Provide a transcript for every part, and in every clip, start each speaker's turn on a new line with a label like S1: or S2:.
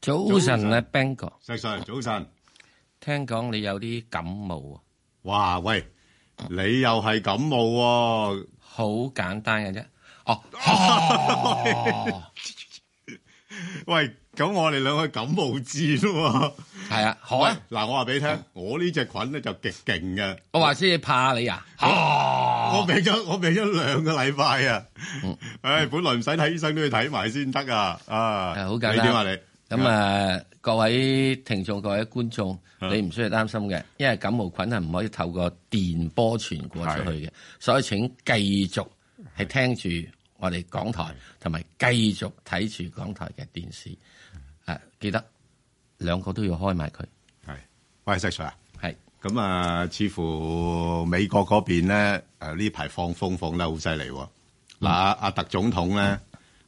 S1: 早晨啊，Bang 哥，
S2: 石 Sir，早晨。
S1: 聽講你有啲感冒啊？
S2: 哇喂，你又係感冒喎？
S1: 好簡單嘅啫。哦，
S2: 喂，咁我哋兩個感冒戰喎。
S1: 係啊，好啊。
S2: 嗱，我話俾你聽，我呢隻菌咧就極勁嘅。
S1: 我話先怕你啊？
S2: 我病咗，我病咗兩個禮拜啊。唉，本來唔使睇醫生都要睇埋先得啊。啊，
S1: 係好簡單
S2: 你點啊你？
S1: 咁啊，各位聽眾、各位觀眾，
S2: 啊
S1: 你唔需要擔心嘅，因為感冒菌係唔可以透過電波傳過出去嘅，所以請繼續係聽住我哋港台，同埋繼續睇住港台嘅電視。啊，記得兩個都要開埋佢，
S2: 係，喂，石 Sir 啊。
S1: 係
S2: 咁啊，似乎美國嗰邊咧，誒呢排放風放得好犀利喎。嗱，阿阿特總統
S1: 嗯
S2: 咧，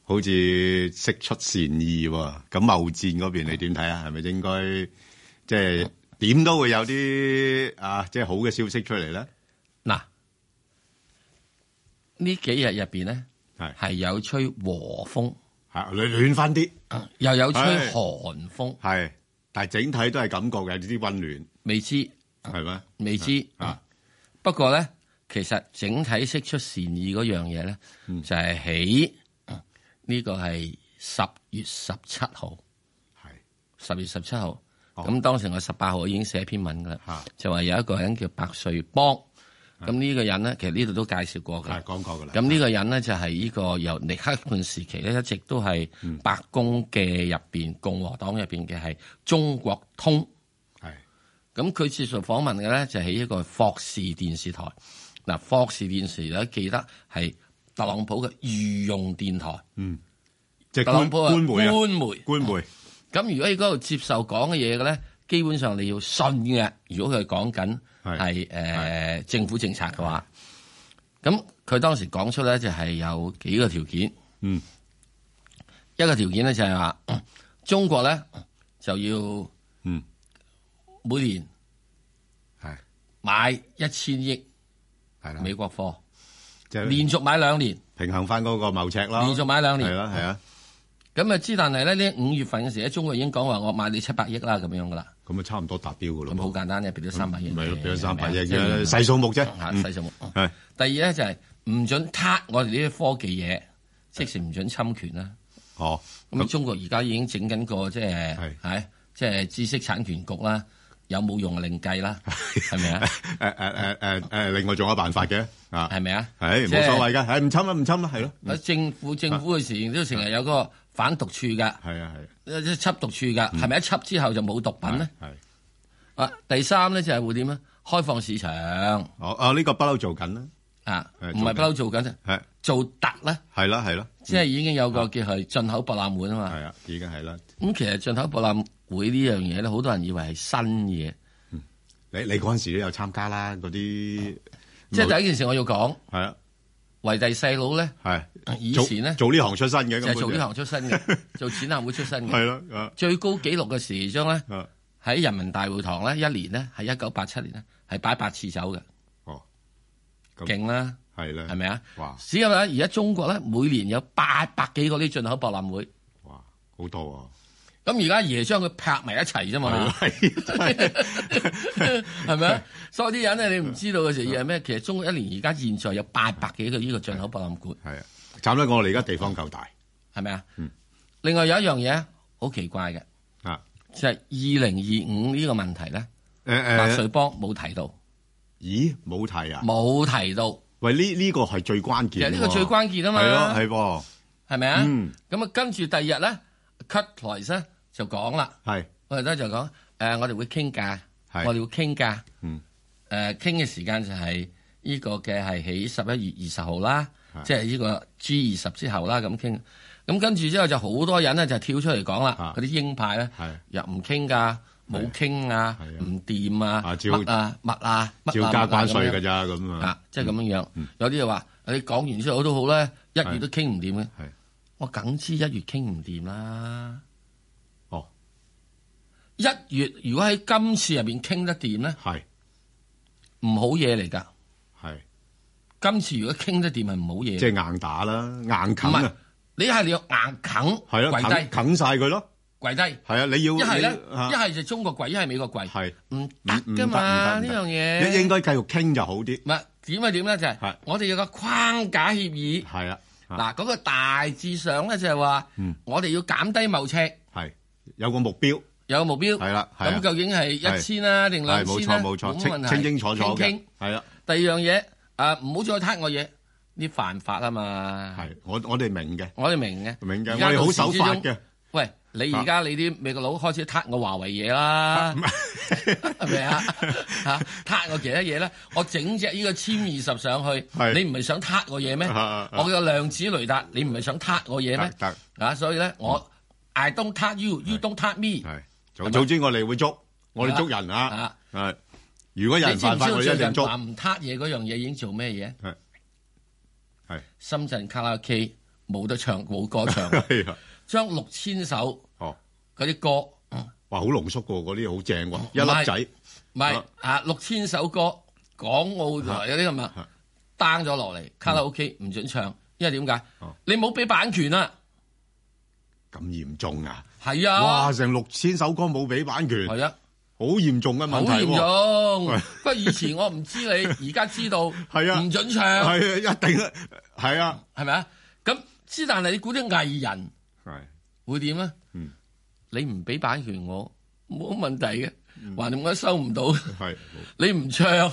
S2: 好似釋出善意喎。咁貿戰嗰邊你點睇
S1: 嗯
S2: 啊？係咪應該即係點都會有啲啊，即係好嘅消息出嚟咧？
S1: 嗱。呢幾日入邊咧，
S2: 係
S1: 係有吹和風，嗯
S2: 係暖暖翻啲，
S1: 又有吹
S2: 係
S1: 寒風，
S2: 係，但係整體都係感覺有啲溫暖，
S1: 未知
S2: 係咪？
S1: 未知
S2: 啊，
S1: 不過咧，其實整體釋出善意嗰樣嘢咧，
S2: 嗯
S1: 就係喺
S2: 啊
S1: 呢個係十月十七號，
S2: 係
S1: 十月十七號。
S2: 哦
S1: 咁、當時我十八號已經寫篇文噶啦，
S2: 嚇啊
S1: 就話有一個人叫白瑞邦，咁呢個人咧，其實呢度都介紹過㗎
S2: 係。講過㗎啦。
S1: 咁呢個人咧就係呢個由尼克遜時期咧一直都係
S2: 嗯
S1: 白宮嘅入邊共和黨入邊嘅係中國通。
S2: 係
S1: 咁佢接受訪問嘅咧就喺一個霍士電視台。嗱，霍士電視咧記得係特朗普嘅御用電台，
S2: 嗯即係
S1: 特朗
S2: 官
S1: 普
S2: 官媒
S1: 啊
S2: 啊，
S1: 官媒。
S2: 官媒
S1: 咁如果喺嗰度接受講嘅嘢嘅咧，基本上你要信嘅。如果佢講緊
S2: 係
S1: 係誒政府政策嘅話，咁佢當時講出咧就係有幾個條件。
S2: 嗯，
S1: 一個條件咧就係話嗯中國咧就要
S2: 嗯
S1: 每年
S2: 係
S1: 買一千億
S2: 係啦，
S1: 美國貨，
S2: 即係
S1: 連續買兩年，
S2: 平衡翻嗰個貿赤啦，
S1: 連續買兩
S2: 係
S1: 年。
S2: 啦係啊。
S1: 咁啊知，但係咧呢五月份嘅時咧，中國已經講話我買你七百億啦咁樣噶啦，
S2: 咁啊，差唔多達標噶咯
S1: 咁好
S2: 噃，
S1: 簡單嘅，俾咗三百億。
S2: 咪咯，俾咗三百億
S1: 即係
S2: 嘅細數目啫，
S1: 嚇
S2: 嗯
S1: 細數目。
S2: 係
S1: 第二咧就係唔准撻我哋呢啲科技嘢，即時唔准侵權啦。
S2: 哦，
S1: 咁啊中國而家已經整緊個即係
S2: 係
S1: 係即係知識產權局啦，有冇用啊另計啦，係咪啊？
S2: 誒誒誒誒誒，另外仲有辦法嘅啊，
S1: 係咪啊？
S2: 係
S1: 即
S2: 冇
S1: 係
S2: 所謂噶，係唔侵啦唔侵啦，係咯，
S1: 啊
S2: 啊
S1: 政府政府嘅時都成日有個反毒處㗎，
S2: 係啊係啊嗯
S1: 呃即係緝毒處㗎，係咪一緝之後就冇毒品咧？
S2: 係，
S1: 啊，第三咧就係會點咧？啊開放市場
S2: 哦啊呢個不嬲做緊啦，
S1: 啊，
S2: 係
S1: 唔係不嬲做緊啫，
S2: 係
S1: 做特咧，
S2: 係啦係啦
S1: 嗯即係已經有個叫係進口博覽會啊嘛。
S2: 係啊，已經係啦，
S1: 咁其實進口博覽會呢樣嘢咧，好多人以為係新嘢，
S2: 嗯你你嗰陣時都有參加啦，嗰啲
S1: 即係
S2: 冇
S1: 第一件事我要講，
S2: 係啊
S1: 維弟細佬咧
S2: 係，
S1: 啊以
S2: 做
S1: 前咧
S2: 做呢行出身嘅，
S1: 就
S2: 根本
S1: 係做呢行出身 嘅，做展覽會出身嘅。
S2: 係啦啊
S1: 最高紀錄嘅時鐘咧，
S2: 啊
S1: 喺人民大會堂咧，一年咧係一九八七年咧係擺八次酒嘅，
S2: 哦，咁
S1: 勁啦，
S2: 係啦，
S1: 係咪啊？
S2: 哇
S1: 只有咧，而家中國咧每年有八百幾個呢進口博覽會，
S2: 哇好多啊！
S1: 咁而家爺將佢拍埋一齊啫嘛， 係咪啊？所以啲人咧，你唔知道嘅時候係咩？其實中國一年而家現在有八百幾個呢個進口博覽館。
S2: 係啊，斬得我哋而家地方夠大
S1: 係咪啊
S2: 嗯？
S1: 另外有一樣嘢好奇怪嘅，
S2: 啊！
S1: 就係二零二五呢個問題咧，
S2: 誒
S1: 白
S2: 誒，
S1: 瑞邦冇提到，
S2: 咦冇提啊？
S1: 冇提到，
S2: 喂，呢呢個係最關
S1: 其
S2: 鍵
S1: 實
S2: 喎。
S1: 呢個最關鍵啊嘛，
S2: 係咯，係喎，
S1: 係咪啊
S2: 嗯？
S1: 咁啊，跟住第二日咧，Cut 台咧就講啦，
S2: 係
S1: 我哋咧就講誒，我哋會傾價，
S2: 係
S1: 我哋會傾價，
S2: 嗯
S1: 誒傾嘅時間就係呢個嘅係喺十一月二十號啦，
S2: 係
S1: 即係呢個 G 二十之後啦咁傾。咁跟住之後就好多人咧就跳出嚟講啦
S2: 啊，
S1: 嗰啲鷹派咧
S2: 係
S1: 又唔傾㗎，冇傾啊
S2: 係啊，
S1: 唔掂啊，
S2: 啊照
S1: 乜啊乜啊，乜啊
S2: 照加
S1: 乜
S2: 關
S1: 啊
S2: 稅
S1: 咁
S2: 㗎
S1: 樣
S2: 咋咁啊？
S1: 啊，即係咁樣樣。有啲就話你講完之後都好啦，一月都傾唔掂嘅
S2: 係。
S1: 我梗知一月傾唔掂啦。
S2: 哦，
S1: 一月如果喺今次入邊傾得掂咧，
S2: 係
S1: 唔好嘢嚟㗎。
S2: 係，
S1: 今次如果傾得掂係唔好嘢，
S2: 即係硬打啦，硬
S1: 唔
S2: 啃
S1: 係
S2: 啊，
S1: 你係你要硬啃，
S2: 係咯，
S1: 跪低
S2: 啃啃曬佢咯，
S1: 跪低。
S2: 係啊，你要
S1: 一係咧，
S2: 你啊
S1: 一係就中國跪，一係美國跪，
S2: 係
S1: 唔
S2: 唔唔
S1: 得
S2: 得
S1: 噶
S2: 唔得
S1: 嘛
S2: 唔
S1: 呢
S2: 得
S1: 樣
S2: 應
S1: 嘢。
S2: 應該繼續傾就好啲。
S1: 唔係點啊點咧就係
S2: 係
S1: 我哋有個框架協議，
S2: 係啊，啊
S1: 嗱嗰個大致上咧就係話，我哋要減低貿赤，
S2: 係有個目標，
S1: 有個目標。
S2: 係啦係啊
S1: 咁究竟係一千啦定
S2: 係
S1: 兩
S2: 冇
S1: 千
S2: 錯
S1: 啦？
S2: 冇錯，
S1: 冇
S2: 清
S1: 問題
S2: 清清楚楚
S1: 傾傾
S2: 嘅，係啊，
S1: 第二樣嘢啊，唔好再挞我嘢，呢犯法啊嘛。
S2: 係我我哋明嘅，
S1: 我哋明嘅，
S2: 明嘅，
S1: 而
S2: 我
S1: 家
S2: 哋好
S1: 到時
S2: 守
S1: 之
S2: 法
S1: 中
S2: 嘅。啊
S1: 喂，你而家你啲美國佬開始挞我華為嘢啦，係 咪啊？嚇挞我其他嘢啦，我整隻呢個千二十上去，
S2: 係
S1: 你唔係想挞我嘢咩？
S2: 啊啊啊
S1: 我嘅量子雷達，你唔係想挞我嘢咩？
S2: 得嗯
S1: 啊，所以咧，我 I don't touch you，you don't touch me。
S2: 係總總之我哋會捉，我哋捉人啊
S1: 啊，
S2: 係如果有
S1: 你
S2: 人
S1: 知
S2: 犯
S1: 唔知
S2: 法，
S1: 道
S2: 我
S1: 最
S2: 一定
S1: 近
S2: 捉，
S1: 話唔挞嘢嗰樣嘢已經做咩嘢？
S2: 係係，
S1: 深圳卡拉 OK 冇得唱冇歌唱
S2: 係啊，
S1: 將六千首
S2: 哦，
S1: 嗰啲歌。嗯
S2: 哇，好濃縮喎，嗰啲好正喎，一粒仔
S1: 唔係
S2: 啊
S1: 啊，六千首歌，港澳台有啲咁
S2: 啊
S1: 啊 down 咗落嚟，卡拉 OK 唔准唱，因為點解
S2: 哦？
S1: 你冇俾版權啊，
S2: 咁嚴重啊！
S1: 係
S2: 哇，
S1: 啊，
S2: 成六千首歌冇俾版權，
S1: 係啊，
S2: 好嚴重嘅
S1: 好
S2: 問題喎，
S1: 嚴重
S2: 喂。
S1: 不過以前我唔知你，而家知道，
S2: 係啊
S1: 唔准唱，
S2: 係啊，一定啊係啊，
S1: 係咪啊？咁之但係你估啲藝人
S2: 係
S1: 會點啊
S2: 嗯？
S1: 你唔俾版權我，冇問題嘅，橫掂我都收唔到，
S2: 嗯係
S1: 你唔唱，
S2: 係，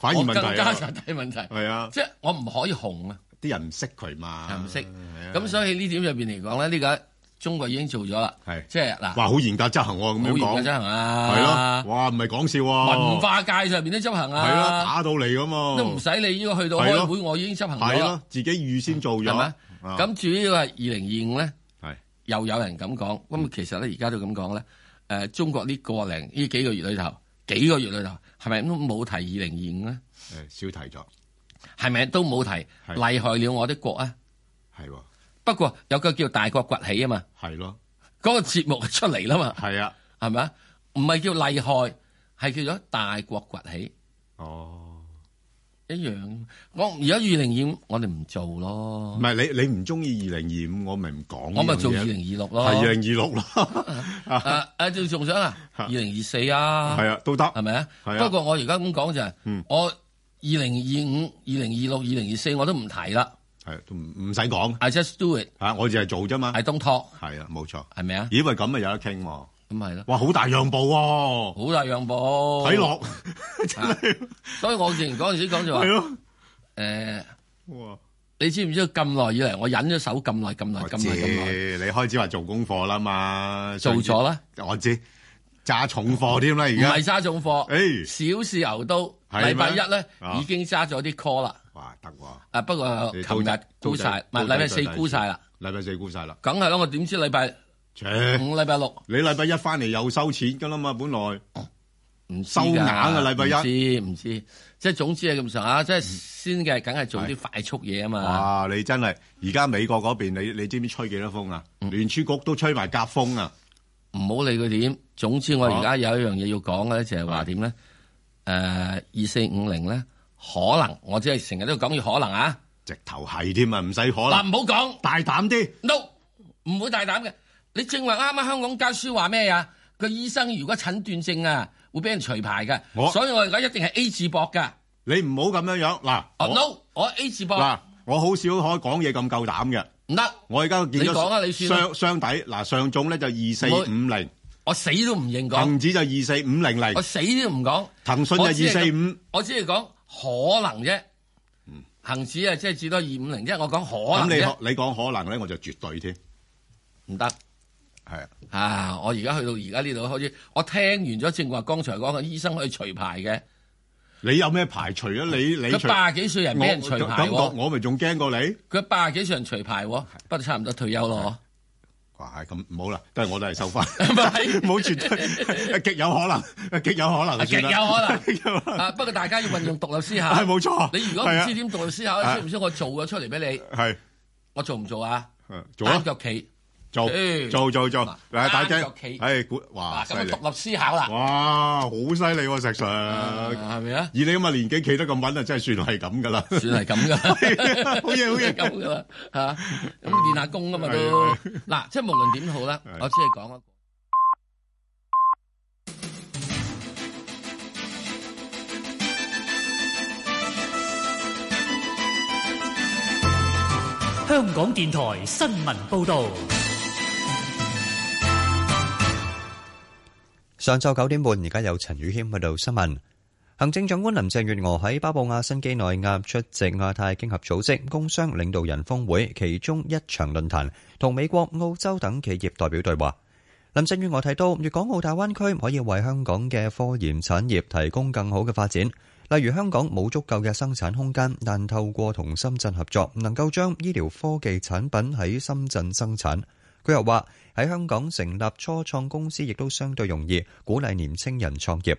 S2: 反而
S1: 我
S2: 問
S1: 更
S2: 題
S1: 加
S2: 啊，
S1: 大問題，
S2: 係啊，
S1: 即係我唔可以紅啊！
S2: 啲人唔識佢嘛，
S1: 唔識
S2: 係啊
S1: 咁所以呢點入邊嚟講咧，呢個中國已經做咗啦，
S2: 係
S1: 即係嗱，
S2: 哇，好嚴格執行喎，咁樣
S1: 好嚴
S2: 講
S1: 嘅執行
S2: 係
S1: 啊，
S2: 咯，哇，唔係講笑喎，
S1: 文化界上邊都執
S2: 係
S1: 行
S2: 咯，
S1: 啊，
S2: 打到你咁喎，
S1: 都唔使你呢個去到
S2: 係咯
S1: 開會，我已經執行咗
S2: 係
S1: 啦，
S2: 咯，自己預先做咗，
S1: 係咪？
S2: 啊
S1: 咁至於話二零二五咧，
S2: 係嗯
S1: 又有人咁講，咁其實咧而家都咁講咧，誒中國呢個零呢幾個月裏頭，幾個月裏頭係咪都冇提二零二五咧？
S2: 誒少提咗，
S1: 係咪都冇提
S2: 係
S1: 厲害了我的國啊？
S2: 係喎，
S1: 不過有個叫大國崛起啊嘛，
S2: 係咯，
S1: 嗰個節目出嚟啦嘛。
S2: 係啊，
S1: 係咪啊？唔係叫厲害，係叫做大國崛起
S2: 哦，
S1: 一樣。我而家二零二五，我哋唔做咯
S2: 唔，係你你唔中意二零二五，我咪唔講，
S1: 我咪做二零，二六咯。
S2: 係二零二六咯，
S1: 啊啊，仲仲想啊？二零二四啊，
S2: 係啊，都得，
S1: 係咪啊？
S2: 係啊嗯
S1: 不過我而家咁講就係，我二零二五、二零二六、二零二四我都唔提啦。
S2: 係都唔唔使講，
S1: I just do it,
S2: 啊，我就係做啫嘛，
S1: I don't talk，
S2: 係啊，冇錯，
S1: 係咪啊？
S2: 咦喂，咁咪有得傾喎，
S1: 咁係咯，
S2: 哇，好大讓步喎，
S1: 好大讓步。
S2: 睇落
S1: 啊 所以我之前嗰陣時講就話
S2: 係，咯，
S1: 誒，
S2: 哇，
S1: 你知唔知咁耐以嚟我忍咗手咁耐、咁耐、
S2: 我
S1: 咁
S2: 知
S1: 耐、咁耐，
S2: 你開始話做功課啦嘛，
S1: 做咗啦。
S2: 我知揸重貨添啦，而
S1: 唔
S2: 家
S1: 係揸重貨，
S2: 誒
S1: 小試牛刀。
S2: 係咩
S1: 禮拜一咧
S2: 啊
S1: 已經揸咗啲 call 啦，
S2: 哇得喎，
S1: 啊不過
S2: 你
S1: 琴
S2: 到
S1: 日
S2: 底
S1: 沽晒，唔
S2: 到
S1: 係禮
S2: 底
S1: 拜
S2: 到
S1: 四
S2: 底
S1: 沽晒啦，
S2: 禮拜四沽晒啦，
S1: 梗係啦，我點知禮拜
S2: 切
S1: 五、禮拜六
S2: 你禮拜一翻嚟又收錢噶啦嘛，本來
S1: 唔知
S2: 收
S1: 㗎
S2: 硬啊禮拜一
S1: 唔知唔知，即係總之係咁上下，即係先嘅，梗係做啲快速嘢啊嘛。
S2: 哇！你真係而家美國嗰邊，你你知唔知吹幾多風啊？聯儲局都吹埋夾風啊！
S1: 唔好理佢點，總之我而家有一樣嘢要講嘅咧，就係話點咧？誒，二四五零咧，可能我只係成日都講要可能啊，
S2: 直頭係添啊，唔使可
S1: 嗱
S2: 能，
S1: 唔好講。
S2: 大膽啲
S1: no，唔會大膽嘅。你正話啱啱香港家書話咩啊？個醫生如果診斷症啊，會俾人除牌嘅
S2: 我。
S1: 所以我而家一定係 A 字膊噶。
S2: 你唔好咁樣樣嗱。我
S1: 哦 no，我 A 字膊
S2: 嗱，我好少可講嘢咁夠膽嘅。
S1: 唔得，
S2: 我而家見
S1: 你講啊
S2: 到
S1: 你算啦
S2: 雙雙底嗱，上中咧就二四五零，
S1: 我死都唔認講，
S2: 恒指就二四五零零
S1: 我，死都唔講。
S2: 騰訊就
S1: 我
S2: 啊二
S1: 只係
S2: 四五嗯
S1: 咁。我只係講可能啫。恒指啊，即係至多二五零啫。我講
S2: 咁
S1: 可能
S2: 你
S1: 啫，
S2: 可你講可能咧，我就絕對添。
S1: 唔得
S2: 係啊，
S1: 啊！我而家去到而家呢度開始，我聽完咗正話剛才講嘅醫生可以除牌嘅，
S2: 你有咩排除啊？你你
S1: 佢
S2: 除
S1: 八十幾歲人俾人除
S2: 我
S1: 牌
S2: 感覺
S1: 喎，
S2: 我咪仲驚過你？
S1: 佢八十幾歲人除牌喎，不過差唔多退休咯。
S2: 哇！咁唔好啦，都係我都係收翻，
S1: 咪
S2: 冇絕對，極有可能，極有可能就算啦，
S1: 啊極
S2: 極有 可能，
S1: 啊！不過大家要運用獨立思考，
S2: 係冇錯。
S1: 你如果唔
S2: 係啊
S1: 知點獨立思考，
S2: 啊
S1: 需唔需要我做咗出嚟俾你？
S2: 係
S1: 我做唔做啊？
S2: 係做
S1: 單
S2: 啊，
S1: 腳企，
S2: 做
S1: 嗯
S2: 做做做，嗱大
S1: 單
S2: 家
S1: 獨企，
S2: 唉，估哇
S1: 嗱，
S2: 犀
S1: 咁啊
S2: 利，
S1: 獨立思考啦，
S2: 哇好犀利喎，石 Sir，
S1: 係咪啊？
S2: 以你咁嘅年紀企得咁穩啊，真係算係咁噶啦，
S1: 算係咁噶啦。
S2: 好嘢好嘢，
S1: 咁噶啦嚇，咁練下功噶嘛都
S2: 係。
S1: 嗱，即係無論點都好啦，
S2: 係
S1: 我只係講一個。
S3: 香港電台新聞報導，
S4: 上晝九點半，而家有陳宇軒報道新聞。行政長官林鄭月娥喺巴布亞新幾內亞出席亞太經合組織工商領導人峰會其中一場論壇，同美國、澳洲等企業代表對話。林鄭月娥提到，粵港澳大灣區可以為香港嘅科研產業提供更好嘅發展，例如香港冇足夠嘅生產空間，但透過同深圳合作，能夠將醫療科技產品喺深圳生產。佢又話喺香港成立初創公司亦都相對容易，鼓勵年青人創業。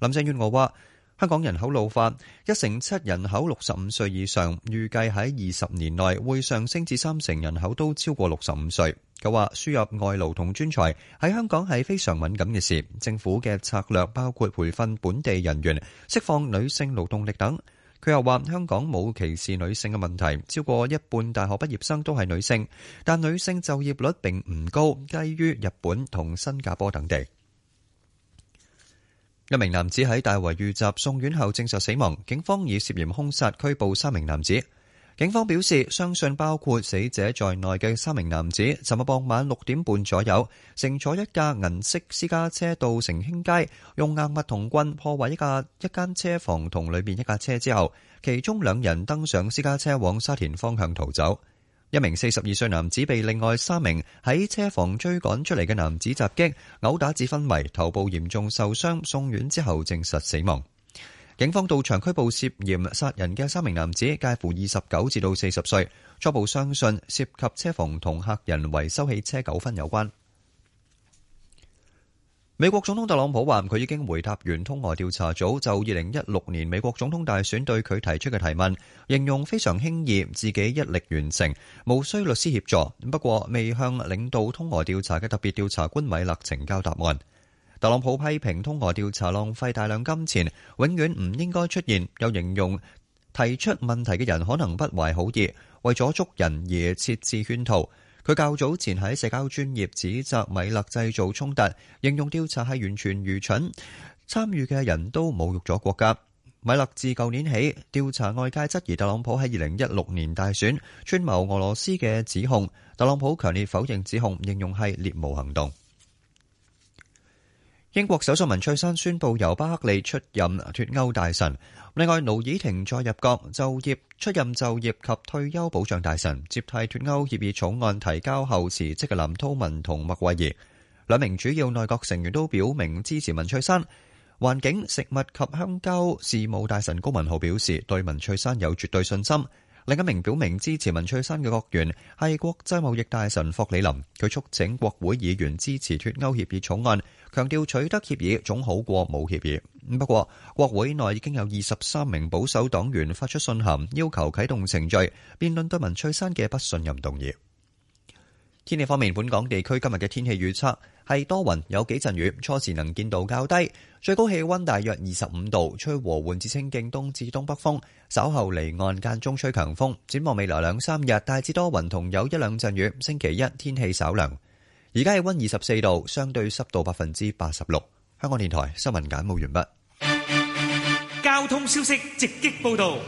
S4: 林鄭月娥話：香港人口老化，一成七人口六十五歲以上，預計喺二十年內會上升至三成人口都超過六十五歲。佢話輸入外勞同專才喺香港係非常敏感嘅事，政府嘅策略包括培訓本地人員、釋放女性勞動力等。佢又話：香港冇歧視女性嘅問題，超過一半大學畢業生都係女性，但女性就業率並唔高，低於日本同新加坡等地。一名男子喺大圍遇襲送院後證實死亡，警方以涉嫌兇殺拘捕三名男子。警方表示，相信包括死者在內嘅三名男子，尋日傍晚六點半左右，乘坐一架銀色私家車到城興街，用硬物同棍破壞一架一間車房同裏面一架車之後，其中兩人登上私家車往沙田方向逃走。一名四十二歲男子被另外三名喺車房追趕出嚟嘅男子襲擊，殴打至昏迷，頭部嚴重受傷，送院之後證實死亡。警方到場拘捕涉嫌殺人嘅三名男子，介乎二十九至到四十歲，初步相信涉及車房同客人維修汽車糾紛有關。美國總統特朗普話：佢已經回答完通俄調查組就二零一六年美國總統大選對佢提出嘅提問，形容非常輕易，自己一力完成，無需律師協助。不過未向領導通俄調查嘅特別調查官米勒呈交答案。特朗普批評通俄調查浪費大量金錢，永遠唔應該出現，又形容提出問題嘅人可能不懷好意，為咗捉人而設置圈套。佢較早前喺社交專業指責米勒製造衝突，形容調查係完全愚蠢，參與嘅人都侮辱咗國家。米勒自舊年起調查外界質疑特朗普喺二零一六年大選串謀俄羅斯嘅指控，特朗普強烈否認指控，形容係獵巫行動。英國首相文翠珊宣布由巴克利出任脱歐大臣。另外，盧以廷再入閣，就業出任就業及退休保障大臣，接替脱歐協議草案提交後辭職嘅林韜文同麥惠儀。兩名主要內閣成員都表明支持文翠珊。環境、食物及鄉郊事務大臣高文浩表示對文翠珊有絕對信心。另一名表明支持文翠珊嘅國員係國際貿易大臣霍里林，佢促請國會議員支持脱歐協議草案，強調取得協議總好過冇協議。不過，國會內已經有二十三名保守黨員發出信函，要求啟動程序辯論對文翠珊嘅不信任動議。天氣方面，本港地區今日嘅天氣預測係多雲，有幾陣雨，初時能見度較低，最高氣溫大約二十五度，吹和緩至清勁東至東北風，稍後離岸間中吹強風。展望未來兩三日，大致多雲同有一兩陣雨。星期一天氣稍涼，而家氣溫二十四度，相對濕度百分之八十六。香港電台新聞簡報完畢。
S3: 交通消息直擊報導。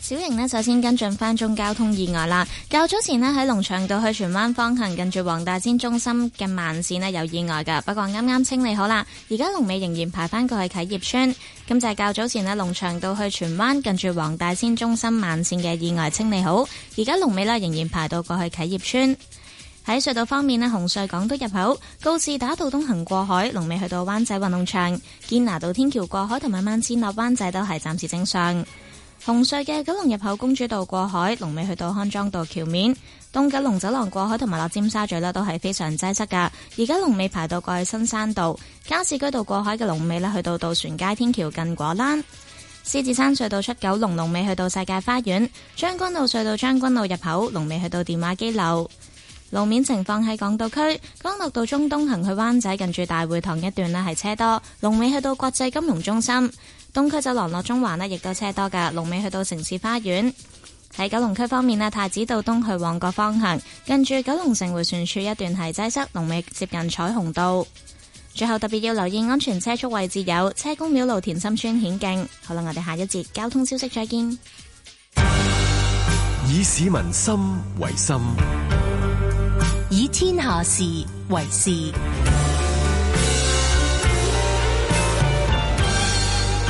S5: 小瑩呢，首先跟進翻宗交通意外啦。較早前呢，喺龍翔道去荃灣方向，近住黃大仙中心嘅慢線呢，有意外㗎，不過啱啱清理好啦。而家龍尾仍然排翻過去啟業村。咁就係較早前呢，龍翔道去荃灣，近住黃大仙中心慢線嘅意外清理好，而家龍尾呢，仍然排到過去啟業村。喺隧道方面呢，紅隧港島入口告士打道東行過海，龍尾去到灣仔運動場；堅拿道天橋過海同埋慢線落灣仔都係暫時正常。紅隧嘅九龍入口公主道過海，龍尾去到康莊道橋面；東九龍走廊過海同埋落尖沙咀呢都係非常擠塞噶。而家龍尾排到過去新山道，加士居道過海嘅龍尾呢去到渡船街天橋近果欄。獅子山隧道出九龍龍尾去到世界花園，將軍澳隧道將軍澳入口龍尾去到電話機樓。路面情況喺港島區，干諾道中東行去灣仔近住大會堂一段呢係車多，龍尾去到國際金融中心。東區走廊落中環呢亦都車多噶，龍尾去到城市花園。喺九龍區方面呢，太子道東去旺角方向，近住九龍城迴旋處一段係擠塞，龍尾接近彩虹道。最後特別要留意安全車速位置有車公廟路田心村顯徑。好啦，我哋下一節交通消息再見。
S6: 以市民心為心，
S7: 以天下事為事。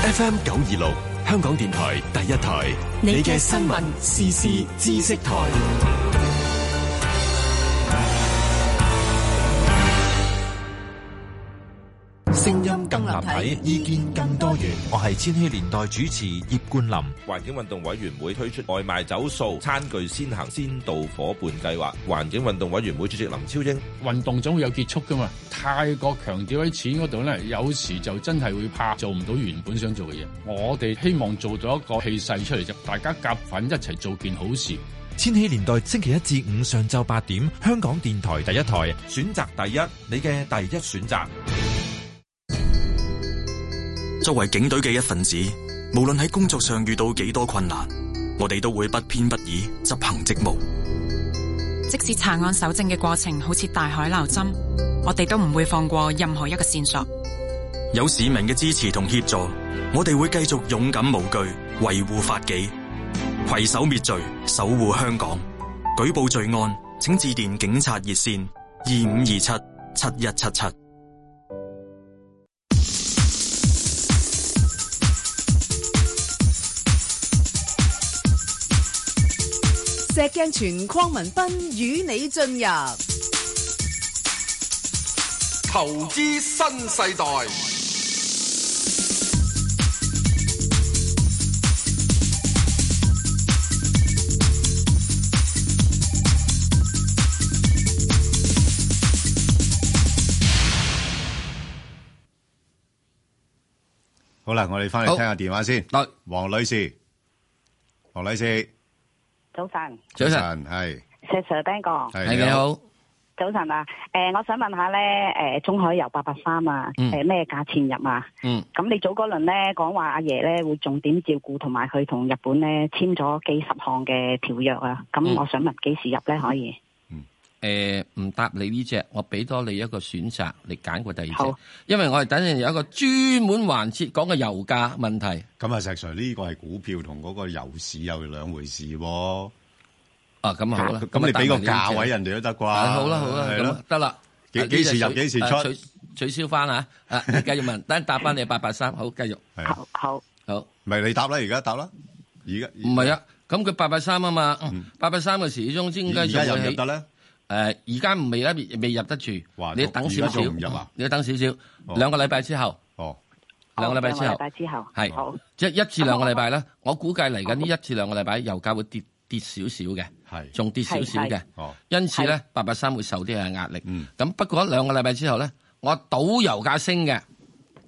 S6: FM 九二六，香港電台第一台，
S7: 你
S6: 你
S7: 嘅
S6: 嘅新
S7: 新
S6: 聞
S7: 聞
S6: 時事知識台，
S8: 聲音更立體，意見更多元。我係千禧年代主持葉冠霖。
S9: 環境運動委員會推出外賣走數餐具先行先導伙伴計劃。環境運動委員會主席林超英，
S10: 運動總會有結束噶嘛，太過強調喺錢嗰度咧，有時就真係會怕做唔到原本想做嘅嘢。我哋希望做到一個氣勢出嚟啫，大家夾份一齊做件好事。
S8: 千禧年代星期一至五上晝八點，香港電台第一台。
S9: 選擇第一，你嘅第一選擇。
S11: 作為警隊嘅一份子，無論喺工作上遇到幾多困難，我哋都會不偏不倚執行職務。
S12: 即使查案搜證嘅過程好似大海撈針，我哋都唔會放過任何一個線索。
S11: 有市民嘅支持同協助，我哋會繼續勇敢無懼，維護法紀，攜手滅罪，守護香港。舉報罪案，請致電警察熱線二五二七七一七七。
S13: 石鏡泉鄺民彬與你進入
S14: 投資新世代，
S2: 好啦，我哋翻嚟
S1: 好
S2: 聽下電話先。黃女士，黃女士，
S15: 早晨，
S2: 早晨，係
S15: 石 Sir 邊個？
S2: 係你好。
S15: 早晨啊，诶、我想問下咧，诶、中海油八八三啊，
S2: 嗯
S15: 诶、咩價錢入啊？
S1: 嗯，
S15: 咁你早嗰輪咧講話阿爺咧會重點照顧，同埋佢同日本咧簽咗幾十項嘅條約啊。咁
S1: 嗯
S15: 我想問幾時入咧可以？
S1: 誒唔答你呢只，我俾多你一個選擇，你揀過第二隻
S15: 好，
S1: 因為我哋等陣有一個專門環節講嘅油價問題。
S2: 咁啊，石 Sir 呢個係股票同嗰個油市又兩回事喎。
S1: 啊，咁好啦咁
S2: 咁
S1: 啊
S2: 你俾個
S1: 答埋呢隻
S2: 價位人哋都得啩？
S1: 啊好啦好啦，
S2: 係
S1: 咁
S2: 咯
S1: 啊得啦。
S2: 幾
S1: 啊
S2: 幾時入
S1: 呢
S2: 幾
S1: 隻取
S2: 時出
S1: 啊取取消翻啊！啊，你繼續問，等陣答翻你八八三，好繼續。
S15: 好，好，
S1: 好，
S2: 咪你答啦，而家答啦，而家
S1: 唔係啊，咁佢八八三啊嘛，八八三嘅時鐘應該
S2: 而
S1: 仲
S2: 家
S1: 會
S2: 入唔
S1: 起
S2: 入得咧？
S1: 誒，而家唔未咧，未入得住，你要等少
S2: 而家
S1: 少，
S2: 仲唔入啊
S1: 你要等少少，兩個禮拜之後，
S2: 哦，
S1: 兩個禮拜之
S15: 兩
S1: 後
S15: 個禮，拜之後，
S1: 係，即係一至兩個禮拜啦。我估計嚟緊呢一至兩個禮拜，油價會跌跌少少嘅，仲跌少少
S15: 係
S1: 嘅
S15: 係哦，
S1: 因此咧，八八三會受啲嘅壓力。咁不過兩個禮拜之後咧，我賭油價升嘅，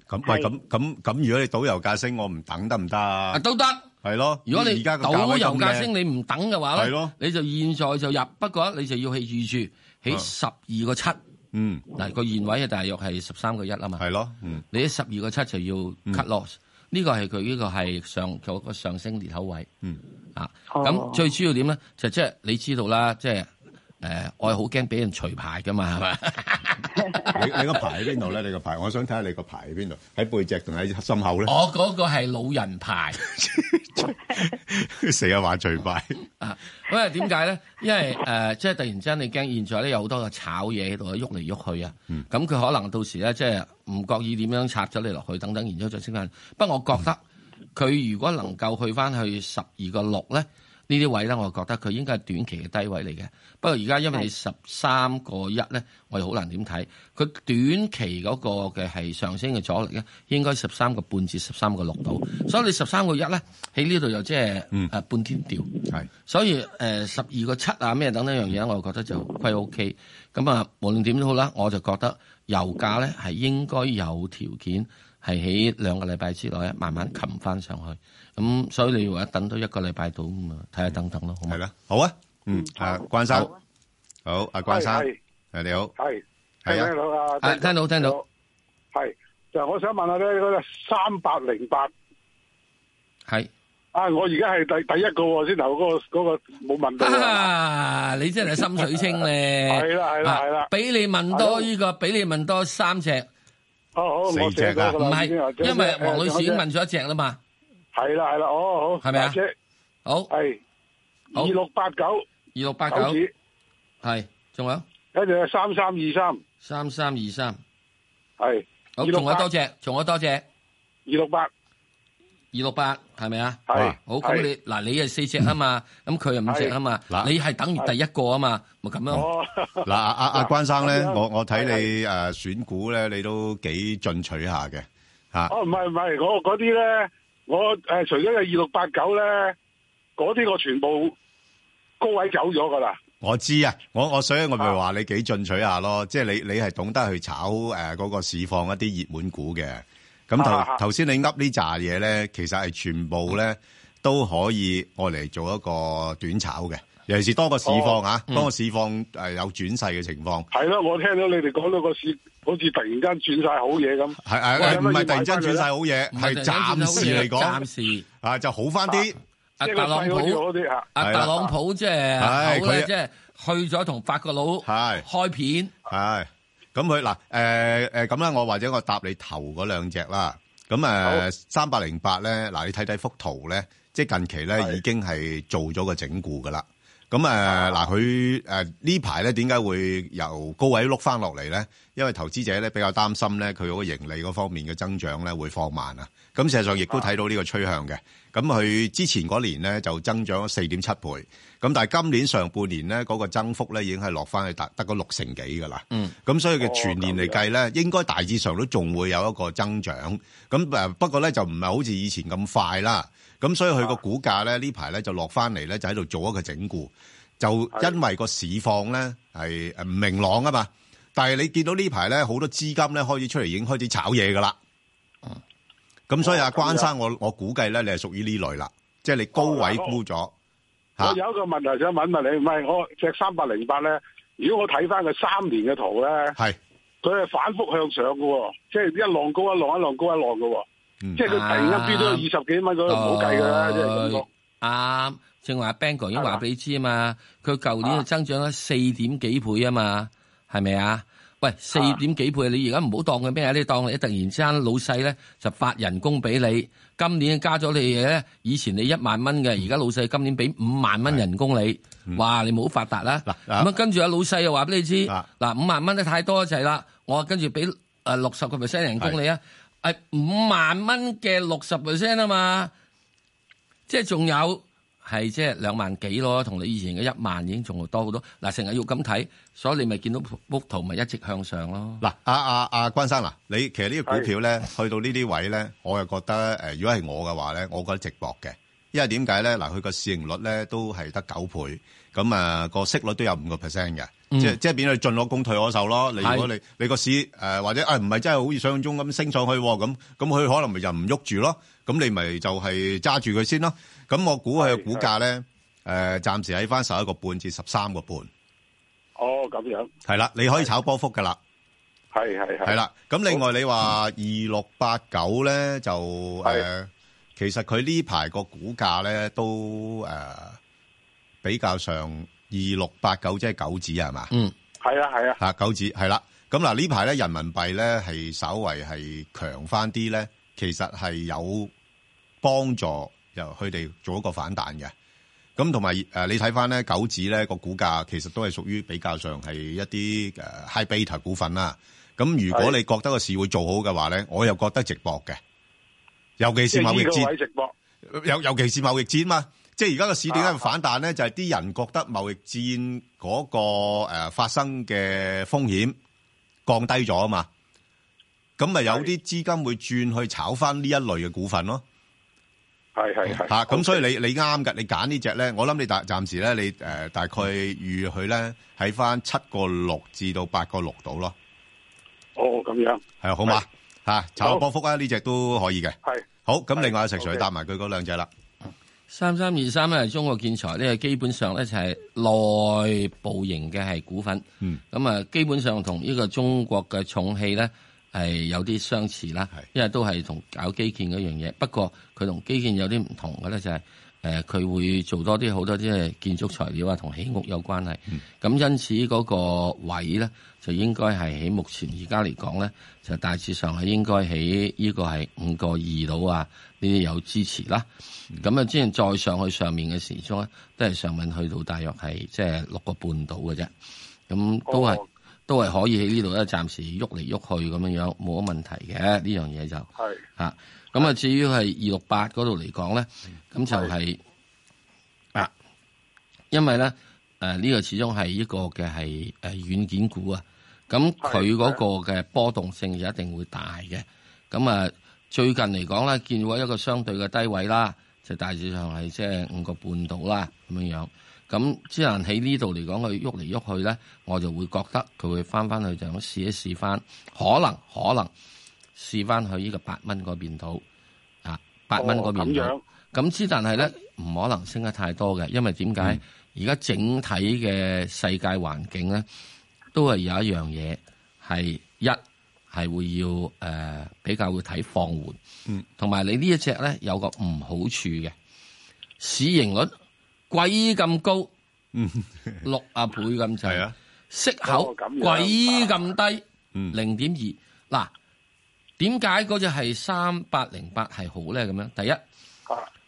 S2: 咁喂，咁咁咁，如果你賭油價升，我唔等得唔得啊？
S1: 都得。
S2: 係咯，
S1: 如果你
S2: 而家個價
S1: 賭
S2: 位
S1: 油
S2: 咁
S1: 價
S2: 靚
S1: 升，你唔等嘅話
S2: 係
S1: 咧
S2: 咯，
S1: 你就現在就入。不過你就要去預住喺
S2: 啊
S1: 十二個七。
S2: 嗯，
S1: 嗱個現位啊，大約係十三個一啊嘛。係
S2: 咯，嗯，
S1: 你喺十二個七就要 cut loss，呢個係佢呢個係上嗰個上升裂口位。
S2: 嗯，
S1: 啊，咁最主要點咧，就即係你知道啦，即係誒，我係好驚俾人除牌噶嘛，係咪？
S2: 你你個牌喺邊度咧？你個牌，我想睇下你個牌喺邊度，喺背脊定喺心口咧？
S1: 我嗰個係老人牌。
S2: 成日話最敗，
S1: 因為啊點解咧？因為誒、呃即係突然之間你驚現在咧有好多個炒嘢喺度喐嚟喐去啊。咁佢、可能到時咧，即係唔覺意點樣插咗你落去，等等，然之後再升翻。不過我覺得佢如果能夠去翻去十二個六咧，呢啲位咧，我覺得佢應該係短期嘅低位嚟嘅。不過而家因為你十三個一咧，我哋好難點睇。佢短期嗰個嘅係上升嘅阻力咧，應該十三個半至十三個六度。所以你十三個一咧喺呢度又即係誒半天調。
S2: 係。
S1: 所以誒十二個七啊咩等等樣嘢，我覺得就歸 OK。咁啊，無論點都好啦，我就覺得油價咧係應該有條件係喺兩個禮拜之內咧慢慢擒翻上去。咁所以你話等到一個禮拜到咁啊，睇下等等咯，好嘛？係
S2: 啦，好啊，嗯，啊，關生，好，阿關生，
S16: 係
S2: 誒你好，
S16: 係
S2: 係啊
S16: 聽到啊，
S2: 啊聽到聽到，
S16: 係就我想問下咧，嗰個三百零八
S1: 係
S16: 啊，我而家係第第一個喎，先頭嗰個嗰個冇問到啊，
S1: 啊！你真係心水清咧，
S16: 係啦係啦
S1: 啊
S16: 係啦
S1: 俾你問多呢個，俾你問多三隻，
S16: 好
S1: 四
S16: 我四隻啊
S1: 唔係，
S16: 四隻
S1: 因為黃女士已經問咗一隻啦嘛，
S16: 係啦係啦，哦好，
S1: 係咪啊
S16: 大姐
S1: 好
S16: 係
S1: 好
S16: 二六八九，
S1: 二六八
S16: 手
S1: 九
S16: 指
S1: 係，仲有
S16: 跟住三三二三，
S1: 三三二三，
S16: 係
S1: 好，
S16: 268
S1: 仲有多隻，仲有多隻，二
S16: 六八，
S1: 二六八係咪啊？
S16: 係
S1: 哇好，咁
S16: 係
S1: 你嗱，你係四隻啊嘛，咁佢係五隻啊嘛，
S2: 嗱
S1: 你係等於第一個啊嘛，咪咁咯。
S2: 嗱，阿阿阿關生咧，
S16: 嗱
S2: 我我睇你誒選股咧，你都幾進取下嘅嚇。
S16: 哦唔係唔係，我嗰啲咧，我誒除咗有二六八九咧，嗰啲我全部高位走咗噶啦。
S2: 我知啊，我我所以我咪話你幾進取下咯，即係你你係懂得去炒誒嗰個市況一啲熱門股嘅。咁
S16: 啊啊
S2: 頭頭先你噏呢扎嘢咧，其實係全部咧都可以我嚟做一個短炒嘅，尤其是當個市況啊，
S16: 嗯
S2: 當個市況誒有轉勢嘅情況。
S16: 係咯，我聽到你哋講到個市好似突然間轉晒好嘢咁。啊
S2: 係係係唔係突然間轉晒好嘢，
S1: 唔係
S2: 係暫時嚟講，
S1: 暫時
S2: 啊就好翻啲。
S1: 阿
S16: 即係
S1: 特
S16: 個
S1: 朗
S16: 勢好似好
S1: 普
S16: 啲啊，
S1: 阿特朗普即係
S2: 係
S1: 口咧，
S2: 佢
S1: 即係去咗同法國佬開片。
S2: 系，咁佢嗱，诶诶，誒咁啦，我或者我答你頭嗰兩隻啦。咁诶，三百零八咧，嗱，你睇睇幅圖咧，即係近啊期咧已經係做咗個整固噶啦。咁誒嗱，佢誒呢排咧點解會由高位碌翻落嚟咧？因為投資者咧比較擔心咧，佢嗰個盈利嗰方面嘅增長咧會放慢啊。咁事實上亦都睇到呢個趨向嘅。咁佢之前嗰年咧就增長咗四點七倍，咁但係今年上半年咧嗰個增幅咧已經係落翻去得得個六成幾㗎啦。
S1: 嗯
S2: 咁所以嘅全年嚟計咧，應該大致上都仲會有一個增長。咁誒不過咧就唔係好似以前咁快啦。咁所以佢個股價咧呢排咧就落翻嚟咧，就喺度做一個整固。就因為個市況咧係誒唔明朗啊嘛。但係你見到呢排咧好多資金咧開始出嚟已經開始炒嘢㗎啦。咁所以阿關生，我我估計咧你係屬於呢類啦，即係你高位沽咗。
S16: 我有一個問題想問問你，唔係我隻三百零八咧，如果我睇翻佢三年嘅圖咧，
S2: 係
S16: 佢係反覆向上嘅喎，即係一浪高一浪，一浪高一浪嘅喎，
S2: 嗯
S16: 即係佢突
S1: 啊
S16: 然間飆到二十幾蚊嗰度，唔好計㗎啦，即係咁講。
S1: 哦啱，正話 Bang 哥已經話俾你知啊嘛，佢舊
S16: 啊
S1: 年就增長咗四點幾倍啊嘛，係咪啊？喂，四點幾倍，你而家唔好當佢咩啊？你當你突然之間老細咧就發人工俾你，今年加咗你嘢咧，以前你一萬蚊嘅，
S16: 嗯
S1: 而家老細今年俾五萬蚊人工你，哇！你冇發達啦。咁啊，跟住阿老細又話俾你知，
S16: 啊
S1: 嗱五萬蚊都太多就係啦，我跟住俾誒六十個 percent 人工你啊，係五萬蚊嘅六十 percent 啊嘛。即係仲有係即係兩萬幾咯，同你以前嘅一萬已經仲多好多。嗱，成日要咁睇，所以你咪見到幅圖咪一直向上咯。
S2: 嗱，啊阿阿阿關生嗱，你其實呢個股票咧，去到呢啲位咧，我又覺得誒、呃如果係我嘅話咧，我覺得值博嘅，因為點解咧？嗱，佢個市盈率咧都係得九倍，咁啊個息率都有五個 percent 嘅，
S17: 嗯
S2: 即即係變咗進可攻退可守咯。你如果
S17: 係
S2: 你你個市誒、呃或者啊唔係真係好似想象中咁升上去喎咁，咁佢可能咪就唔喐住咯，咁你咪就係揸住佢先咯。咁我估佢嘅股價咧誒、呃、暫時喺翻十一個半至十三個半，
S16: 哦，咁樣，
S2: 係啦，你可以炒波幅㗎啦。
S16: 係係係。
S2: 系啦，咁另外你話二六八九咧就诶、呃其實佢呢排個股價咧都诶、呃比較上二六八九即係九指係嘛？
S1: 嗯，
S16: 係啊係啊。
S2: 吓九指係啦。咁嗱呢排咧人民幣咧係稍為係強翻啲咧，其實係有幫助由佢哋做一個反彈嘅。咁同埋誒，你睇翻咧九指咧個股價其實都係屬於比較上係一啲誒 high beta 股份啦。咁如果你覺得個市會做好嘅話咧，我又覺得直博嘅，尤其是貿易
S16: 即係呢個位
S2: 戰，
S16: 直播。
S2: 尤尤其是貿易戰嘛。即係而家個市
S16: 啊
S2: 點解會反彈咧？就係啲人覺得貿易戰嗰個誒發生嘅風險降低咗啊嘛。咁咪有啲資金會轉去炒翻呢一類嘅股份咯。
S16: 係係係。
S2: 吓，咁所以你你啱嘅，你揀呢只咧，我諗你大暫時咧，你誒、呃大概預佢咧喺翻七個六至到八個六度咯，
S16: 哦咁樣，
S2: 係好嘛啊嚇，炒個波幅啊，呢只都可以嘅。
S16: 係
S2: 好，咁另外阿石 Sir 答埋佢嗰兩隻啦，
S1: 三三二三咧，中國建材呢，個基本上咧就係內部型嘅係股份，
S2: 嗯，
S1: 咁啊基本上同呢個中國嘅重汽咧係有啲相似啦，因為都係同搞基建嗰樣嘢，不過佢同基建有啲唔同嘅咧就係、誒佢會做多啲好多啲係建築材料啊，同起屋有關係。咁、因此嗰個位咧，就應該係喺目前而家嚟講咧，就大致上係應該喺呢個係五個二度啊，呢啲有支持啦。咁啊、之前再上去上面嘅時鐘咧，都係上面去到大約係即係六個半度嘅啫。咁都係、都係可以喺呢度咧，暫時喐嚟喐去咁樣樣，冇乜問題嘅呢樣嘢就
S16: 係
S1: 嚇。咁啊，至於係二六八嗰度嚟講咧，咁就係、啊，因為咧誒呢、個始終係一個嘅係誒軟件股啊，咁佢嗰個嘅波動性就一定會大嘅。咁啊，最近嚟講咧，見過一個相對嘅低位啦，就大致上係即係五個半度啦咁樣樣。咁之但喺呢度嚟講，佢喐嚟喐去咧，我就會覺得佢會翻翻去就咁試一試翻，可能可能試翻去呢個八蚊嗰邊度啊，八蚊嗰邊
S16: 哦
S1: 度。咁之但係咧，唔可能升得太多嘅，因為點解？而家整體嘅世界環境咧，都係有一樣嘢係一係會要誒、呃比較會睇放緩，
S2: 嗯，
S1: 同埋你呢一隻咧有個唔好處嘅市盈率鬼咁高，
S2: 嗯，
S1: 六啊倍咁滯，啊，息口
S2: 哦咁樣
S1: 鬼咁低，零點二嗱。點解嗰只係三八零八係好咧？咁樣第一，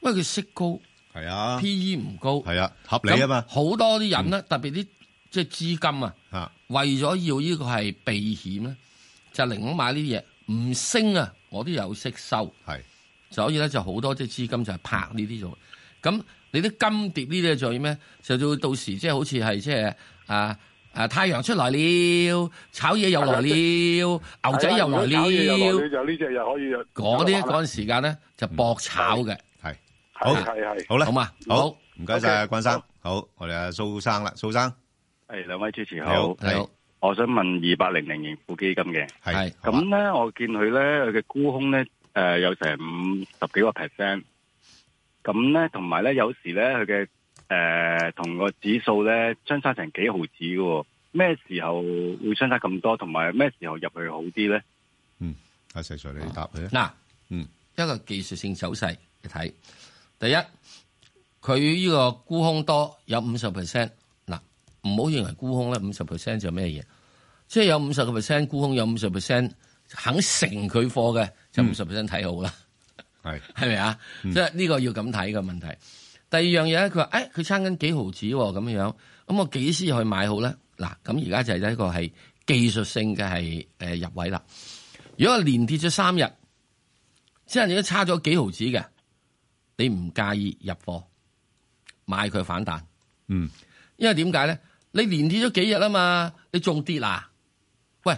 S1: 因為佢息高，
S2: 啊係啊
S1: ，P E 唔高，
S2: 係啊，合理啊嘛嗯
S1: 咁好多啲人咧，特別啲即係資金啊，
S2: 啊
S1: 為咗要呢個係避險咧，就寧願買呢啲嘢，唔升啊，我都有息收。
S2: 係，
S1: 所以咧就好多啲資金就係拍呢啲做。咁你啲金碟呢啲就要咩？就到到時即係好似係即係啊啊太陽出來了，炒嘢又來了，
S2: 啊
S1: 牛仔又來了。
S16: 就呢只又可以有
S1: 嗰啲嗰陣時間咧就搏炒嘅，
S2: 係
S16: 係係係
S2: 好啦，
S1: 好嘛，
S2: 好，唔該晒
S17: OK，
S2: 關生，好，我哋阿蘇生啦，蘇生，
S17: 系两位主持
S2: 你
S17: 好
S2: 好，你好，
S17: 我想问二八零零盈富基金嘅，
S2: 系
S17: 咁咧，我见佢咧佢嘅沽空咧，诶、有成五十几个 percent，咁咧同埋咧有时咧佢嘅诶同个指数咧相差成几毫子嘅喎，咩时候会相差咁多，同埋咩时候入去好啲咧？
S2: 嗯阿石 Sir 你答佢啊，
S1: 嗱，
S2: 嗯，
S1: 一個技術性走勢，你睇第一，佢呢個沽空多有五十 percent，嗱，唔好認為沽空咧五十 percent 就咩嘢，即係有五十個 percent 沽空，有五十 percent 肯承佢貨嘅就五十 percent 睇好啦，
S2: 係
S1: 係咪啊？即係呢個要咁睇嘅問題。第二樣嘢咧，佢話：，誒佢差緊幾毫子喎，咁樣，咁我幾時去買好咧？嗱，咁而家就係一個係技術性嘅係誒入位啦。如果係連跌咗三日，即係你都差咗幾毫子嘅，你唔介意入貨買佢反彈？
S2: 嗯，
S1: 因為點解咧？你連跌咗幾日啊嘛，你仲跌啊？喂，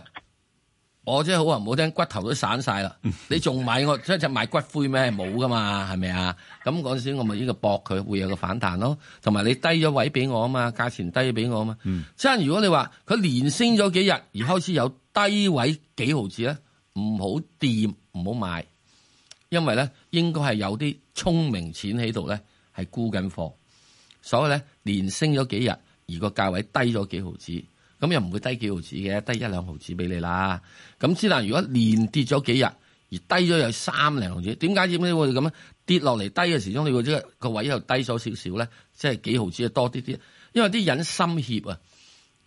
S1: 我真係好話唔好聽，骨頭都散晒啦。你仲買我即係買骨灰咩？冇噶嘛，係咪啊？咁嗰陣時我咪呢個搏佢會有個反彈咯，同埋你低咗位俾我啊嘛，價錢低咗俾我啊嘛。
S2: 嗯
S1: 即係如果你話佢連升咗幾日而開始有低位幾毫子咧，唔好掂，唔好買，因為咧應該係有啲聰明錢喺度咧係沽緊貨。所以咧連升咗幾日，而個價位低咗幾毫子，咁又唔會低幾毫子嘅，低一兩毫子俾你啦。咁之但如果連跌咗幾日，而低咗有三零毫子，點解點解會咁咧？跌落嚟低嘅時鐘，你會即係個位又低咗少少咧，即係幾毫子多啲啲，因為啲人心怯啊，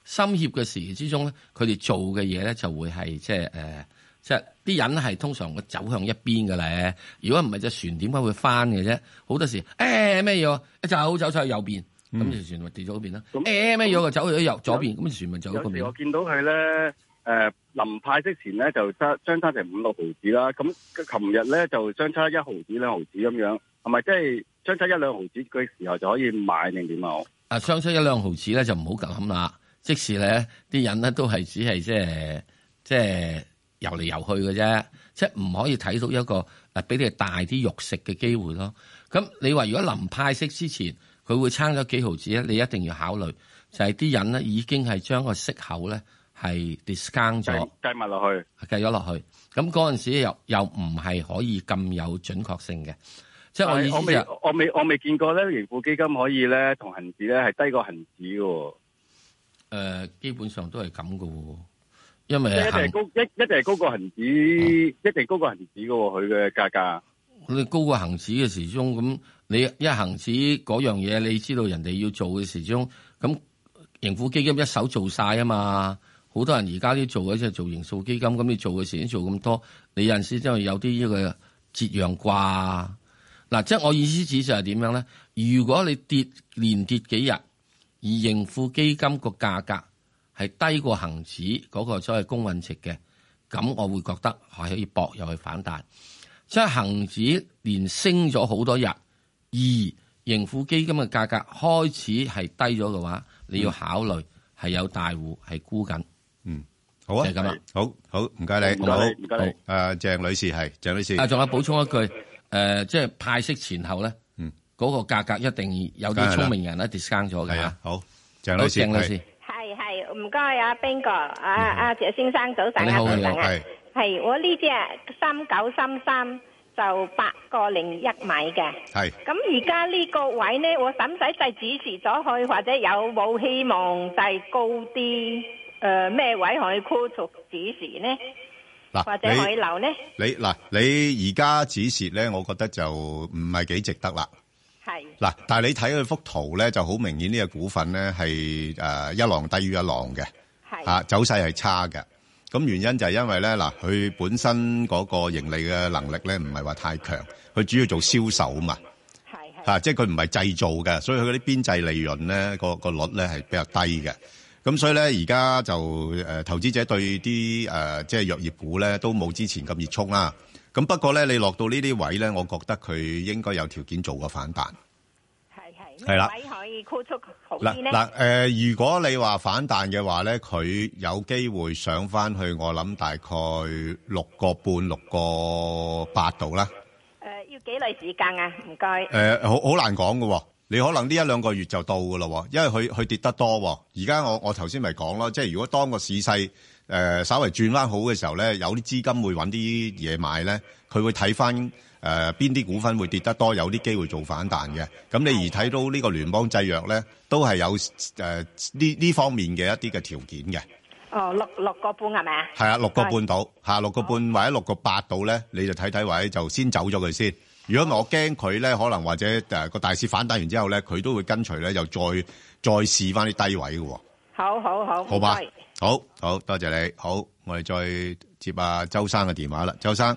S1: 心怯嘅時之中咧，佢哋做嘅嘢咧就會係即係誒。呃即係啲人係通常會走向一邊嘅咧。如果唔係隻船點解會翻嘅啫？好多時誒咩嘢喎一走走晒去右邊，咁隻船咪跌咗嗰邊啦。誒咩嘢喎走去咗右左邊，咁隻船咪走咗嗰
S17: 有時
S1: 邊
S17: 我
S1: 咯。
S17: 見到佢咧，誒臨派息前咧就差相差成五六毫子啦，咁佢琴日咧就相差一毫子兩毫子咁樣，係咪即係相差一兩毫子嘅時候就可以買定點啊？我
S1: 啊，相差一兩毫子咧就唔好咁諗啦。即使咧啲人咧都係只係即係即係游嚟游去嘅啫，即係唔可以睇到一個誒俾你大啲肉食嘅機會咯。咁你話如果臨派息之前佢會撐咗幾毫子咧，你一定要考慮就係、啲人咧已經係將個息口咧係 discount 咗啊
S17: 計。計埋落去，
S1: 計咗落去。咁嗰陣時又又唔係可以咁有準確性嘅。即係我
S17: 但
S1: 意
S17: 係我
S1: 思
S17: 未
S1: 就
S17: 我未我未見過咧，盈富基金可以咧同恒指咧係低過恒指嘅喎，
S1: 誒基本上都係咁嘅喎，因
S17: 即係
S1: 為
S17: 一定係
S1: 行
S17: 高一一定係高過恒指，一定係高過恒指嘅喎，佢嘅價格。
S1: 你高過恒指嘅時鐘，咁你一恒指嗰樣嘢，你知道人哋要做嘅時鐘，咁盈富基金一手做晒啊嘛。好多人而家都做嘅，即係做盈數基金，咁你做嘅時已經做咁多，你有陣時真係有啲呢個折讓啩。嗱，即係我意思指就係點樣咧？如果你跌連跌幾日，而盈富基金個價格係低過恒指嗰個所謂公允值嘅，咁我會覺得係可以搏入去反彈。即係恒指連升咗好多日，而盈富基金嘅價格開始係低咗嘅話，你要考慮係有大戶係沽緊。
S2: 嗯，好啊，
S1: 就係咁啦。
S2: 好好，唔該你，
S1: 唔該你
S2: 好
S1: 唔該你
S2: 好誒，鄭女士係，鄭女士，
S1: 啊，仲有補充一句，誒、即係派息前後咧，
S2: 嗯
S1: 嗰、個價格一定有啲聰明人咧 discount 咗嘅嚇。
S2: 啊好，鄭女士
S1: 鄭女士，
S18: 系系，唔该啊，Ben 哥，啊啊，謝先生早晨
S1: 你
S18: 啊，
S1: 好
S18: 早
S1: 你
S18: 晨
S1: 好
S18: 啊
S1: 係，
S18: 系我呢只三九三三就八個零一米嘅，
S2: 係
S18: 咁而家呢個位呢，我使唔使就指示咗佢，或者有冇希望就高啲？诶、咩位可以箍住指示呢？
S2: 嗱
S18: 或者可以
S2: 你
S18: 留呢？
S2: 你嗱，你而家止蝕咧，我覺得就唔係幾值得啦。
S18: 係
S2: 嗱，但係你睇佢幅圖咧，就好明顯呢個股份咧係誒一浪低於一浪嘅，
S18: 係
S2: 啊走勢係差嘅。咁原因就係因為咧嗱，佢本身嗰個盈利嘅能力咧唔係話太強，佢主要做銷售啊嘛。嚇、即係佢唔係製造嘅，所以佢嗰啲邊際利潤咧個個率咧係比較低嘅。咁所以咧，而家就誒、呃投資者對啲誒、呃即係藥業股咧都冇之前咁熱衷啦。咁不過咧，你落到呢啲位咧，我覺得佢應該有條件做個反彈。
S18: 係
S2: 係啦
S18: 咩位可以箍住好
S2: 嗱
S18: 啲呢？
S2: 嗱呃誒，如果你話反彈嘅話咧，佢有機會上翻去我諗大概六個半、六個八度啦。
S18: 诶、呃要幾耐時間啊？唔該。
S2: 誒、呃好好難講嘅喎。你可能呢一兩個月就到嘅咯喎，因為佢佢跌得多喎。而家我我頭先咪講咯，即係如果當個市勢誒、稍微轉翻好嘅時候咧，有啲資金會揾啲嘢買咧，佢會睇翻誒邊啲股份會跌得多，有啲機會做反彈嘅。咁你而睇到呢個聯邦製藥咧，都係有誒呢呢方面嘅一啲嘅條件嘅。
S18: 哦，六六個半係咪啊？
S2: 係啊，六個半到嚇，六個半或者六個八到咧，你就睇睇位就先走咗佢先。如果唔係我驚佢咧，可能或者誒個大市反彈完之後咧，佢都會跟隨咧，又再再試翻啲低位嘅喎，
S18: 好好好，
S2: 好
S18: 唔
S2: 嘛
S18: 該。？
S2: 好好多謝你，好，我哋再接阿周生嘅電話啦。周生，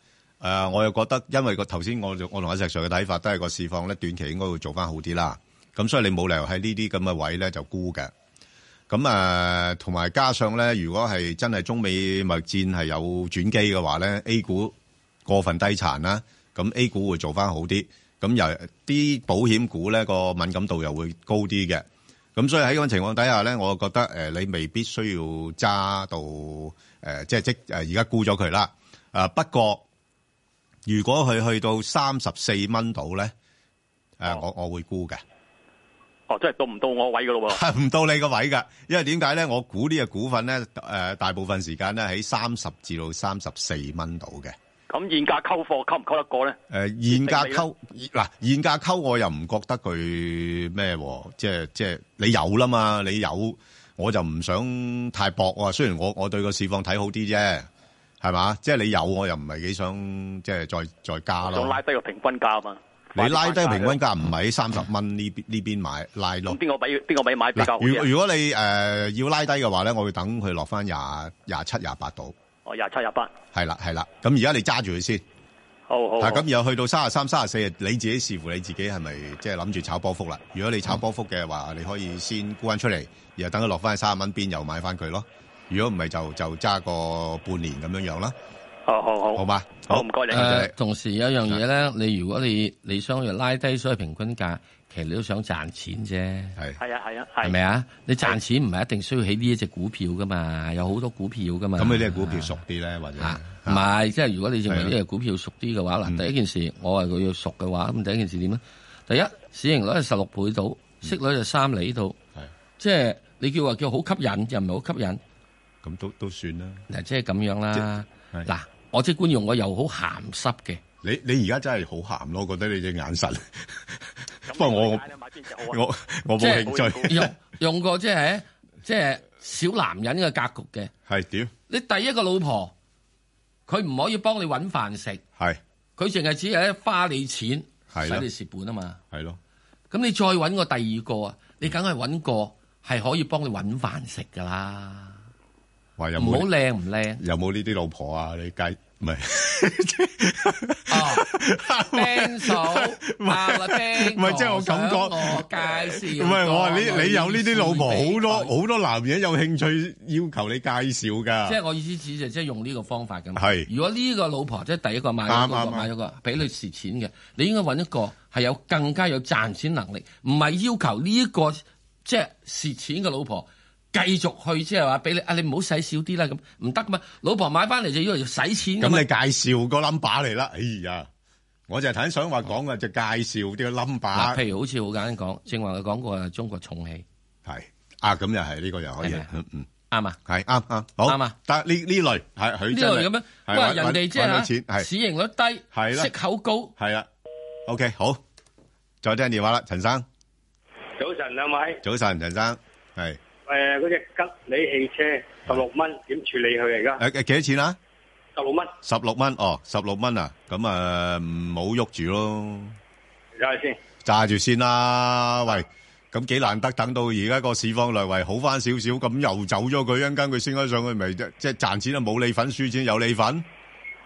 S2: 呃我又覺得因為個頭先我就我同阿石 Sir 嘅睇法都係個市況咧，短期應該會做翻好啲啦。咁所以你冇理由喺呢啲咁嘅位咧就沽嘅。咁啊，同埋加上咧，如果係真係中美貿易戰係有轉機嘅話咧，A 股過分低殘啦，咁 A 股會做翻好啲。咁由啲保險股咧個敏感度又會高啲嘅。咁所以喺咁嘅情況底下咧，我覺得誒、呃你未必需要揸到誒、呃即係即誒而家沽咗佢啦。啊、不過如果佢去到三十四蚊度咧，誒、我我會沽嘅。
S19: 哦，即係到唔到我位噶咯 喎？
S2: 唔到你個位㗎，因為點解咧？我估呢個股份咧，誒、大部分時間咧喺三十至到三十四蚊度嘅。
S19: 咁現價溝貨溝唔溝得過咧？
S2: 誒、現價溝嗱現價溝我又唔覺得佢咩喎，即係即係你有啦嘛，你有我就唔想太搏喎。雖然我我對個市況睇好啲啫，係嘛？即係你有我又唔係幾想即係再再加
S19: 想
S2: 咯
S19: 拉。低個平均價嘛？
S2: 你拉低平均價唔喺三十蚊呢邊呢邊買拉咯
S19: 咁。邊個位邊個位買比較
S2: 嗱，
S19: 好啲
S2: 如
S19: 啊
S2: 如果你誒、呃要拉低嘅話咧，我會等佢落翻廿廿七廿八度，
S19: 哦，廿七廿八，
S2: 係啦係啦。咁而家你揸住佢先，
S19: 好好。
S2: 啊
S19: 好
S2: 咁然後去到三十三、三十四，你自己視乎你自己係咪即係諗住炒波幅啦。如果你炒波幅嘅話，你可以先沽翻出嚟，然後等佢落翻三十蚊邊又買翻佢咯。如果唔係就就揸個半年咁樣樣啦。
S19: 好好好，
S2: 好嘛，
S19: 好，唔該你。
S1: 誒，呃同時有一樣嘢咧，你如果你你想要拉低所謂平均價，其實你都想賺錢啫。係
S19: 係啊係啊係
S1: 係咪啊？你賺錢唔係一定需要起呢一隻股票噶嘛，有好多股票噶嘛。啊
S2: 咁你啲股票熟啲咧，或者啊
S1: 唔係，即係如果你認為呢
S2: 係嗯
S1: 隻股票熟啲嘅話，嗱，第一件事我話佢要熟嘅話，咁第一件事點咧？第一市盈率係十六倍到，息率就三厘到，即係你叫話叫好吸引，又唔係好吸引。
S2: 咁都都算啦。
S1: 嗱，即係咁樣啦。
S2: 係
S1: 嗱，我即管用我又好鹹濕嘅。
S2: 你你而家真係好鹹咯，我覺得你隻眼神。不過我我我
S1: 即
S2: 冇
S1: 係
S2: 興趣。
S1: 用用過即係即係小男人嘅格局嘅。
S2: 係屌
S1: 你第一個老婆，佢唔可以幫你揾飯食，
S2: 係
S1: 佢淨係只係咧花你錢，
S2: 係
S1: 使
S2: 咯
S1: 你蝕本啊嘛。
S2: 係咯，
S1: 咁你再揾個第二個啊，你梗係揾個係可以幫你揾飯食噶啦。
S2: 話有
S1: 唔好
S2: 冇
S1: 靚唔靚？
S2: 有冇呢啲老婆啊？你介唔係
S1: 兵嫂，
S2: 唔係
S1: 阿兵
S2: 唔係即係我感覺
S1: 哥哦我介紹
S2: 唔係我話你
S1: 個
S2: 你有呢啲老婆
S1: 女士俾
S2: 好多好多男人有興趣要求你介紹㗎。
S1: 即係我意思指就即係用呢個方法咁。
S2: 啊係
S1: 如果呢個老婆即係第一個買咗
S2: 啱
S1: 嗰個
S2: 啱啱
S1: 買咗個俾你蝕錢嘅，你應該揾一個係有更加有賺錢能力，唔係要求呢、一個即係蝕錢嘅老婆。繼續去即係話俾你啊！你唔好使少啲啦，咁唔得噶嘛！老婆買翻嚟就要嚟使錢㗎
S2: 咁
S1: 嘛
S2: 你介紹個 number 嚟啦，哎呀，我就係睇想話講嘅，就介紹啲個 number。
S1: 嗱譬如好似好簡單講，正話佢講過係啊中國重器，
S2: 係啊，咁又係呢個又可以
S1: 係咪，
S2: 嗯嗯，
S1: 啱啊，
S2: 係啱啱，好
S1: 啱啊，
S2: 得呢呢類係佢
S1: 呢
S2: 真
S1: 類
S2: 係
S1: 咁樣，
S2: 係
S1: 哇！
S2: 揾
S1: 人哋即
S2: 揾到
S1: 係
S2: 錢
S1: 嚇
S2: 係
S1: 市盈率低，
S2: 係啦
S1: 息口高，
S2: 係啦，OK 好，再聽電話啦，陳生，
S20: 早晨兩位，
S2: 早晨，陳生，係
S20: 誒嗰只吉利汽車十六蚊點處理佢而家？
S2: 誒誒幾多錢啊？
S20: 十六蚊，
S2: 十六蚊哦，十六蚊啊，咁啊唔好喐住咯，
S20: 睇下先。
S2: 揸住先啦，喂。咁幾難得等到而家個市況略為好翻少少，咁又走咗佢，一陣間佢升咗上去，咪即即係賺錢啊冇你份，輸錢有你份。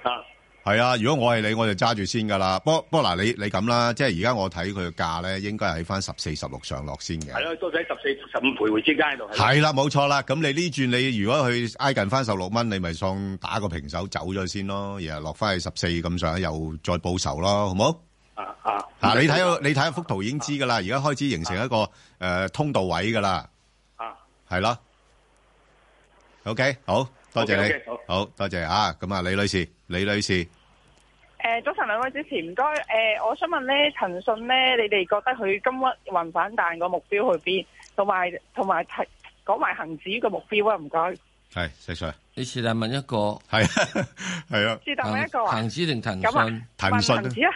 S20: 啊，
S2: 係啊，如果我係你，我就揸住先噶啦。不過不過嗱，你你咁啦，即係而家我睇佢嘅價咧，應該係喺翻十四、十六上落先嘅。
S20: 係咯，都喺十四十五徘徊之間喺度。
S2: 係啦，冇錯啦。咁你呢轉你如果去挨近翻十六蚊，你咪送打個平手走咗先咯，然後落翻去十四咁上下，又再報仇咯，好冇？
S20: 啊啊
S2: 嗱，你睇到你睇下幅圖已經知噶啦，而家開始形成一個誒、呃通道位噶啦，
S20: 啊，
S2: 係咯。OK，好多謝你
S20: OK，OK，
S2: 好多謝啊。咁啊，李女士，李女士。
S21: 誒，早晨兩位主持，唔該。誒、我想問咧，騰訊咧，你哋覺得佢今日雲反彈個目標去邊？同埋同埋提講埋恒指個目標啊，唔該。
S2: 係石 Sir，
S1: 你是但問一個
S2: 係係啊，
S21: 是但問一個啊
S1: 恒指定騰
S21: 咁
S1: 訊
S21: 啊？，
S2: 騰訊
S21: 問恒指啊，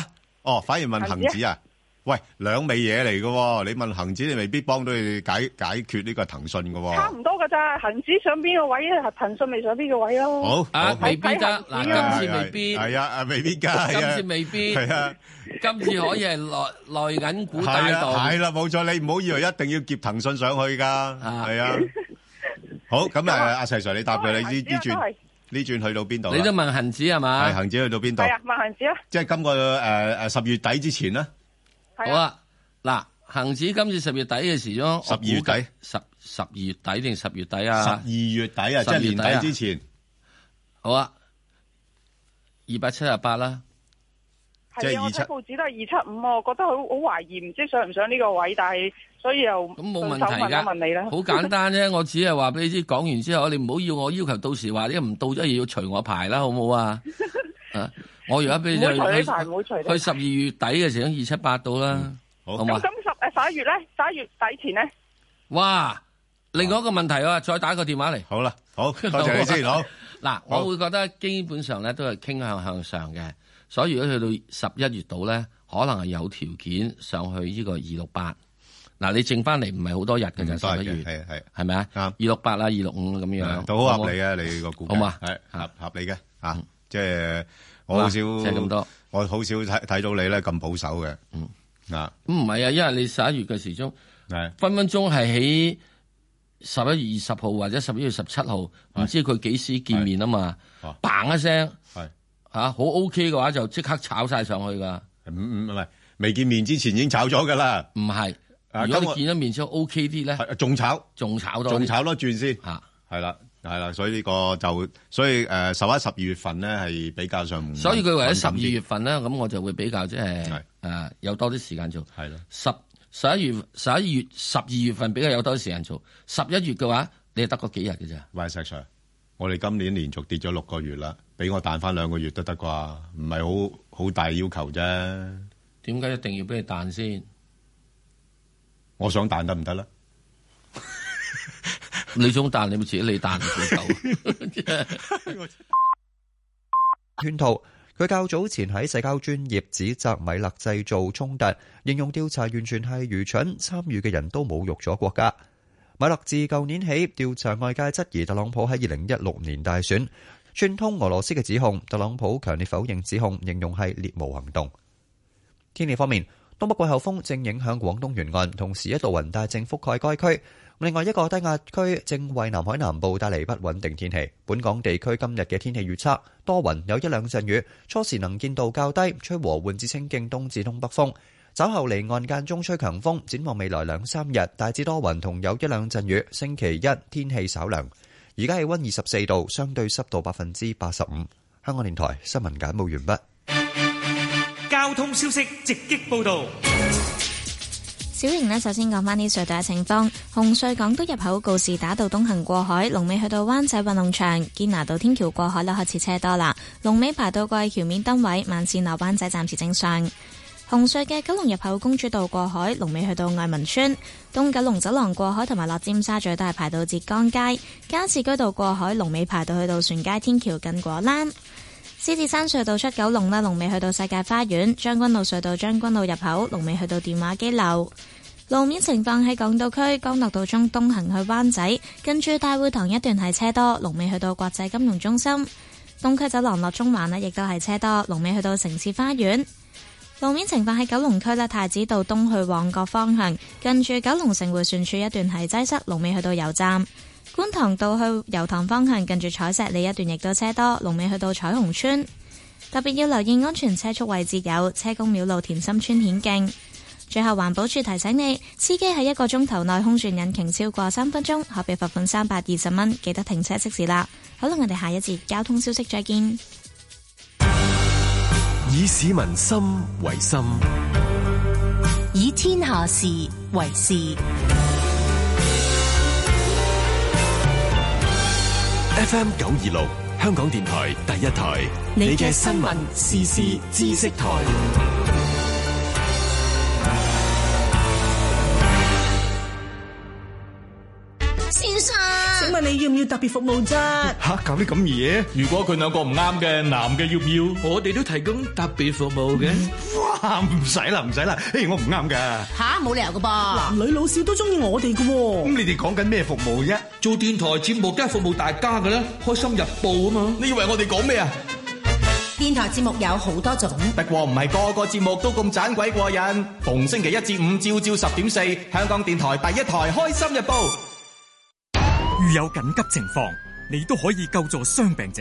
S2: 吓？哦，反而問恒
S21: 恒
S2: 指
S21: 指
S2: 啊？喂，兩味嘢嚟嘅喎，你問恒指，你未必幫到你解解決呢個騰訊嘅
S21: 差
S2: 喎。
S21: 唔多噶咋？恒指上邊個位啊？騰訊咪上邊個位咯？
S2: 好
S1: 啊
S2: 好，
S1: 未必得
S21: 睇恒指
S1: 嗱，
S21: 啊
S1: 今次未必，
S2: 係啊，啊未必 㗎，係
S1: 今
S2: 啊
S1: 次未必，
S2: 係啊，
S1: 今次可以係內內銀股帶
S2: 係
S1: 動，
S2: 啊，係啦，冇錯，你唔好以為一定要劫騰訊上去㗎，係啊。好，咁誒，阿石 Sir，你答佢，你呢呢
S21: 都
S2: 轉
S21: 係
S2: 呢轉去到邊度啊？
S1: 你都問恒指係嘛？
S2: 係恒指去到邊度？
S21: 係啊，問恒指啊，
S2: 即係今個誒誒十月底之前咧，
S1: 好啊，嗱，恒指今次十月底嘅時鐘，
S2: 十二月底，
S1: 十十二月底定十月底
S2: 十
S1: 啊？
S2: 二月底啊，即係年底
S1: à.
S2: 之前，
S1: 好啊，二百七十八啦，即係
S21: 係啊，我
S1: 27
S21: 睇報紙都係二七五，我覺得佢好懷疑，唔知上唔上呢個位，但係所以又咁
S1: 冇問
S21: 問
S1: 題
S21: 一
S1: 噶，
S21: 問你啦，
S1: 好 簡單啫。我只係話俾你知，講完之後，你唔好要我要求到時話，因為唔到咗又要除我牌啦，好唔好 啊？啊，我而家俾你
S21: 唔會除呢排唔會除呢
S1: 去
S21: 排
S1: 去十二月底嘅時鐘二七八到啦，好嘛
S21: 咁？咁十誒十一月咧，十一月底前咧，
S1: 哇！另外一個問題啊，再打個電話嚟。啊
S2: 好啦， 好多謝你先，好。
S1: 嗱，
S2: 好
S1: 我會覺得基本上咧都係傾向向上嘅，所以如果去到十一月度咧，可能係有條件上去呢個二六八。嗱，你剩翻嚟唔係好多日嘅咋，十一月
S2: 係係
S1: 係咪啊？二六八啦，二六五咁樣，
S2: 啊都好
S1: 唔
S2: 合理嘅，你個估計
S1: 好嘛？
S2: 係合合理嘅啊，即係我好
S1: 好啊
S2: 少
S1: 就係咁多，
S2: 我好少睇睇到你咧咁保守嘅，
S1: 嗯
S2: 啊，
S1: 咁唔係啊，因為你十一月嘅時鐘
S2: 係
S1: 分分鐘係喺十一月二十號或者十一月十七號，唔知佢幾時見面啊嘛
S2: 哦，
S1: 砰一聲
S2: 係
S1: 嚇好 OK 嘅話就即刻炒晒上去㗎。
S2: 唔唔唔係未見面之前已經炒咗㗎啦，
S1: 唔係，
S2: 啊
S1: 如果
S2: 今日
S1: 你見咗面之後 OK 啲咧，
S2: 仲炒，
S1: 仲炒多啲，
S2: 仲炒多轉先，
S1: 嚇
S2: 係啦，係啦，所以呢個就所以誒十一、十二月份咧係比較上，
S1: 所以佢為咗十二月份咧，咁我就會比較即係誒有多啲時間做。
S2: 係咯，
S1: 十十一月、十一月、十二月份比較有多啲時間做。十一月嘅話，你係得嗰幾日嘅咋？
S2: 喂石 Sir，我哋今年連續跌咗六個月啦，俾我彈翻兩個月都得啩？唔係好好大要求啫。
S1: 點解一定要俾你彈先？
S2: 我想彈得唔得咧？
S1: 你想彈，你咪自己你彈自己啊
S4: 圈套。佢較早前喺社交專業指責米勒製造衝突，形容調查完全係愚蠢，參與嘅人都侮辱咗國家。米勒自舊年起調查外界質疑特朗普喺二零一六年大選串通俄羅斯嘅指控，特朗普強烈否認指控，形容係獵巫行動。天氣方面，東北季候風正影響廣東沿岸，同時一道雲帶正覆蓋該區。另外一個低壓區正為南海南部帶嚟不穩定天氣。本港地區今日嘅天氣預測多雲，有一兩陣雨，初時能見度較低，吹和緩至清勁東至東北風。稍後離岸間中吹強風。展望未來兩三日大致多雲同有一兩陣雨。星期一天氣稍涼。而家氣温二十四度，相對濕度百分之八十五。香港電台新聞簡報完畢。
S3: 交通消息直擊報道。
S5: 小瑩呢，首先講返啲隧道嘅情況。紅隧港島入口告士打道東行過海，龍尾去到灣仔運動場；堅拿道天橋過海啦，開始車多啦。龍尾排到過去橋面燈位，慢線落灣仔暫時正常。紅隧嘅九龍入口公主道過海，龍尾去到愛民村；東九龍走廊過海同埋落尖沙咀都係排到浙江街；加士居道過海，龍尾排到去到船街天橋近果欄。獅子山隧道出九龍啦，龍尾去到世界花園；將軍澳隧道將軍澳入口，龍尾去到電話機樓。路面情況喺港島區，干諾道中東行去灣仔，近住大會堂一段係車多，龍尾去到國際金融中心。東區走廊落中環呢，亦都係車多，龍尾去到城市花園。路面情況喺九龍區咧，太子道東去旺角方向，近住九龍城迴旋處一段係擠塞，龍尾去到油站。觀塘道去油塘方向，近住彩石里一段亦都車多，龍尾去到彩虹村。特別要留意安全車速位置有車公廟路、田心村顯徑。最後環保署提醒你，司機喺一個鐘頭內空轉引擎超過三分鐘，可被罰款三百二十蚊。記得停車熄匙啦。好啦，我哋下一節交通消息再見。
S6: 以市民心為心，
S7: 以天下事為事。
S6: FM 九二六，香港電台第一台，你嘅新聞、時事、知識台。
S22: 先生，請問你要唔要特別服務啫？
S23: 吓，搞啲咁嘢？
S24: 如果佢兩個唔啱嘅，男嘅要唔要？
S23: 我哋都提供特別服務嘅。哇，唔使啦，唔使啦，誒，我唔啱噶。
S22: 吓，冇理由噶噃，男女老少都中意我哋噶喎。
S23: 咁你哋講緊咩服務啫？
S24: 做電台節目梗係服務大家噶啦，開心日報啊嘛。
S23: 你以為我哋講咩
S25: à.
S23: 啊？
S22: 電台節目有好多種，
S23: 嗯不過唔係個個節目都咁盞鬼過癮。逢星期一至五朝朝十點四，香港電台第一台《開心日報》。
S25: 遇有緊急情況，你都可以救助傷病者。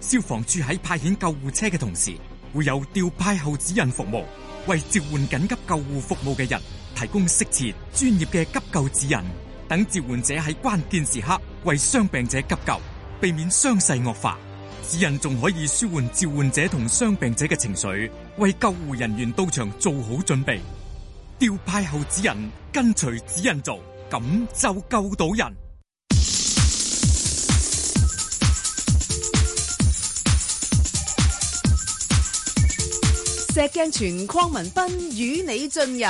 S25: 消防處喺派遣救護車嘅同時，會有調派後指引服務，為召喚緊急救護服務嘅人提供適切專業嘅急救指引，等召喚者喺關鍵時刻為傷病者急救，避免傷勢惡化。指引仲可以舒緩召喚者同傷病者嘅情緒，為救護人員到場做好準備。調派後指引，跟隨指引做，咁就救到人。
S13: 石鏡泉鄺民彬與你進入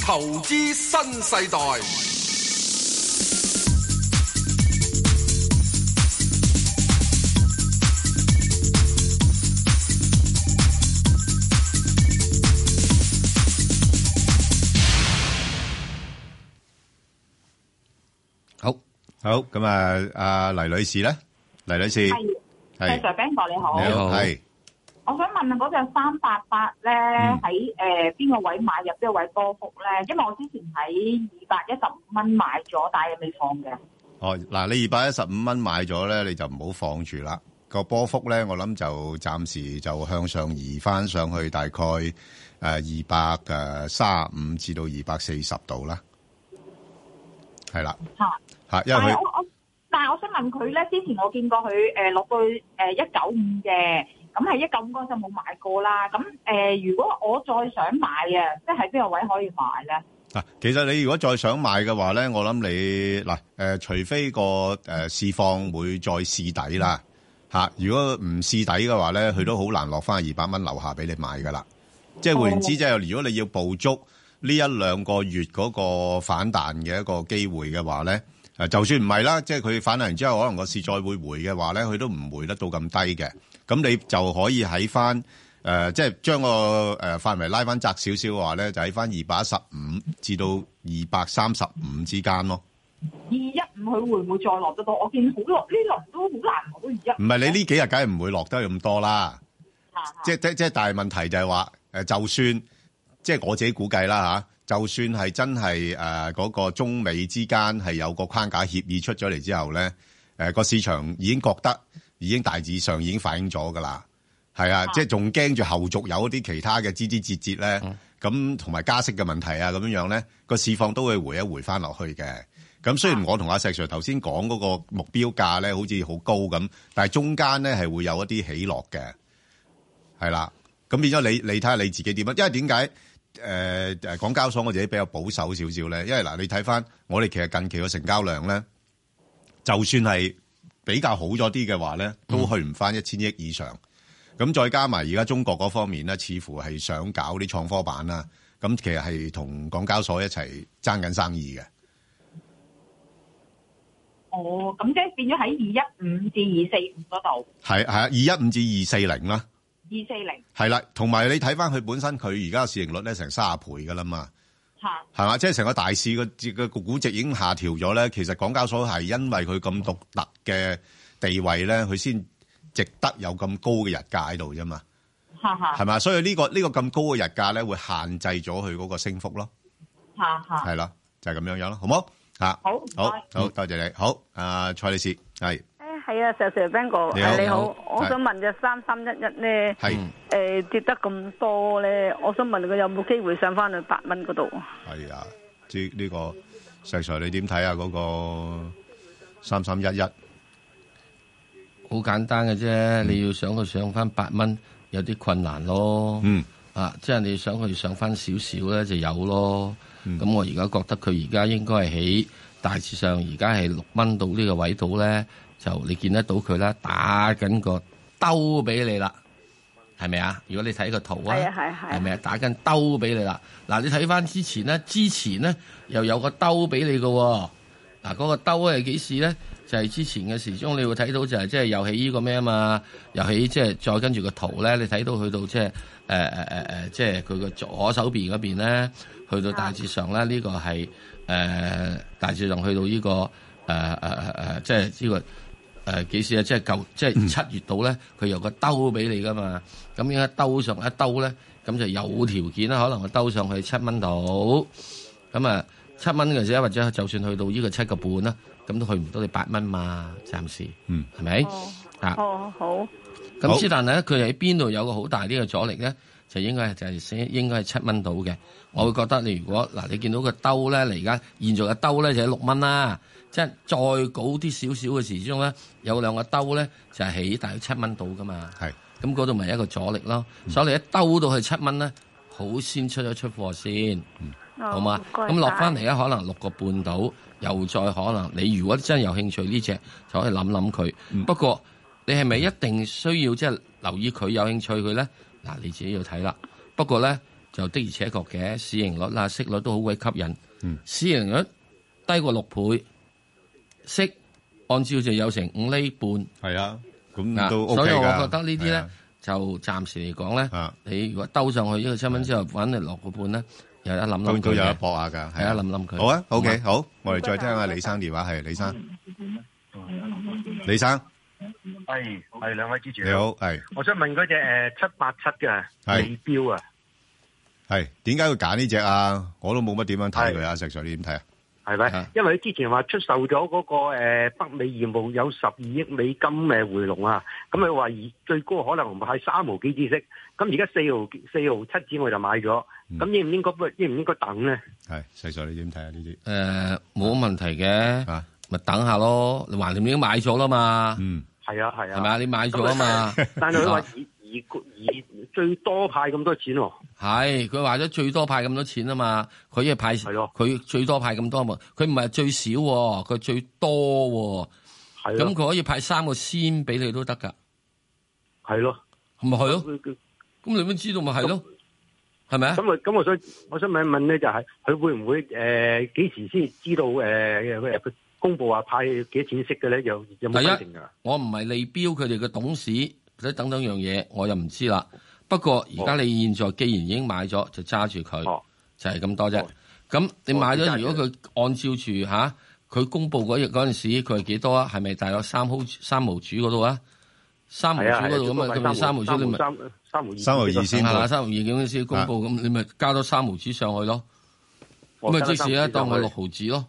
S14: 投資新世代。
S1: 好，
S2: 好咁啊，阿黎女士咧，黎女士。
S26: 係 Sir Ben 哥你好，
S2: 你好，係。
S26: 我想問嗰隻三八八咧，喺誒邊個位買入，邊個位波幅咧？因為我之前喺二百一十五蚊買咗，但係未放嘅。
S2: 哦，嗱，你二百一十五蚊買咗咧，你就唔好放住啦。個波幅咧，我諗就暫時就向上移翻上去，大概誒二百誒三十五至到二百四十度啦。係啦。嚇，
S26: 嚇！
S2: 因為
S26: 但係
S2: 佢
S26: 我我但係我想問佢咧，之前我見過佢誒落到誒一九五嘅，咁係一九五嗰陣就冇買過啦。咁誒、呃如果我再想買啊，即係喺邊個位可以買咧？
S2: 嗱，其實你如果再想買嘅話咧，我諗你嗱誒、呃除非個誒、呃、市況會再試底啦嚇、如果唔試底嘅話咧，佢都好難落翻二百蚊樓下俾你買噶啦。即係換言之，即係如果你要捕捉呢一兩個月嗰個反彈嘅一個機會嘅話咧，誒就算唔係啦，即係佢反彈完之後，可能個市再會回嘅話咧，佢都唔回得到咁低嘅。咁你就可以喺翻誒，即係將個誒範圍拉翻窄少少嘅話咧，就喺翻二百一十五至到二百三十五之間咯。
S26: 二一五佢會唔會再落得到？我見好落呢輪都好難攞到二一。
S2: 唔係你呢幾日梗係唔會落得咁多啦。
S26: 啊
S2: 即係即係即係，但係問題就係話誒，就算即係我自己估計啦嚇，就算係真係誒嗰個中美之間係有個框架協議出咗嚟之後咧，誒、個市場已經覺得已經大致上已經反映咗㗎啦。係啊，即係仲驚住後續有一啲其他嘅枝枝節節咧，咁同埋加息嘅問題啊，咁樣樣咧，個市況都會回一回翻落去嘅。咁雖然我同阿石 Sir 頭先講嗰個目標價咧，好似好高咁，但係中間咧係會有一啲起落嘅。係啦，咁變咗你你睇下你自己點啊？因為點解誒誒港交所我自己比較保守少少咧？因為嗱，你睇翻我哋其實近期嘅成交量咧，就算係比較好咗啲嘅話咧，都去唔翻一千億以上。咁再加埋而家中國嗰方面咧，似乎係想搞啲創科板啦，咁其實係同港交所一齊爭緊生意嘅。
S26: 哦，咁即係變咗喺二一五至二四五嗰度，
S2: 係係啊二一五至二四零啦。
S26: 二四零
S2: 係啦，同埋你睇翻佢本身，佢而家嘅市盈率咧成三十倍噶啦嘛，
S26: 嚇。
S2: 係嘛？即係成個大市個個估值已經下調咗咧。其實港交所係因為佢咁獨特嘅地位咧，佢先值得有咁高嘅日價喺度啫嘛，
S26: 嚇嚇
S2: 係嘛？所以呢、個呢、個咁高嘅日價咧，會限制咗佢嗰個升幅咯，
S26: 嚇嚇。
S2: 係啦，就係、咁樣樣咯，好冇？嚇，
S26: 好唔該
S2: 好好，多謝你，好，阿、蔡女士係
S8: 系啊，石 Sir Ben 哥，
S2: 你好
S8: 誒
S2: 你
S8: 你好
S2: 好，
S8: 我想問只三三一一咧，
S2: 係
S8: 誒跌得咁多咧，我想問佢有冇機會上翻去八蚊嗰度？
S2: 係啊，呢、呢個石 Sir 你點睇啊？嗰、個三三一一。
S1: 好簡單嘅啫，你要想佢上翻八蚊，有啲困難咯。
S2: 嗯，
S1: 啊，即係你想佢上翻少少咧，就有咯。咁、我而家覺得佢而家應該係喺大致上而家係六蚊到呢個位度咧，就你見得到佢啦，打緊個兜俾你啦，係咪啊？如果你睇個圖啊，
S8: 係啊係啊係啊
S1: 係咪啊？打緊兜俾你啦。嗱，你睇翻之前咧，之前咧又有個兜俾你嘅喎。嗱，嗰個兜係幾時咧？就係、之前嘅時鐘，你會睇到就係即係又喺呢個咩啊嘛，又喺即係再跟住個圖咧，你睇到去到即係誒誒誒誒，即係佢個左手邊嗰邊咧，去到大致上咧，呢、個係誒、呃大致上去到呢、個誒誒誒誒，即係呢、個。誒幾時啊？即係舊，即係七月度咧，佢有個兜俾你噶嘛。咁而家兜上一兜咧，咁就有條件啦。可能我兜上去七蚊度，咁啊七蚊嘅時候，或者就算去到呢個七個半啦，咁都去唔到你八蚊嘛。暫時，
S2: 嗯，
S1: 係咪？啊，
S8: 哦，好，
S1: 咁之但係咧，佢喺邊度有個好大啲嘅阻力咧，就應該係就係先應該係七蚊到嘅。我會覺得你如果嗱，你見到個兜咧，你而家現在嘅兜咧就係六蚊啦，即係再高啲少少嘅時鐘咧，有兩個兜咧就係起大約七蚊到噶嘛。
S2: 係，嗯
S1: 咁嗰度咪一個阻力咯。所以你一兜到去七蚊咧，好先出咗出貨先。
S27: 哦
S1: 好嘛？咁落翻嚟咧，可能六個半到，又再可能你如果真係有興趣呢只，就可以諗諗佢。
S2: 嗯
S1: 不過你係咪一定需要即係留意佢有興趣佢咧？嗱，你自己要睇啦。不過咧，就的而且確嘅市盈率啦、息率都好鬼吸引。
S2: 嗯
S1: 市盈率低過六倍，息按照就有成五厘半。
S2: 係啊，咁
S1: 嗱
S2: 都
S1: 所以
S2: OK
S1: 我
S2: 㗎
S1: 覺得呢啲
S2: 係
S1: 咧
S2: 啊，
S1: 就暫時嚟講咧，你如果兜上去呢個七蚊之後，揾嚟落個半咧，又一諗諗佢
S2: 都有
S1: 嘅
S2: 得搏下㗎，
S1: 係啊，諗諗佢。
S2: 好啊，OK，
S1: 嘛
S2: 好，我哋再聽下李生電話，係李生，李生
S9: 系系两位支持
S2: 你好，係
S9: 我想问嗰只诶七八七嘅
S2: 係
S9: 地标啊，
S2: 係點解會揀呢只啊？我都冇乜點樣睇佢啊，石 Sir 你點睇啊？
S9: 系咪？因为佢之前话出售咗嗰、個个诶、北美業務有十二億美金嘅回籠啊，咁佢話而最高可能係三毫幾知息，咁而家四毫四毫七子我就買咗，
S2: 嗯
S9: 咁應唔應該應唔應該等咧？
S2: 係石 Sir 你點睇啊？呢啲嗯
S1: 誒冇問題嘅。咪等下咯。你橫掂你已經買咗啦嘛，
S9: 係啊係啊，，
S1: 係咪啊？你買咗啊嘛
S9: 但係佢話
S2: 啊
S9: 而而而最多派咁多錢喎，
S1: 係佢話咗最多派咁多錢啊嘛，佢係派佢最多派咁多啊嘛，佢唔係最少喎，佢最多喎，
S9: 咯
S1: 咁佢可以派三個先俾你都得㗎，
S9: 係咯，
S1: 咪係咯，咁你都知道咪係咯，係咪啊？
S9: 咁我咁我想我想問一問咧，就係佢會唔會誒幾時先知道誒誒佢公佈話派幾多錢息嘅咧？有有冇
S1: 第
S9: 規定
S1: 一
S9: 㗎？，
S1: 我唔係利標佢哋嘅董事，或者等等樣嘢，我又唔知啦。不過而家你現在既然已經買咗，就揸住佢，就係咁多啫。哦咁你買咗，如果佢按照住吓佢公佈嗰日嗰陣時，佢係幾多啊？係咪大約三毫三毫主嗰度啊？三毫主嗰度咁啊，咁咪三毫主你咪
S9: 三三毫二啊
S1: 係啦，三毫二咁先公佈，咁你咪加多三毫紙上去咯。咁啊，即使咧當佢
S9: 哦加多三毫紙上去
S1: 六毫紙咯，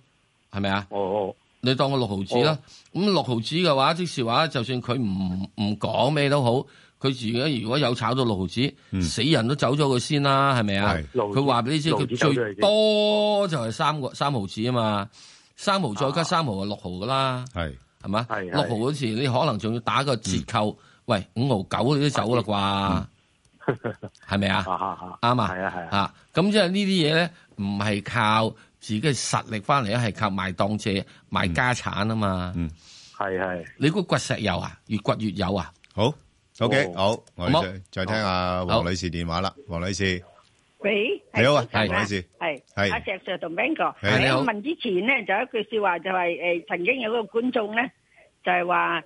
S1: 係咪啊？
S9: 哦哦，
S1: 你當佢六毫紙啦
S9: 哦。
S1: 咁六毫紙嘅話，即是話，就算佢唔唔講咩都好，佢自己如果有炒到六毫紙，
S9: 嗯
S1: 死人都走咗佢先啦，係咪啊？
S9: 六毫紙
S1: 佢話俾你知，
S9: 六毫
S1: 佢
S9: 紙走咗佢
S1: 最
S9: 先
S1: 多就係三個三毫紙啊嘛，三毫再加三毫就六毫噶啦，
S2: 係
S1: 啊係嗯嘛？
S2: 係
S1: 六毫嗰時你可能仲要打個折扣，喂五毫九你都走啦啩，係 咪啊？啱啊，係啊係啊，咁即係呢啲嘢咧，唔係靠自己嘅實力翻嚟，係靠賣當借、賣家產啊嘛。嗯，
S9: 係係。
S1: 你估掘石油啊，越掘越有啊？
S2: 好，OK，
S1: 哦
S2: 好，我哋
S1: 好冇
S2: 再-再聽下
S1: 好。
S2: 黃女士電話啦。黃女士，
S10: 喂，
S2: 你好啊
S10: 係
S2: 係唔好意思
S10: 係
S2: 係
S10: 阿石 Sir 同 Ben 哥，
S2: 係你
S10: 喺
S2: 好
S10: 我問之前咧，就有一句説話就係、誒、曾經有個觀眾咧，就係話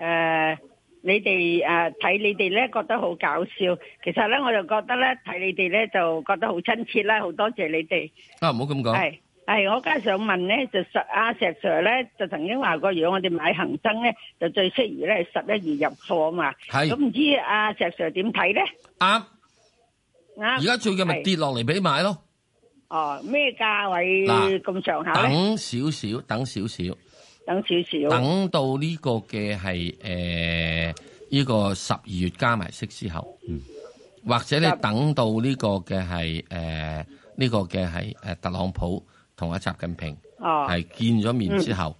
S10: ờ, 誒你哋誒睇你哋咧覺得好搞笑，其實咧我就覺得咧睇你哋咧就覺得好親切啦，好多謝你哋。
S1: 啊，唔好咁講。
S10: 係係，我梗係想問咧，就實阿石 Sir 咧就曾經話過，如果我哋買恒生咧，就最適宜咧十一月入貨嘛。
S1: 係
S10: 咁唔知阿石 Sir 點睇咧？
S1: 啱。
S10: 啱。
S1: 而家最近咪
S10: 係
S1: 跌落嚟俾你買咯，
S10: 哦，咩價位
S1: 嗱
S10: 咁上下咧？
S1: 等少少，等少少，
S10: 等少少。
S1: 等到呢個嘅係誒呢個十二月加埋息之後，或者你等到呢個嘅係誒呢個嘅係誒特朗普同阿習近平
S10: 哦
S1: 係見咗面之後，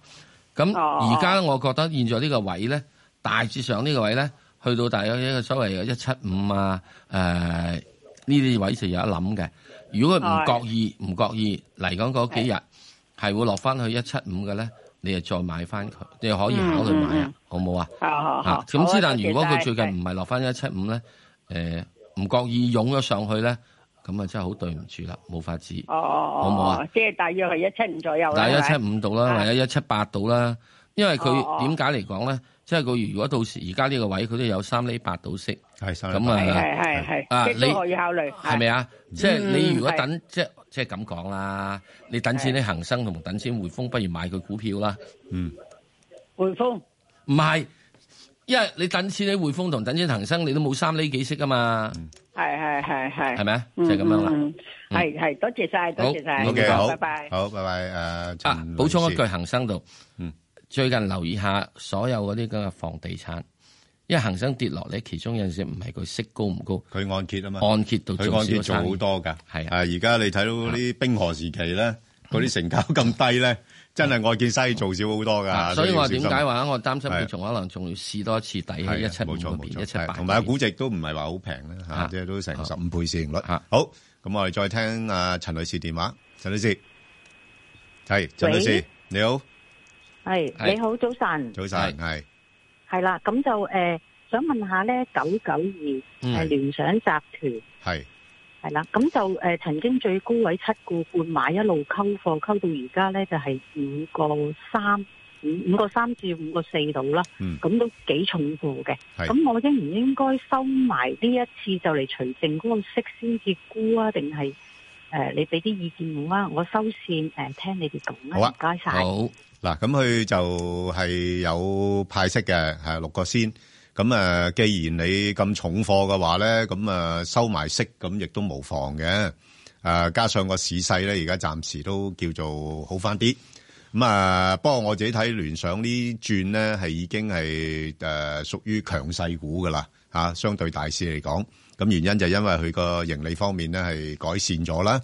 S1: 咁
S10: 哦
S1: 而家我覺得現在呢個位咧，大致上呢個位咧，去到大約一個所謂嘅一七五啊，誒呢啲位就有得諗嘅。如果佢唔覺意唔覺意嚟講嗰幾日係會落翻去一七五嘅咧，你就再買翻佢，你可以考慮買
S10: 嗯嗯
S1: 啊
S10: 嗯，
S1: 好唔好啊？
S10: 好好
S1: 啊
S10: 好。
S1: 咁之但
S10: 好啊
S1: 如果佢最近
S10: 多謝晒
S1: 唔係落翻一七五咧，誒唔覺意湧咗上去咧，咁啊真係好對唔住啦，冇法子。
S10: 哦哦
S1: 好唔好啊
S10: 哦，即係大約係一七五左右啦。
S1: 嗱，一
S10: 係
S1: 七
S10: 咪
S1: 五度啦，或者一七八度啦，因為
S10: 哦
S1: 佢
S10: 哦
S1: 點解嚟講咧？即係佢如果到時而家呢個位，佢都有三厘八到息，
S2: 係
S1: 咁
S10: 係係係
S1: 啊，啊
S10: 係，即係都可以
S1: 你
S10: 考慮。
S1: 係咪啊？即係你如果
S10: 嗯
S1: 等即即係咁講啦，你等錢你恒生同等錢匯豐，不如買佢股票啦。嗯，
S10: 匯豐
S1: 唔係，因為你等錢你匯豐同等錢恒生，你都冇三厘幾息啊嘛，
S10: 係係係係。
S1: 係咪啊？就
S10: 嗯？
S1: 係咁樣啦。
S10: 嗯嗯係係，多謝晒，多謝晒，
S1: 好，OK，好
S10: 拜拜。
S2: 好，拜呃拜。誒，
S1: 啊，補充一句，恒生度，
S2: 嗯
S1: 最近留意下所有嗰啲咁嘅房地產，因為恒生跌落嚟，其中有陣時唔係佢息高唔高，
S2: 佢按揭啊嘛，
S1: 按揭度做
S2: 佢按揭
S1: 少咗
S2: 做
S1: 生意
S2: 好多㗎。
S1: 係
S2: 啊，而家你睇到啲冰河時期咧，嗰啲成交咁低咧，真係按揭生意做少好多㗎。
S1: 所以我
S2: 都要
S1: 點
S2: 小心
S1: 解話我擔心
S2: 係
S1: 佢仲可能仲要試多一次底喺一七五
S2: 冇錯
S1: 嗰
S2: 冇
S1: 邊，
S2: 錯
S1: 一七八，
S2: 同埋估值都唔係話好平啦嚇，
S1: 啊
S2: 即係都成十五倍市盈率。好，咁我哋再聽啊陳女士電話，陳女士係陳女士
S11: 喂，
S2: 你好，係
S11: 係你好，早晨，
S2: 早晨係
S11: 係啦，咁就诶、呃想問下咧，九九二
S2: 嗯
S11: 系聯想集團係
S2: 係
S11: 啦，咁就诶、呃曾經最高位七個半買，一路溝貨，溝到而家咧就係五個三，五五個三至五個四度啦，
S2: 嗯
S11: 咁、都幾重貨嘅。
S2: 係
S11: 咁我應唔應該收埋呢一次就嚟除淨嗰個息先至沽啊？定係诶你俾啲意見我啊？我收線诶、呃、聽你哋講
S2: 好啊
S11: 啊，唔該晒。
S2: 嗱，咁佢就係有派息嘅，係六個先。咁啊，既然你咁重貨嘅話咧，咁啊收埋息，咁亦都無妨嘅。誒，加上個市勢咧，而家暫時都叫做好翻啲。咁啊，不過我自己睇聯想呢轉咧，係已經係誒屬於強勢股噶啦，嚇、相對大市嚟講。咁原因就因為佢個盈利方面咧係改善咗啦。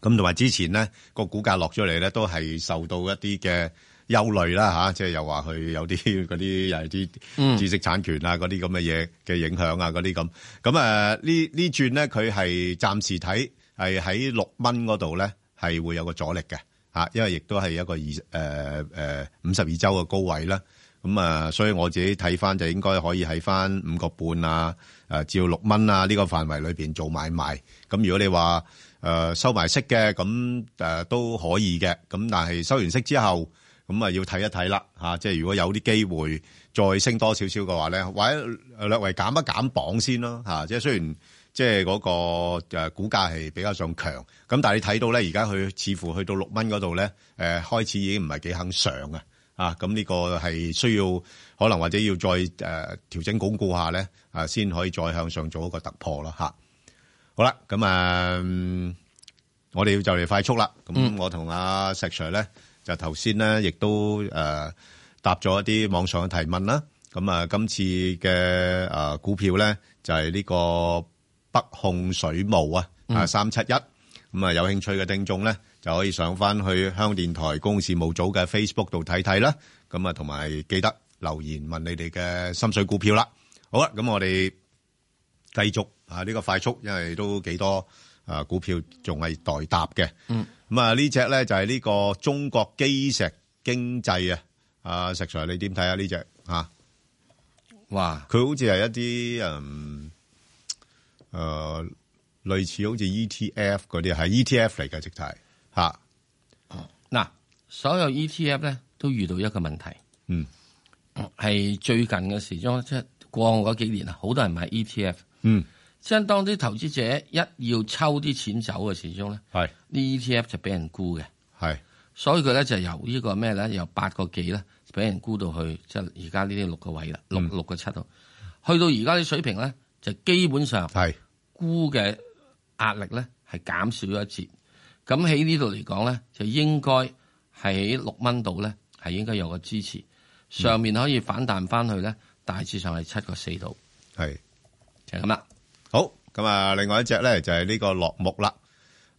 S2: 咁同埋之前咧個股價落咗嚟咧，都係受到一啲嘅憂慮啦吓，即係又話佢有啲嗰啲又係啲
S1: 嗯
S2: 知識產權啊，嗰啲咁嘅嘢嘅影響啊，嗰啲咁。咁啊呢呢轉咧，佢係暫時睇係喺六蚊嗰度咧，係會有個阻力嘅吓，因為亦都係一個二誒誒五十二周嘅高位啦。咁啊，所以我自己睇翻就應該可以喺翻五個半啊，誒至到六蚊啊呢個範圍裏邊做買賣。咁如果你話誒、呃收埋息嘅，咁誒、呃都可以嘅。咁但係收完息之後，咁啊要睇一睇啦嚇。即係如果有啲機會再升多少少嘅話咧，或者呃略為減一減磅先咯嚇、即係雖然。即係嗰個誒股價係比較上強，咁但係你睇到咧，而家佢似乎去到六蚊嗰度咧，誒、開始已經唔係幾肯上啊！啊，咁呢個係需要可能或者要再誒、呃、調整鞏固下咧，啊，先可以再向上做一個突破啦嚇。好啦，咁啊、嗯我哋要就嚟快速啦。咁、
S1: 嗯
S2: 我同阿石 Sir 咧，就頭先咧，亦都誒、呃答咗一啲網上嘅提問啦。咁啊，今次嘅誒、呃股票咧，就係、呢個北控水務啊，啊
S1: 嗯
S2: 三七一。咁啊，有興趣嘅聽眾咧，就可以上翻去香港電台公共事務組嘅 Facebook 度睇睇啦。咁啊，同埋記得留言問你哋嘅心水股票啦。好啦，咁我哋。繼續啊呢個快速，因為都幾多啊股票仲係待答嘅。
S1: 嗯，
S2: 咁啊呢只咧就係呢個中國基石經濟啊。啊石 Sir 你點睇啊呢只啊？
S1: 哇！
S2: 佢好似係一啲嗯誒類似好似 ETF 嗰啲，係 ETF 嚟嘅直頭係嚇。
S1: 嗱，所有 E ETF 咧都遇到一個問題，
S2: 嗯，
S1: 係最近嘅時鐘，即係過往嗰幾年啊，好多人買 ETF，
S2: 嗯，
S1: 即係當啲投資者一要抽啲錢走嘅時鐘咧，
S2: 係
S1: 啲 ETF 就俾人沽嘅，
S2: 係，
S1: 所以佢咧就由呢個咩咧，由八個幾咧，俾人沽到去即係而家呢啲六個位啦，
S2: 嗯
S1: 六六個七度，去到而家啲水平咧，就基本上
S2: 係
S1: 沽嘅壓力咧係減少咗一截。咁喺呢度嚟講咧，就應該喺六蚊度咧係應該有個支持，上面可以反彈翻去咧，大致上係七個四度，
S2: 係
S1: 就係咁啦。
S2: 好，咁啊，另外一隻咧就係呢個落木啦。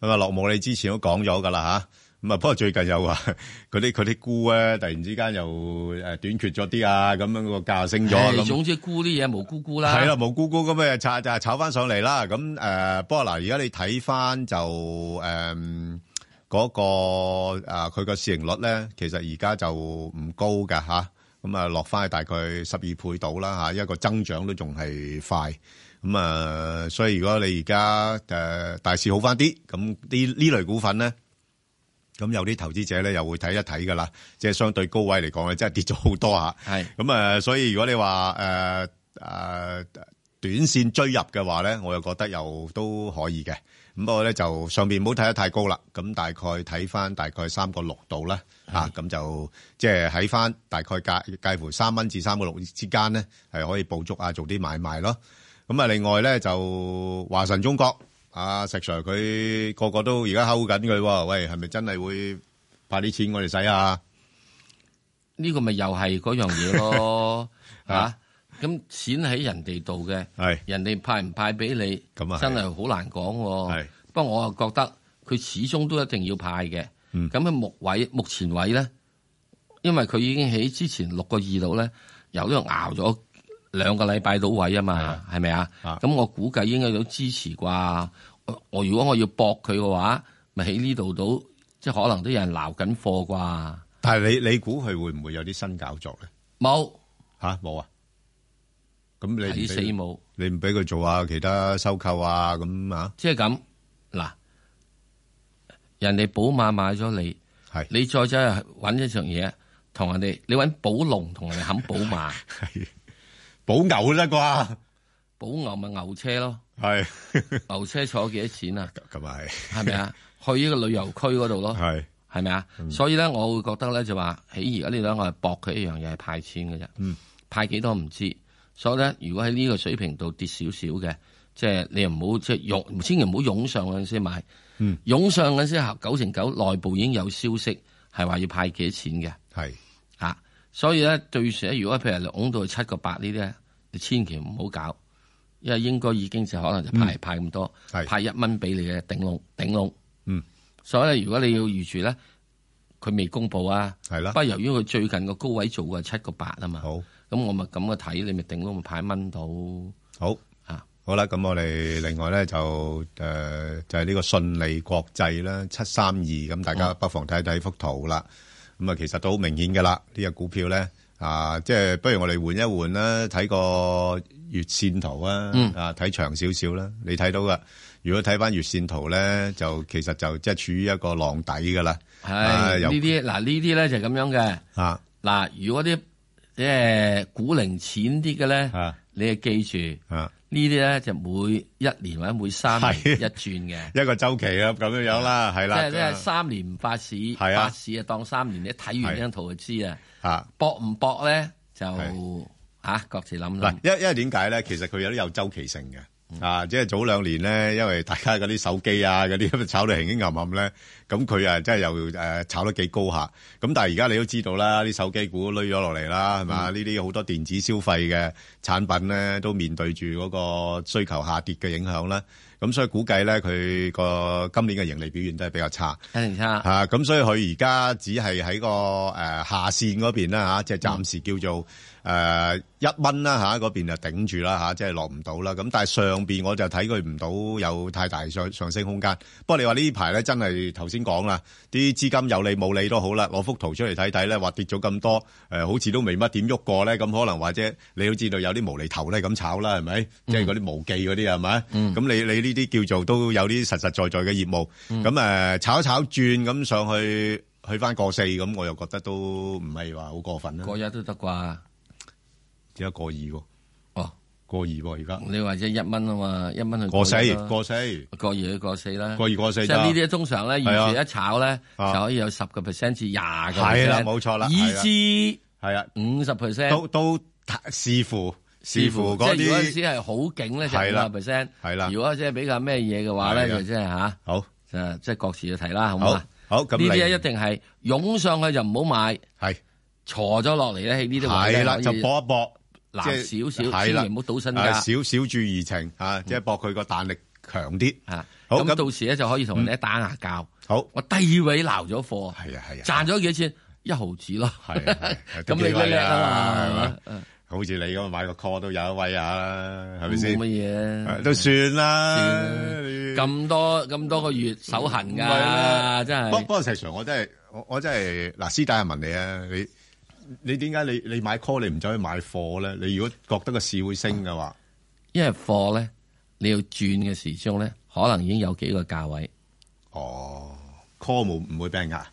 S2: 咁啊，落木你之前都講咗噶啦吓，咁啊，不過最近又話 嗰啲佢啲菇咧，突然之間又誒短缺咗啲啊，咁樣個價升咗
S1: 唉
S2: 咁。
S1: 總之沽啲嘢無沽沽啦。
S2: 係啦，無辜辜咁嘅炒就炒翻上嚟啦。咁誒、呃不過嗱，而家你睇翻就誒嗰、個呃佢個市盈率咧，其實而家就唔高㗎吓。咁啊，落翻去大概十二倍到啦吓，因為個增長都仲係快。咁啊、呃所以如果你而家誒大市好翻啲，咁呢呢類股份咧。咁有啲投資者咧又會睇一睇噶啦，即係相對高位嚟講咧，真係跌咗好多嚇。
S1: 係
S2: 咁啊，所以如果你呃話誒誒短線追入嘅話咧，我又覺得又都可以嘅。咁不過咧就上邊唔好睇得太高啦，咁大概睇翻大概三個六度啦，
S1: 嗯
S2: 嚇咁就即係喺翻大概介介乎三蚊至三個六之間咧，係可以捕捉啊做啲買賣咯。咁啊，另外咧就華晨中國啊，石 Sir 佢個個都而家睺緊佢喎，喂，係咪真係會派啲錢我哋使啊？
S1: 呢個咪又係嗰樣嘢咯，嚇！咁錢喺人哋度嘅，
S2: 啊係
S1: 人哋派唔派俾你，
S2: 咁啊
S1: 真係好難講喎。
S2: 係
S1: 不過我又覺得佢始終都一定要派嘅。
S2: 嗯
S1: 咁喺目位目前位咧，因為佢已經喺之前六個二度咧，由呢度熬咗兩個禮拜到位啊嘛，係咪啊？咁我估計應該有支持啩。我我如果我要搏佢嘅話，咪喺呢度到，即係可能都有人鬧緊貨啩。
S2: 但係你你估佢會唔會有啲新搞作咧？
S1: 冇
S2: 吓冇啊？咁你
S1: 睇死冇，
S2: 你唔俾佢做下其他收購啊？咁啊？
S1: 即係咁嗱，人哋寶馬買咗你，你再走去揾一樣嘢，同人哋你揾寶龍同人哋冚寶馬，
S2: 寶牛啦啩，
S1: 寶牛咪牛車咯，
S2: 係
S1: 牛車坐幾多錢啊？
S2: 咁啊係，
S1: 係咪啊？去呢個旅遊區嗰度咯，
S2: 係
S1: 係咪啊？
S2: 嗯
S1: 所以咧，我會覺得咧就話喺而家呢兩個係搏佢一樣嘢係派錢嘅啫，
S2: 嗯
S1: 派幾多唔知，所以咧如果喺呢個水平度跌少少嘅，即係你又唔好即係湧，千祈唔好湧上嗰陣先買。
S2: 嗯
S1: 湧上嗰陣時，九成九內部已經有消息係話要派幾多錢嘅，
S2: 係
S1: 嚇、所以咧對時咧，如果譬如你拱到去七個八呢啲咧，你千祈唔好搞，因為應該已經就可能就派、
S2: 嗯
S1: 派咁多，
S2: 係
S1: 派一蚊俾你嘅頂籠頂籠，
S2: 嗯，
S1: 所以咧如果你要預住咧，佢未公布啊。
S2: 系啦
S1: 不過由於佢最近個高位做嘅七個八啊嘛。好。咁我咪咁嘅睇，你咪定到咪派蚊到。
S2: 好
S1: 啊，
S2: 好啦，咁我哋另外咧就诶、呃就係呢個順利國際啦，七三二咁，大
S1: 嗯
S2: 家不妨睇睇幅圖啦。咁啊，其實都好明顯噶啦，呢、只股票咧啊，即係不如我哋換一換啦，睇個月線圖啊，
S1: 嗯
S2: 啊睇長少少啦，你睇到噶。如果睇翻月線圖咧，就其實就即係處於一個浪底噶啦。啊
S1: 係
S2: 由
S1: 呢啲嗱，呢啲咧就係咁樣嘅。
S2: 啊，
S1: 嗱，如果啲即係古靈淺啲嘅
S2: 啊
S1: 咧，你係記住，
S2: 呢
S1: 啲咧就每一年或者每三年
S2: 啊係
S1: 一轉嘅。
S2: 一個周期啊，咁樣樣啦，係啦。
S1: 即係咧三年唔發市，
S2: 係啊
S1: 發市啊當三年，你一睇完呢張圖就知啊。
S2: 啊，
S1: 搏唔搏咧就嚇各自諗
S2: 嗱
S1: 諗，。
S2: 因因為點解咧？其實佢有啲有周期性嘅。啊，即係早兩年咧，因為大家嗰啲手機啊，嗰啲炒到輕輕暗暗咧，咁佢啊真係又誒炒得幾高下。咁但係而家你都知道啦，啲手機股攣咗落嚟啦，係嘛？呢啲好多電子消費嘅產品咧，都面對住嗰個需求下跌嘅影響啦。咁所以估計咧，佢個今年嘅盈利表現都係比較差。
S1: 一定差。
S2: 啊，咁所以佢而家只係喺個誒下線嗰邊啦嚇，即係暫時叫做誒一蚊啦嚇，嗰邊就頂住啦嚇，即係落唔到啦。咁但係上邊我就睇佢唔到有太大上上升空間。不過你話呢排咧真係頭先講啦，啲資金有理冇理都好啦，攞幅圖出嚟睇睇咧，話跌咗咁多，誒、好似都未乜點喐過咧，咁可能或者你都知道有啲無厘頭咧咁炒啦，係咪？即係嗰啲無記嗰啲係咪？咁、你你呢啲叫做都有啲實實在在嘅業務，咁誒、
S1: 嗯
S2: 呃炒一炒轉咁上去去翻個四咁，我又覺得都唔係話好過分啦。
S1: 過一都得啩？
S2: 而家過二喎，
S1: 哦，
S2: 過二喎而家。
S1: 你或者一蚊啊嘛，一蚊去
S2: 過四
S1: 一啦
S2: 過四
S1: 過二去過四啦，
S2: 過二過四
S1: 即係
S2: 咋
S1: 呢啲通常咧，
S2: 係啊
S1: 完全一炒咧
S2: 啊
S1: 就可以有十個 percent 至廿個 percent，
S2: 係啦，冇錯啦，
S1: 以至
S2: 至係啊，
S1: 五十 percent
S2: 都都視乎視乎
S1: 即
S2: 嗰
S1: 係如果
S2: 啲
S1: 只係好景咧就
S2: 係啦
S1: 五十 percent，
S2: 係啦
S1: 如果即係比較咩嘢嘅話咧
S2: 係啊
S1: 就即係嚇，
S2: 好
S1: 就即係各自去睇啦，好
S2: 好
S1: 嘛？
S2: 好咁
S1: 呢啲
S2: 另
S1: 一定係湧上去就唔好買，
S2: 係
S1: 挫咗落嚟咧喺呢啲位
S2: 係
S1: 咧
S2: 啦，
S1: 可以
S2: 就搏一搏，
S1: 攬
S2: 即係
S1: 少少
S2: 係啦
S1: 千祈唔好賭身家
S2: 啊少少注怡情啊，即係搏佢個彈力強啲
S1: 啊。
S2: 好
S1: 咁到時咧就可以同人哋打牙教。
S2: 好，
S1: 我低位鬧咗貨，
S2: 係啊係啊，
S1: 賺咗幾多錢？一毫子咯，
S2: 係啊 係
S1: 咁你叻叻啊嘛，係嘛？
S2: 嘛？好似你咁買個 call 都有一位啊，係咪
S1: 冇
S2: 先？
S1: 乜
S2: 嘢，都算啦。
S1: 嗯咁多咁多個月手痕
S2: 唔係啦
S1: 㗎，真
S2: 不
S1: 係。
S2: 不過石 Sir，我真係我我真係嗱，師弟係問你啊，你你點解你你買 call 你唔走去買貨咧？你如果覺得個市會升嘅話，
S1: 因為貨咧你要轉嘅時鐘咧，可能已經有幾個價位。
S2: 哦，call 冇唔會俾人壓。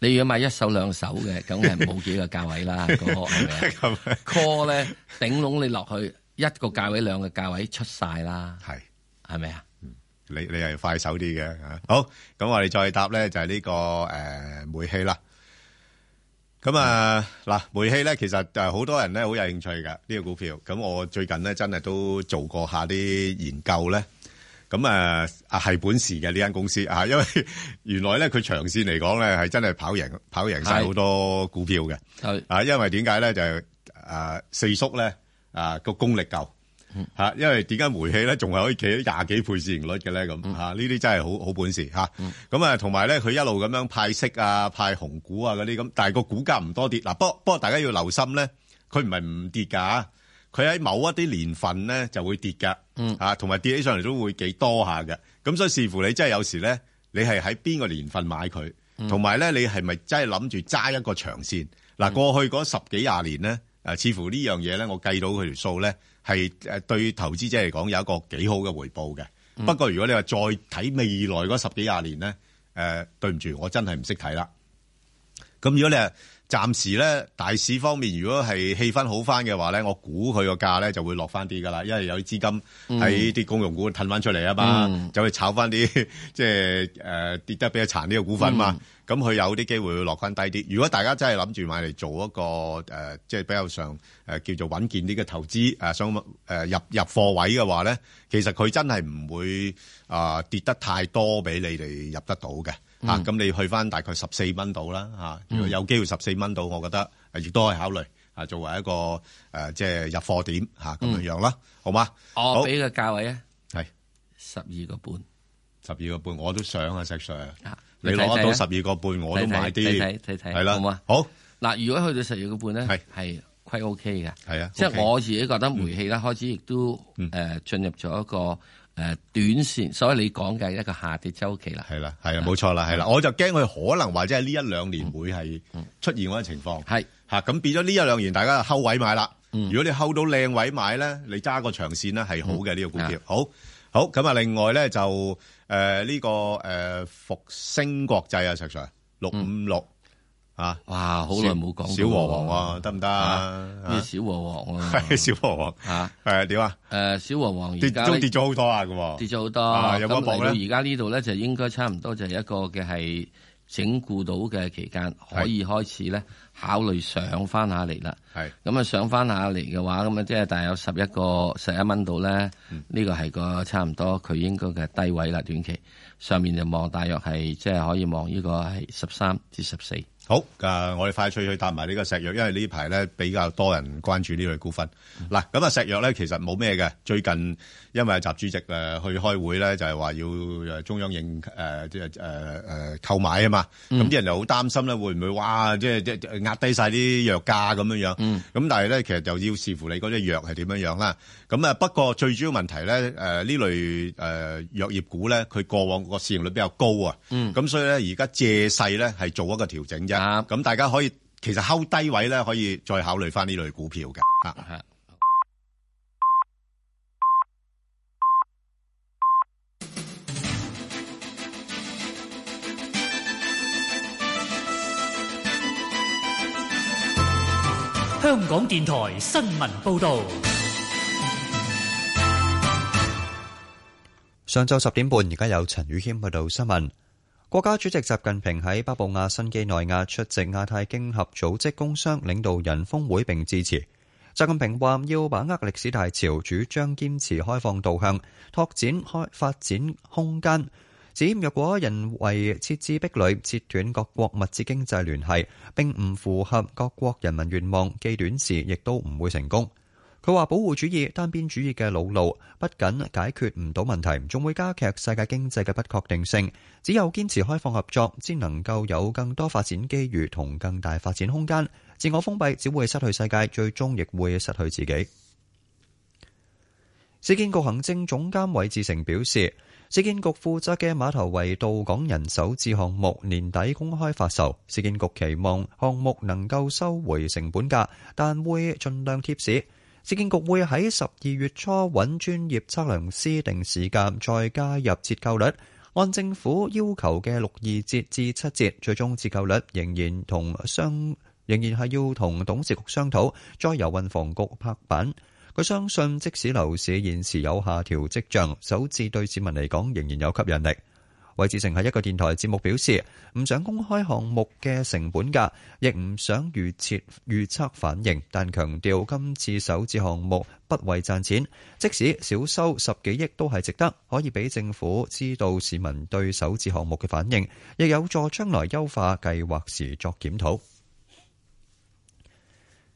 S1: 你如果買一手兩手嘅，梗係冇幾個價位 啦，個 call 係咪
S2: 啊
S1: call 咧頂籠你落去一個價位兩個價位出晒啦，
S2: 係
S1: 係咪啊？
S2: 嗯你你係快手啲嘅嚇。好，咁我哋再答咧就係呢、個誒、煤氣啦。咁啊
S1: 嗯
S2: 嗱，煤氣咧其實誒好多人咧好有興趣㗎呢、個股票。咁我最近咧真係都做過下啲研究咧。咁啊啊係本事嘅呢間公司啊，因為原來咧佢長線嚟講咧係真係跑贏跑贏晒
S1: 係
S2: 好多股票嘅。啊，因為點解咧就係、啊四叔咧啊個功力夠。吓，因為點解煤氣咧仲係可以企喺廿幾倍市盈率嘅咧？咁吓，呢啲真係好好本事吓。咁啊，同埋咧，佢一路咁樣派息啊、派紅股啊嗰啲咁，但係個股價唔多跌。嗱，不過不過大家要留心咧，佢唔係唔跌㗎，佢喺某一啲年份咧就會跌㗎。
S1: 嗯
S2: 啊，同埋跌起上嚟都會幾多下嘅。咁所以視乎你真係有時咧，你係喺邊個年份買佢，
S1: 嗯
S2: 同埋咧你係咪真係諗住揸一個長線？
S1: 嗯
S2: 嗱、過去嗰十幾廿年咧，誒、似乎呢樣嘢咧，我計到佢條數咧，係誒對投資者嚟講有一個幾好嘅回報嘅。
S1: 嗯
S2: 不過如果你話再睇未來嗰十幾廿年咧，誒、對唔住，我真係唔識睇啦。咁如果你係暫時咧大市方面，如果係氣氛好翻嘅話咧，我估佢個價咧就會落翻啲噶啦，因為有啲資金喺啲公用股褪翻出嚟啊嘛，
S1: 嗯
S2: 走去炒翻啲 即係誒、呃跌得比較殘啲嘅股份
S1: 嗯
S2: 嘛。咁佢、有啲機會會落翻低啲。如果大家真係諗住買嚟做一個誒、呃即係比較上誒、呃叫做穩健啲嘅投資，誒、想誒、呃入入貨位嘅話咧，其實佢真係唔會啊、跌得太多俾你哋入得到嘅。
S1: 嗯
S2: 啊，咁你去翻大概十四蚊度啦，啊嚇、如果
S1: 嗯
S2: 有機會十四蚊度，我覺得呃亦都可以考慮啊，作為一個誒、呃即係入貨點嚇咁、樣樣啦，好嘛？
S1: 我俾個價位啊，
S2: 係
S1: 十二個半。
S2: 十二個半，我都想啊，石 Sir。你
S1: 睇睇
S2: 攞
S1: 啊
S2: 到十二個半，我都
S1: 睇睇
S2: 買啲，
S1: 睇睇睇睇，
S2: 係啦
S1: 好啊唔，
S2: 好
S1: 嗱，如果去到十二個半咧，係虧 OK 嘅，
S2: 係啊，
S1: 即係
S2: OK 嗯
S1: 我自己覺得煤氣咧開始亦都誒進入咗一個誒短線，所以你講嘅一個下跌周期啦，
S2: 係啦，係啊，冇錯啦，係
S1: 嗯
S2: 啦，我就驚佢可能或者係呢一兩年會係出現嗰種情況，
S1: 係嗯
S2: 嚇咁變咗呢一兩年大家就睺位買啦。如果你睺到靚位買咧，你揸個長線咧係好
S1: 嗯
S2: 嘅呢個股
S1: 啊
S2: 票，好好咁啊。另外咧就誒呢個誒復星國際啊，石 Sir 六五六啊，
S1: 嗯哇，好耐冇講過
S2: 小和黃啊，得唔得啊
S1: 啊？呢小和黃啊
S2: 係 小和黃
S1: 嚇
S2: 誒點啊？
S1: 誒小和黃
S2: 跌
S1: 而家
S2: 都跌咗好多啊，嘅喎，
S1: 跌咗好多，
S2: 啊有冇
S1: 咁
S2: 一搏
S1: 嚟到
S2: 咧？
S1: 而家呢度咧就應該差唔多就係一個嘅係整固到嘅期間，可以開始咧考慮上翻下嚟啦。
S2: 係
S1: 咁啊，上翻下嚟嘅話，咁啊即係大有十一個十一蚊度咧，
S2: 嗯
S1: 呢個係個差唔多佢應該嘅低位啦，短期上面就望大約係即係可以望呢個係十三至十四。
S2: 好，誒，我哋快脆去答埋呢個石藥，因為呢排咧比較多人關注呢類股份。嗱、咁啊石藥咧其實冇咩嘅，最近因為習主席誒、呃去開會咧，就係話要誒中央認誒即係呃誒誒購買啊嘛，咁啲、人就好擔心咧，會唔會哇即係即係壓低晒啲藥價咁樣樣？咁、但係咧其實就要視乎你嗰隻藥係點樣樣啦。咁啊不過最主要問題咧誒呢、類誒、呃、藥業股咧，佢過往個市盈率比較高啊。
S1: 嗯
S2: 咁所以咧，而家借勢咧係做一個調整啫。咁大家可以其實睺低位咧，可以再考慮翻呢類股票嘅。啊，
S12: 香港電台新聞報導，
S4: 上晝十點半，而家有陳宇謙報道新聞。國家主席習近平喺巴布亞新幾內亞出席亞太經合組織工商領導人峰會並致辭。習近平話：要把握歷史大潮，主張堅持開放導向，拓展開發展空間。指若果人為設置壁壘，切斷各國物資經濟聯繫，並唔符合各國人民願望，既短視亦都唔會成功。佢話：保護主義、單邊主義嘅老路，不僅解決唔到問題，仲會加劇世界經濟嘅不確定性。只有堅持開放合作，先能夠有更多發展機遇同更大發展空間。自我封閉只會失去世界，最終亦會失去自己。市建局行政總監韋志成表示，市建局負責嘅馬頭圍渡港人首置項目年底公開發售，市建局期望項目能夠收回成本價，但會盡量貼市。市建局會喺十二月初揾專業測量師定市價，再加入折扣率，按政府要求嘅六二折至七折，最終折扣率仍然同商仍然係要同董事局商討，再由運房局拍板。佢相信，即使樓市現時有下調跡象，首置對市民嚟講仍然有吸引力。韋志成喺一個電台節目表示，唔想公開項目嘅成本價，亦唔想預設預測反應，但強調今次首置項目不為賺錢，即使少收十幾億都係值得，可以俾政府知道市民對首置項目嘅反應，亦有助將來優化計劃時作檢討。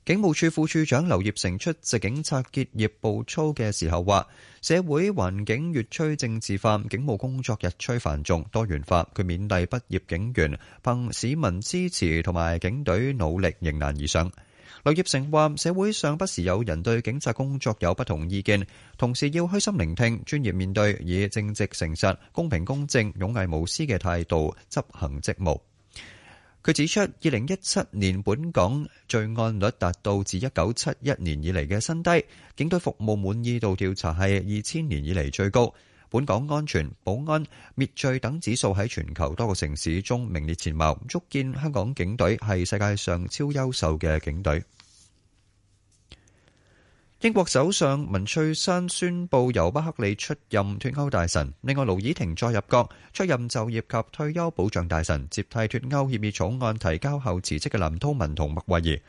S4: 警務處副處長劉業成出席警察結業步操嘅時候話：社會環境越趨政治化，警務工作日趨繁重多元化。佢勉勵畢業警員憑市民支持同埋警隊努力迎難而上。劉業成話：社會上不時有人對警察工作有不同意見，同時要虛心聆聽、專業面對，以正直、誠實、公平、公正、勇毅無私嘅態度執行職務。佢指出，二零一七年本港罪案率達到自一九七一年以嚟嘅新低，警隊服務滿意度調查係二千年以嚟最高。本港安全、保安、滅罪等指數喺全球多個城市中名列前茅，足見香港警隊係世界上超優秀嘅警隊。英國首相文翠珊宣布由巴克利出任脱歐大臣，另外盧以廷再入閣出任就業及退休保障大臣，接替脱歐協議草案提交後辭職嘅林韜文同麥惠儀。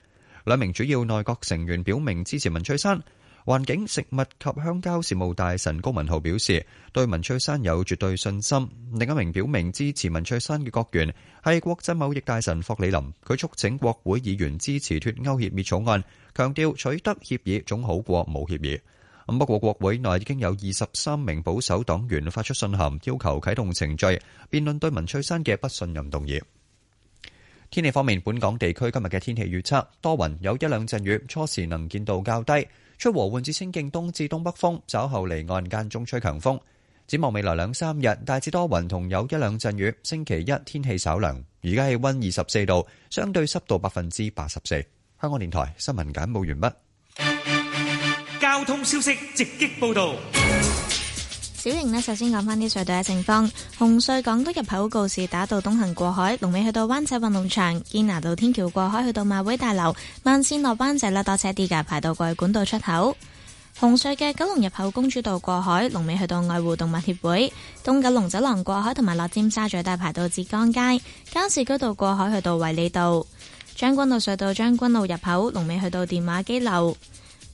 S4: 兩名主要內閣成員表明支持文翠珊。環境、食物及鄉郊事務大臣高文浩表示，對文翠珊有絕對信心。另一名表明支持文翠珊嘅國員係國際貿易大臣霍里林，佢促請國會議員支持脱歐協議草案，強調取得協議總好過冇協議。咁不過國會內已經有二十三名保守黨員發出信函，要求啟動程序辯論對文翠珊嘅不信任動議。天氣方面，本港地區今日嘅天氣預測多雲，有一兩陣雨，初時能見度較低，吹和緩至清勁東至東北風，稍後離岸間中吹強風。展望未來兩三日，大致多雲同有一兩陣雨。星期一天氣稍涼，而家氣温二十四度，相對濕度百分之八十四。香港電台新聞簡報完畢。
S3: 交通消息直擊報道。
S5: 小瑩呢，首先講翻啲隧道嘅情況。紅隧港島入口告士打道東行過海，龍尾去到灣仔運動場；堅拿道天橋過海去到馬會大樓，慢線落灣仔啦，多車啲㗎，排到過去管道出口。紅隧嘅九龍入口公主道過海，龍尾去到愛護動物協會；東九龍走廊過海同埋落尖沙咀大排到浙江街，加士居道過海去到衛理道，將軍澳隧道將軍澳入口龍尾去到電話機樓。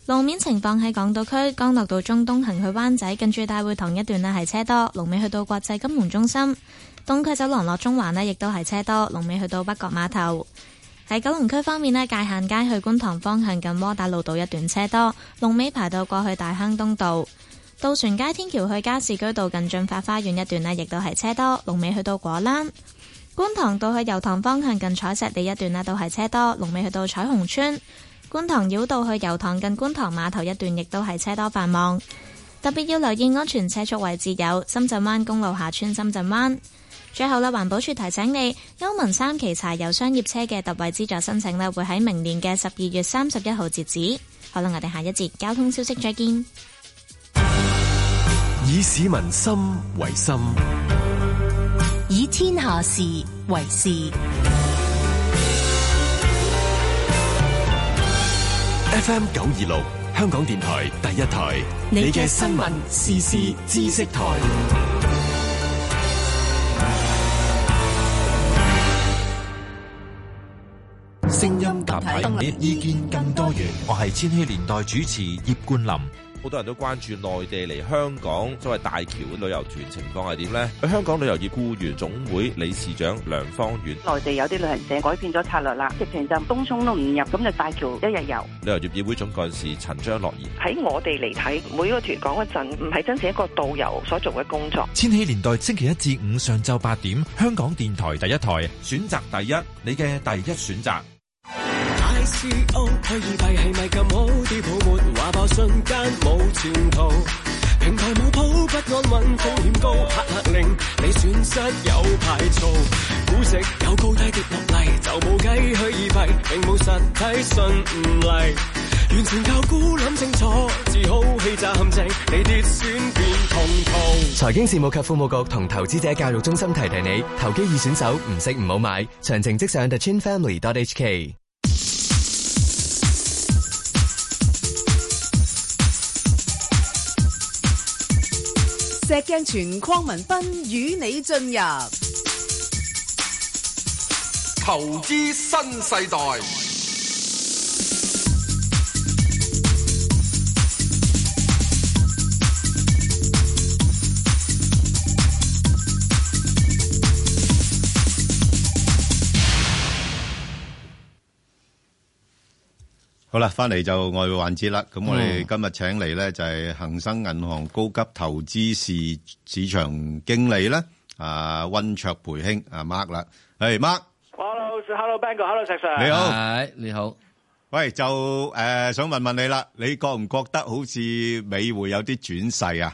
S5: 路面情況喺港島區，干諾道中東行去灣仔，近住大會堂一段呢係車多，龍尾去到國際金融中心；東區走廊落中環呢亦都係車多，龍尾去到北角碼頭。喺九龍區方面呢，界限街去觀塘方向近窩打老道一段車多，龍尾排到過去大坑東道；渡船街天橋去加士居道近駿發花園一段呢亦都係車多，龍尾去到果欄。觀塘道去油塘方向近彩石地一段呢都係車多，龍尾去到彩虹村。觀塘繞道去油塘近觀塘碼頭一段，亦都係車多繁忙，特別要留意安全車速位置有深圳灣公路下村深圳灣。最後啦，環保署提醒你，歐盟三期柴油商業車嘅特惠資助申請呢，會喺明年嘅十二月三十一號截止。好啦，我哋下一節交通消息再見。
S6: 以市民心為心，
S7: 以天下事為事。
S6: FM 九二六，香港電台第一台，你嘅新聞、時事、知識台。
S15: 聲音立體，意見更多元。
S16: 我係千禧年代主持葉冠霖。
S17: 好多人都關注內地嚟香港所謂大橋旅遊團情況係點呢？香港旅遊業僱員總會理事長梁芳遠，
S18: 內地有啲旅行社改變咗策略啦，直情就東涌都唔入，咁就大橋一日遊。
S17: 旅遊業議會總幹事陳張樂怡，
S19: 喺我哋嚟睇每個團講嗰陣，唔係真係一個導遊所做嘅工作。
S16: 千禧年代星期一至五上晝八點，香港電台第一台
S17: 選擇第一，你嘅第一選擇。
S20: ICO 虛擬幣係咪咁好？啲泡沫話爆瞬間冇前途，平台冇譜不安穩，風險高，黑客令你損失有排做，估值有高低跌落嚟就冇計，虛擬幣並冇實體信唔嚟，完全靠估諗清楚，自好欺詐陷阱，你跌損變痛痛。
S27: 財經事務及庫務局同投資者教育中心提提你，投機易選手唔識唔好買，詳情即上 thechinfamily.hk。
S13: 石鏡泉鄺民彬與你進入
S14: 投資新世代。
S2: 好啦，翻嚟就外匯環節啦。咁我哋今日請嚟咧就係恒生銀行高級投資市市場經理咧，啊溫卓培兄啊 Mark 啦，係 Mark。
S28: Hello，Hello，Ben 哥，Hello，石 Sir。
S2: 你好，
S1: 係你好。
S2: 喂，就誒想問問你啦，你覺唔覺得好似美匯有啲轉勢啊？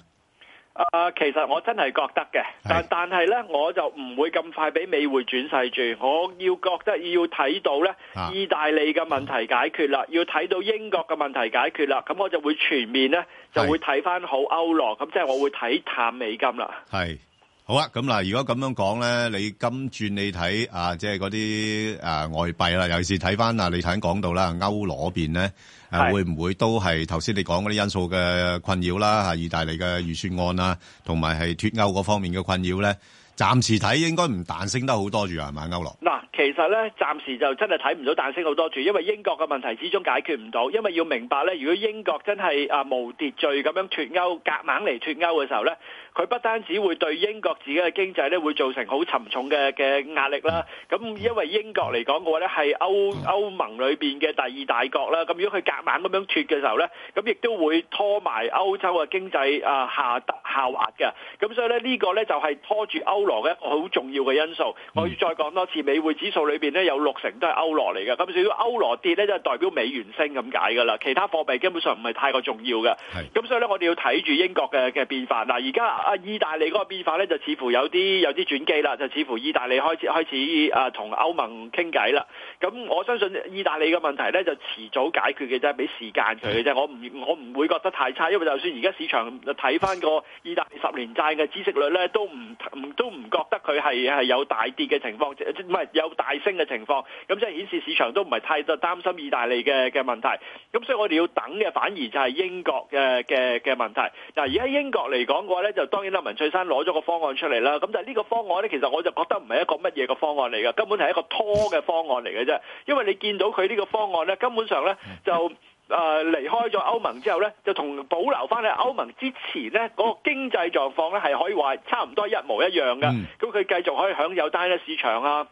S28: 啊，其實我真係覺得嘅，但但係呢，我就唔會咁快俾美匯轉勢住。我要覺得要睇到呢，
S2: 啊、
S28: 意大利嘅問題解決啦，要睇到英國嘅問題解決啦，咁我就會全面呢，就會睇翻好歐羅，咁即係我會睇淡美金啦。
S2: 係好啊，咁嗱，如果咁樣講呢，你今轉你睇啊，即係嗰啲啊外幣啦，尤其是睇翻啊，你頭先講到啦，歐羅邊呢。誒會唔會都係頭先你講嗰啲因素嘅困擾啦？嚇，意大利嘅預算案啦，同埋係脱歐嗰方面嘅困擾咧，暫時睇應該唔彈升得好多住係咪歐羅？
S28: 嗱，其實咧，暫時就真係睇唔到彈升好多住，因為英國嘅問題始終解決唔到。因為要明白咧，如果英國真係啊無秩序咁樣脱歐，夾硬嚟脱歐嘅時候咧，佢不單止會對英國自己嘅經濟咧會造成好沉重嘅嘅壓力啦。咁因為英國嚟講嘅話咧，係歐歐盟裏邊嘅第二大國啦。咁如果佢夾硬咁樣脱嘅時候咧，咁亦都會拖埋歐洲嘅經濟啊下下滑嘅。咁所以咧呢個咧就係拖住歐羅嘅一個好重要嘅因素。我要再講多次，美匯指數裏邊咧有六成都係歐羅嚟嘅，咁所以歐羅跌咧就代表美元升咁解㗎啦。其他貨幣基本上唔係太過重要嘅。咁所以咧，我哋要睇住英國嘅嘅變化。嗱，而家啊意大利嗰個變化咧，就似乎有啲有啲轉機啦，就似乎意大利開始開始啊同歐盟傾偈啦。咁我相信意大利嘅問題咧就遲早解決嘅啫，俾時間佢嘅啫。我唔我唔會覺得太差，因為就算而家市場睇翻個意大利十年債嘅孳息率咧，都唔唔都唔覺得佢係係有大跌嘅情況，唔係有大升嘅情況。咁即係顯示市場都唔係太擔心意大利嘅嘅問題。咁所以我哋要等嘅反而就係英國嘅嘅嘅問題。嗱，而家英國嚟講嘅話咧，就當然啦，文翠珊攞咗個方案出嚟啦。咁但係呢個方案咧，其實我就覺得唔係一個乜嘢嘅方案嚟嘅，根本係一個拖嘅方案嚟嘅啫。因為你見到佢呢個方案咧，根本上咧就。誒、呃、離開咗歐盟之後呢，就同保留翻喺歐盟之前呢嗰、那個經濟狀況呢，係可以話差唔多一模一樣嘅。咁佢、嗯、繼續可以享有單一市場啊。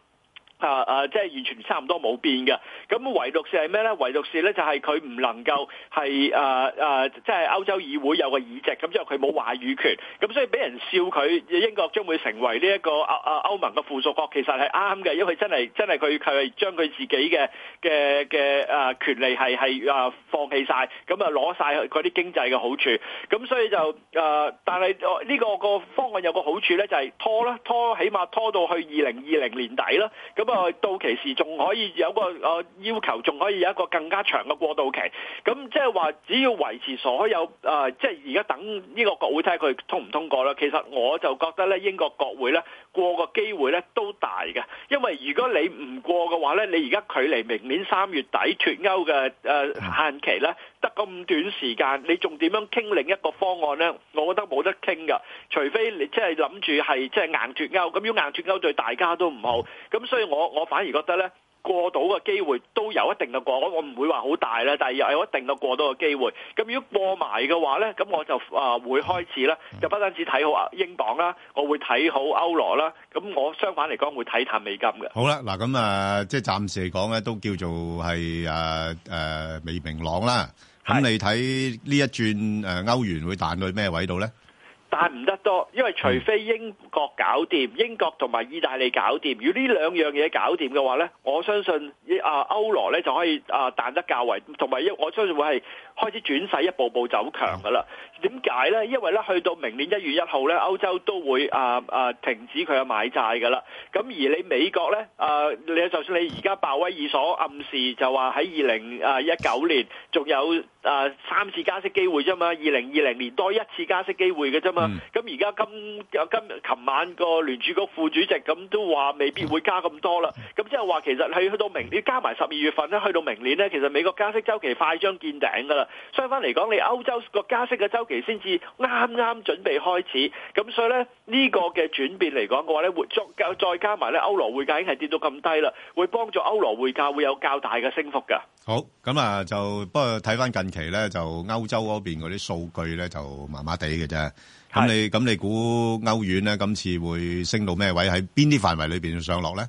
S28: 啊啊！即係完全差唔多冇變嘅。咁唯獨是係咩咧？唯獨是咧就係佢唔能夠係啊啊！即係歐洲議會有個議席，咁之後佢冇話語權，咁所以俾人笑佢英國將會成為呢一個啊啊歐盟嘅附屬國，其實係啱嘅，因為真係真係佢佢係將佢自己嘅嘅嘅啊權利係係啊放棄晒，咁啊攞晒佢啲經濟嘅好處。咁所以就啊，但係呢個個方案有個好處咧，就係拖啦，拖起碼拖到去二零二零年底啦。咁啊，到期時仲可以有個誒要求，仲可以有一個更加長嘅過渡期。咁即係話，只要維持所有誒、呃，即係而家等呢個國會睇佢通唔通過啦。其實我就覺得咧，英國國會咧過個機會咧都大嘅，因為如果你唔過嘅話咧，你而家距離明年三月底脱歐嘅誒、呃、限期咧得咁短時間，你仲點樣傾另一個方案咧？我覺得冇得傾㗎，除非你即係諗住係即係硬脱歐，咁要硬脱歐對大家都唔好。咁所以我我反而覺得咧，過到嘅機會都有一定嘅過，我我唔會話好大啦，但係有一定嘅過到嘅機會。咁如果過埋嘅話咧，咁我就啊、呃、會開始啦，就不單止睇好啊英鎊啦，我會睇好歐羅啦。咁我相反嚟講會睇淡美金嘅。
S2: 好啦，嗱咁啊，即係暫時嚟講咧，都叫做係誒誒未明朗啦。咁你睇呢一轉誒歐元會彈去咩位度咧？
S28: 但唔得多，因為除非英國搞掂，英國同埋意大利搞掂，如果呢兩樣嘢搞掂嘅話呢，我相信啊歐羅呢就可以啊彈得較為，同埋我相信會係開始轉勢，一步步走強噶啦。點解呢？因為呢去到明年一月一號呢，歐洲都會啊啊停止佢嘅買債噶啦。咁而你美國呢，啊，你就算你而家鮑威爾所暗示就話喺二零啊一九年仲有啊三次加息機會啫嘛，二零二零年多一次加息機會嘅啫嘛。咁而家今今琴晚個聯儲局副主席咁都話未必會加咁多啦，咁即係話其實係去到明年加埋十二月份咧，去到明年咧，其實美國加息周期快將見頂㗎啦。相反嚟講，你歐洲個加息嘅周期先至啱啱準備開始，咁所以咧呢個嘅轉變嚟講嘅話咧，會再再加埋咧歐羅匯價已經係跌到咁低啦，會幫助歐羅匯價會有較大嘅升幅㗎。
S2: 好，咁啊就不過睇翻近期咧，就歐洲嗰邊嗰啲數據咧就麻麻地嘅啫。咁你咁你估歐元咧，今次會升到咩位？喺邊啲範圍裏邊上落咧？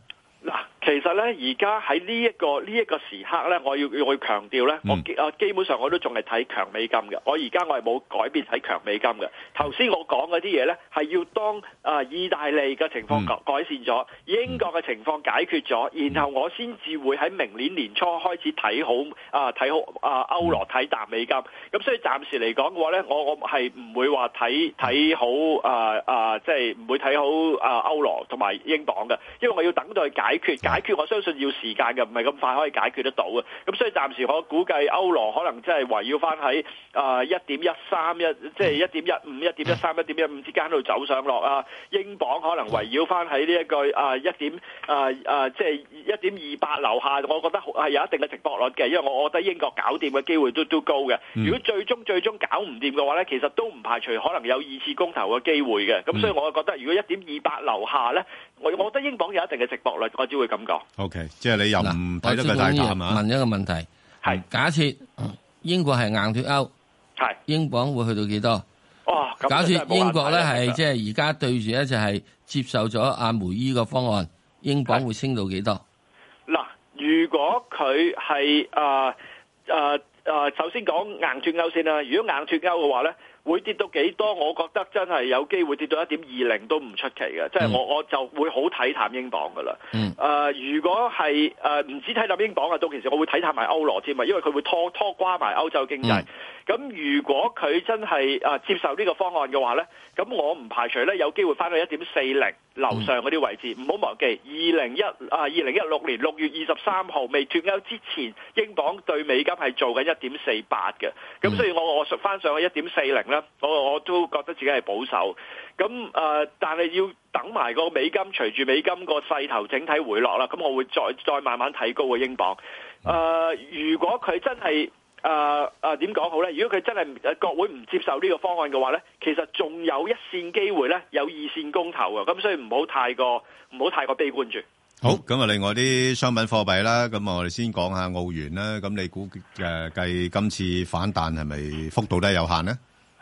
S28: 其實咧，而家喺呢一個呢一個時刻咧，我要我要強調咧，我基啊基本上我都仲係睇強美金嘅。我而家我係冇改變睇強美金嘅。頭先我講嗰啲嘢咧，係要當啊意大利嘅情況改善咗，英國嘅情況解決咗，然後我先至會喺明年年初開始睇好啊睇好啊歐羅睇淡美金。咁所以暫時嚟講嘅話咧，我我係唔會話睇睇好啊啊，即係唔會睇好啊歐羅同埋英鎊嘅，因為我要等待解決解決。決我相信要時間嘅，唔係咁快可以解決得到嘅。咁所以暫時我估計歐羅可能真係圍繞翻喺啊一點一三一，即係一點一五、一點一三、一點一五之間度走上落啊。英鎊可能圍繞翻喺呢一個啊一點啊啊，即係一點二八樓下，我覺得係有一定嘅值博率嘅，因為我我覺得英國搞掂嘅機會都都高嘅。
S8: 嗯
S28: 如果最終最終搞唔掂嘅話呢，其實都唔排除可能有二次公投嘅機會嘅。
S1: 嗯
S28: 咁所以我覺得，如果一點二八樓下呢，我我覺得英鎊有一定嘅值博率，我只會咁講。
S2: OK，即係你又唔睇得佢
S1: 我
S2: 太淡
S1: 專門
S2: 係嘛？
S1: 問一個問題，係假設英國係硬脱歐，
S28: 係
S1: 英鎊會去到幾多？
S28: 哦，咁
S1: 假
S28: 就真係
S1: 設
S28: 冇
S1: 英國咧
S28: 辦法啦
S1: 係即
S28: 其實
S1: 係而家對住咧就係接受咗阿梅姨個方案，英鎊會升到幾多？
S28: 嗱，如果佢係啊啊啊，首先講硬脱歐先啦。如果硬脱歐嘅話咧，會跌到幾多？我覺得真係有機會跌到一點二零都唔出奇嘅，即係我我就會好睇淡英鎊噶啦。
S1: 嗯。
S28: 誒，如果係誒唔止睇淡英鎊啊，到其時我會睇淡埋歐羅添啊，因為佢會拖拖瓜埋歐洲經濟。咁、如果佢真係誒、呃接受呢個方案嘅話呢，咁我唔排除呢有機會翻到一點四零樓上嗰啲位置。唔好、忘記，二零一啊二零一六年六月二十三號未脱歐之前，英鎊對美金係做緊一點四八嘅。咁所以我我翻上去一點四零啦，我我都覺得自己係保守。咁誒、呃但係要等埋個美金，隨住美金個勢頭整體回落啦，咁我會再再慢慢睇高個英鎊。誒、呃如果佢真係誒誒點講好呢？如果佢真係誒國會唔接受呢個方案嘅話呢，其實仲有一線機會呢，有二線公投啊！咁所以唔好太過唔好太過悲觀住。
S2: 好，咁啊，另外啲商品貨幣啦，咁我哋先講下澳元啦。咁你估誒計今次反彈係咪幅度都係有限呢？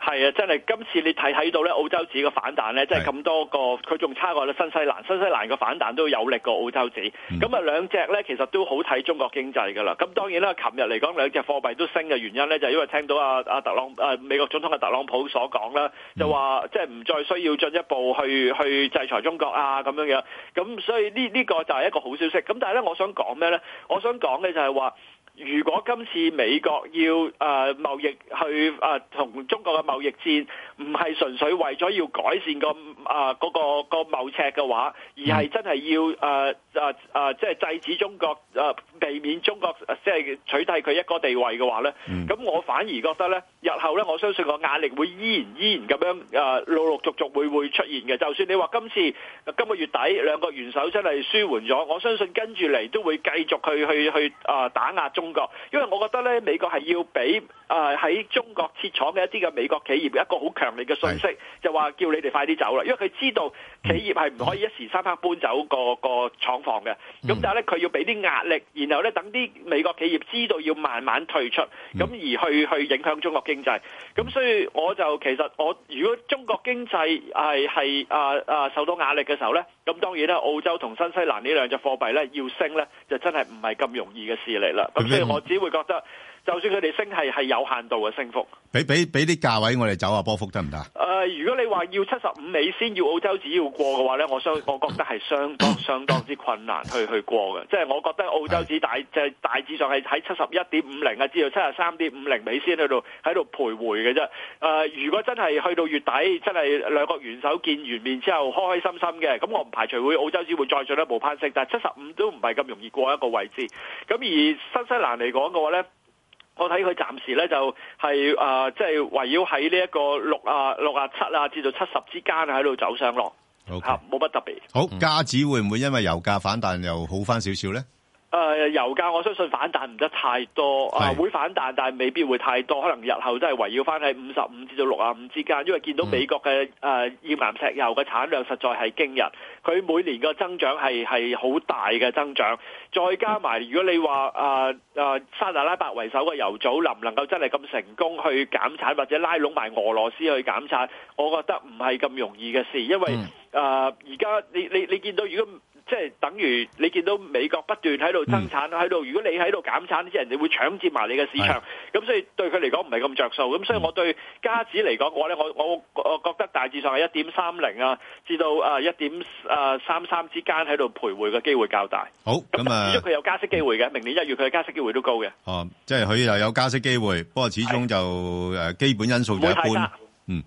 S28: 係啊，真係今次你睇睇到咧，澳洲紙嘅反彈咧，即係咁多個，佢仲差過咧新西蘭，新西蘭嘅反彈都有力過澳洲紙。咁啊、兩隻咧，其實都好睇中國經濟㗎啦。咁當然啦，琴日嚟講兩隻貨幣都升嘅原因咧，就係因為聽到啊啊特朗啊美國總統嘅特朗普所講啦，就話即係唔再需要進一步去去制裁中國啊咁樣樣。咁所以呢呢、個就係一個好消息。咁但係咧，我想講咩咧？我想講嘅就係話。如果今次美國要誒、呃、貿易去誒同、中國嘅貿易戰，唔係純粹為咗要改善個誒呃嗰個個貿赤嘅話，而係真係要誒誒誒，即係制止中國誒、呃避免中國呃即係取締佢一個地位嘅話咧，咁、我反而覺得咧，日後咧，我相信個壓力會依然依然咁樣誒、呃陸陸續續會會出現嘅。就算你話今次呃今個月底兩個元首真係舒緩咗，我相信跟住嚟都會繼續去去去啊、打壓中國，因為我覺得咧美國係要俾啊喺中國設廠嘅一啲嘅美國企業一個好強烈嘅訊息，就話叫你哋快啲走啦，因為佢知道企業係唔可以一時三刻搬走個個廠房嘅，咁但係咧佢要俾啲壓力，然後咧等啲美國企業知道要慢慢退出，咁而去去影響中國經濟，咁所以我就其實我如果中國經濟係係啊啊受到壓力嘅時候咧，咁當然啦，澳洲同新西蘭呢兩隻貨幣咧要升咧，就真係唔係咁容易嘅事嚟啦。咁所以我只會覺得，就算佢哋升係係有限度嘅升幅。
S2: 俾俾俾啲價位我哋走下波幅得唔得啊？
S28: 誒、呃如果你話要七十五美先要澳洲紙要過嘅話咧，我相我覺得係相當相當之困難去去過嘅。即係我覺得澳洲紙大即係大致上係喺七十一點五零啊，至到七十三點五零美先喺度喺度徘徊嘅啫。誒、呃如果真係去到月底，真係兩國元首見完面之後開開心心嘅，咁我唔排除會澳洲紙會再進一步攀升，但係七十五都唔係咁容易過一個位置。咁而新西蘭嚟講嘅話咧。我睇佢暫時咧就係、啊，即係圍繞喺呢一個六啊六啊七啊至到七十之間喺度走上落，
S2: 好，
S28: 嚇冇乜特別。
S2: 好，加指會唔會因為油價反彈又好翻少少咧？
S28: 誒、呃油價我相信反彈唔得太多，啊會反彈，但係未必會太多，可能日後都係圍繞翻喺五十五至到六啊五之間，因為見到美國嘅誒頁岩石油嘅產量實在係驚人，佢每年嘅增長係係好大嘅增長，再加埋如果你話誒誒沙特阿拉伯為首嘅油組能唔能夠真係咁成功去減產，或者拉攏埋俄羅斯去減產，我覺得唔係咁容易嘅事，因為誒啊而家你你你見到如果即係等於你見到美國不斷喺度增產喺度，如果你喺度減產，啲人哋會搶佔埋你嘅市場，咁所以對佢嚟講唔係咁着數。咁所以我對加指嚟講嘅話咧，我我我覺得大致上係一點三零啊，至到啊一點啊三三之間喺度徘徊嘅機會較大。
S2: 好，咁啊
S28: 始終。佢有加息機會嘅，明年一月佢嘅加息機會都高嘅。
S2: 哦，即係佢又有加息機會，不過始終就誒基本因素就一
S28: 唔會太
S2: 般
S28: 差。
S2: 嗯，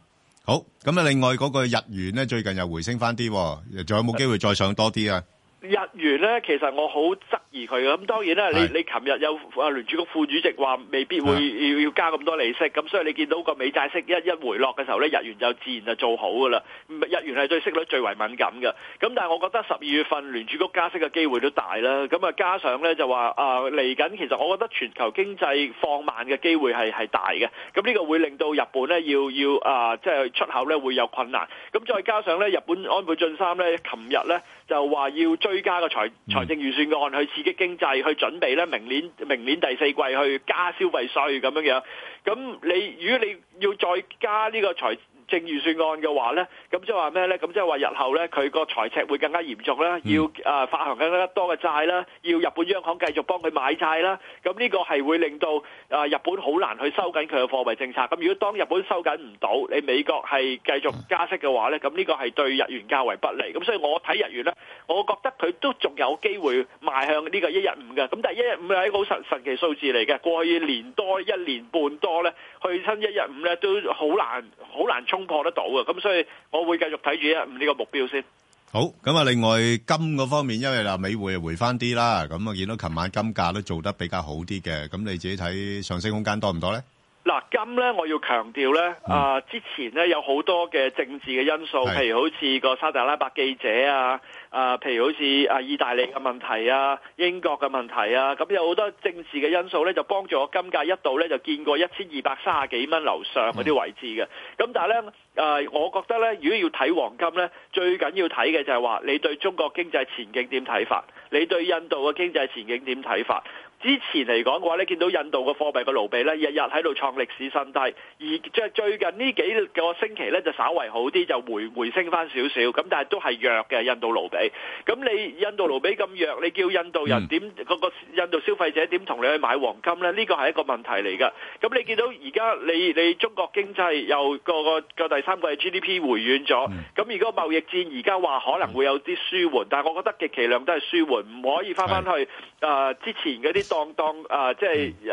S2: 好。咁啊，另外嗰個日元咧，最近又回升翻啲喎，仲有冇機會再上多啲啊？
S28: 日元咧，其實我好質疑佢嘅。咁當然啦，
S8: 係
S28: 你你琴日有啊聯儲局副主席話未必會要要加咁多利息，咁所以你見到個美債息一一回落嘅時候咧，日元就自然就做好噶啦。日元係對息率最為敏感嘅。咁但係我覺得十二月份聯儲局加息嘅機會都大啦。咁啊加上咧就話啊嚟緊，其實我覺得全球經濟放慢嘅機會係係大嘅。咁呢個會令到日本咧要要啊即係出口咧會有困難。咁再加上咧日本安倍晉三咧，琴日咧。就話要追加個財財政預算案去刺激經濟，去準備咧明年明年第四季去加消費税咁樣樣。咁你如果你要再加呢個財政預算案嘅話咧，咁即係話咩咧？咁即係話日後咧佢個財赤會更加嚴重啦，要啊、呃發行更加多嘅債啦，要日本央行繼續幫佢買債啦。咁呢個係會令到啊、呃日本好難去收緊佢嘅貨幣政策。咁如果當日本收緊唔到，你美國係繼續加息嘅話咧，咁呢個係對日元較為不利。咁所以我睇日元咧，我覺得佢都仲有機會邁向呢個一一五嘅。咁但係一一五係一個好神神奇數字嚟嘅，過去年多一年半多咧，去親一一五咧都好難好難衝破得到嘅。咁所以我會繼續睇住一一五呢個目標先。
S2: 好，咁啊，另外金嗰方面，因為嗱，美匯回返啲啦，咁啊，見到琴晚金價都做得比較好啲嘅，咁你自己睇上升空間多唔多呢？
S28: 嗱，金咧我要強調咧，啊、之前咧有好多嘅政治嘅因素，
S2: 係
S28: 譬如好似個沙特阿拉伯記者啊，啊、譬如好似啊意大利嘅問題啊、英國嘅問題啊，咁有好多政治嘅因素咧，就幫助我金價一度咧就見過一千二百三十幾蚊樓上嗰啲位置嘅。咁但係咧，啊我覺得咧，如果要睇黃金咧，最緊要睇嘅就係話你對中國經濟前景點睇法，你對印度嘅經濟前景點睇法。之前嚟講嘅話咧，見到印度嘅貨幣嘅盧比咧，日日喺度創歷史新低，而最最近呢幾個星期咧就稍為好啲，就回回升翻少少，咁但係都係弱嘅印度盧比。咁你印度盧比咁弱，你叫印度人點個個印度消費者點同你去買黃金咧？呢個係一個問題嚟㗎。咁你見到而家你你中國經濟又個個個第三季 GDP 回軟咗，咁如果貿易戰而家話可能會有啲舒緩，但係我覺得極其量都係舒緩，唔可以翻翻去誒呃之前嗰啲當當誒即係誒誒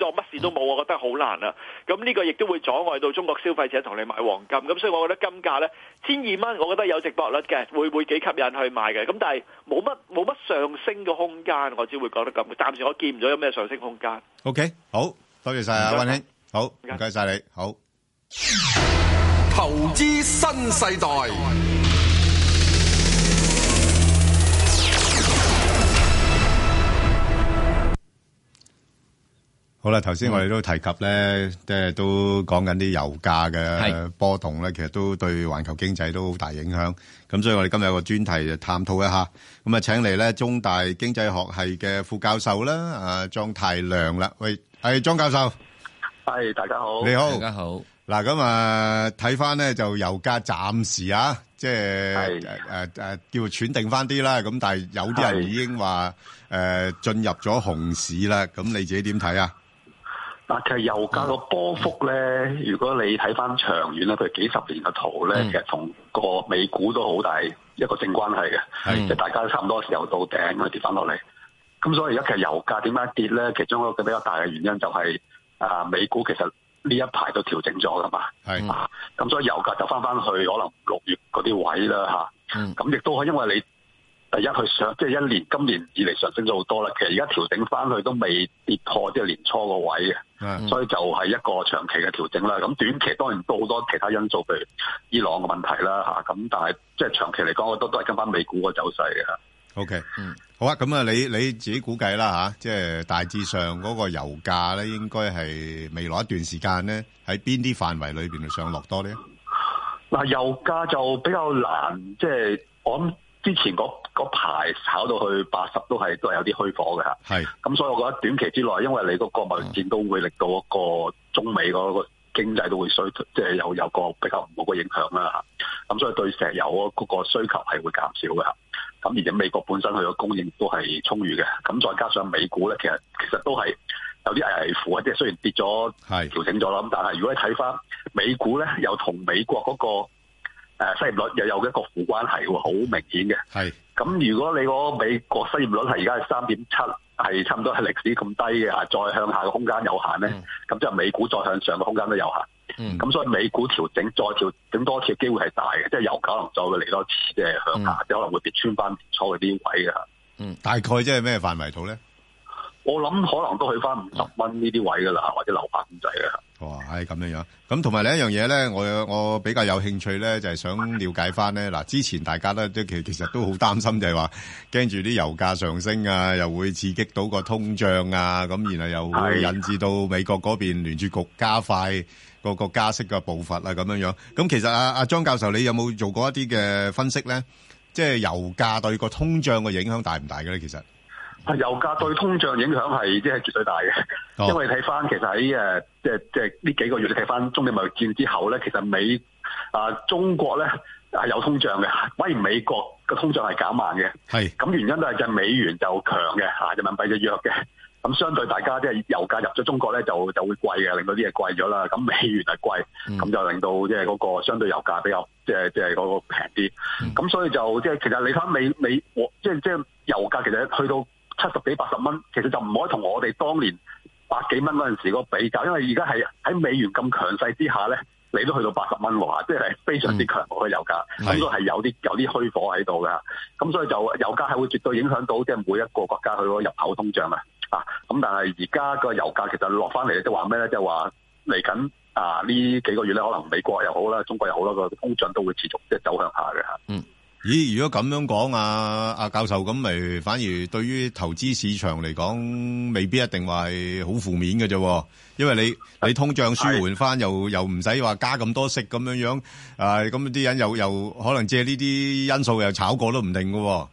S28: 當乜事都冇，我覺得好難啊。咁呢個亦都會阻礙到中國消費者同你買黃金，咁所以我覺得金價呢，千二蚊，我覺得有值博率嘅，會會幾吸引去買嘅。咁但係冇乜冇乜上升嘅空間，我只會覺得咁。暫時我見唔到有咩上升空間。
S2: OK，好，多謝晒啊，
S28: 唔該晒。
S2: 溫兄。好，唔該晒你，好。
S14: 投資新世代，
S2: 好啦，頭先我哋都提及呢，即係都講緊啲油價嘅
S1: 係。
S2: 波動呢，其實都對環球經濟都好大影響。咁所以我哋今日有個專題就探討一下。咁啊，請嚟呢，中大經濟學系嘅副教授啦，啊，莊太量啦。喂，係，莊教授。
S9: 系大家好，
S2: 你好。
S9: 大家好，
S2: 嗱，咁啊，睇翻咧就油價暫時啊，即係誒誒叫喘定翻啲啦。咁但係有啲人已經話誒進入咗熊市啦。咁你自己點睇啊？
S9: 嗱，其實油價個波幅咧，如果你睇翻長遠咧，譬如幾十年嘅圖咧，其實同個美股都好大一個正關係嘅，即係大家都差唔多時候到頂，咁跌翻落嚟。咁所以而家其實油價點解跌咧？其中一個比較大嘅原因就係、啊，美股其實呢一排都調整咗噶嘛，
S2: 係
S9: 啊，咁所以油價就翻翻去可能六月嗰啲位啦嚇。咁亦都係因為你第一佢上，即係一年今年以嚟上升咗好多啦。其實而家調整翻去都未跌破即係年初個位嘅，
S2: 嗯
S9: 所以就係一個長期嘅調整啦。咁短期當然都好多其他因素，譬如伊朗嘅問題啦嚇。咁但係即係長期嚟講，我覺得都係跟翻美股個走勢嘅。
S2: OK，好啊。咁啊，你你自己估計啦嚇，即係大致上嗰個油價咧，應該係未來一段時間咧，喺邊啲範圍裏邊上落多啊咧？
S9: 嗱，油價就比較難，即、係、我諗之前嗰嗰排炒到去八十都係都係有啲虛火嘅嚇。
S2: 係
S9: 咁所以我覺得短期之內，因為你嗰個貿易戰都會令到嗰個中美嗰個經濟都會衰退，即係有有個比較唔好嘅影響啦嚇。咁所以對石油嗰個需求係會減少嘅嚇。咁而且美國本身佢個供應都係充裕嘅，咁再加上美股咧，其實其實都係有啲危乎啊，即係雖然跌咗調整咗啦，咁但係如果你睇翻美股咧，又同美國嗰、個誒失業率又有一個負關係喎，好明顯嘅。
S2: 係
S9: 咁如果你嗰個美國失業率係而家係三點七，係啊差唔多係歷史咁低嘅，再向下嘅空間有限咧，咁即係美股再向上嘅空間都有限。
S1: 嗯
S9: 咁所以美股調整再調整多次嘅機會係大嘅，即係有可能再會嚟多次即係向下，即係可能會跌穿翻年初嗰啲位啊嘅。
S2: 大概即係咩範圍度咧？
S9: 我諗可能都去翻五十蚊呢啲位噶啦，或者樓下咁滯嘅。
S2: 哇，係咁樣樣。咁同埋另一樣嘢咧，我我比較有興趣咧，就係、想了解翻咧。嗱，之前大家咧都其其實都好擔心，就係話驚住啲油價上升啊，又會刺激到個通脹啊，咁然後又會
S9: 係
S2: 引致到美國嗰邊聯儲局加快個個加息嘅步伐啊，咁樣樣。咁其實啊，阿張教授，你有冇做過一啲嘅分析咧？即係油價對個通脹嘅影響大唔大嘅咧？其實？
S9: 啊，油價對通脹影響係即係絕對大嘅，
S2: 哦
S9: 因為睇翻其實喺誒即係即係呢幾個月你睇翻中美貿易戰之後咧，其實美啊中國咧係有通脹嘅，反而美國嘅通脹係減慢嘅。
S2: 係
S9: 咁原因都係就係美元就強嘅嚇，人民幣就弱嘅。咁相對大家即係油價入咗中國咧，就就會貴嘅，令到啲嘢貴咗啦。咁美元係貴，
S2: 嗯
S9: 咁、就令到即係嗰個相對油價比較即係即係嗰個平啲。
S2: 嗯
S9: 咁、所以就即係其實你睇美美我即係即係油價其實去到七十幾八十蚊，其實就唔可以同我哋當年百幾蚊嗰陣時嗰個比較，因為而家係喺美元咁強勢之下咧，你都去到八十蚊喎，即係非常之強嘅油價，咁都係有啲有啲虛火喺度㗎。咁所以就油價係會絕對影響到即係每一個國家佢嗰個入口通脹啊。啊，咁但係而家個油價其實落翻嚟咧，即係話咩咧？即係話嚟緊啊呢幾個月咧，可能美國又好啦，中國又好啦，個通脹都會持續即係走向下嘅嚇。
S2: 咦，如果咁樣講啊，阿教授咁咪反而對於投資市場嚟講，未必一定話係好負面嘅啫喎，因為你你通脹舒緩翻，又又唔使話加咁多息咁樣樣，啊咁啲人又又可能借呢啲因素又炒過都唔定嘅喎。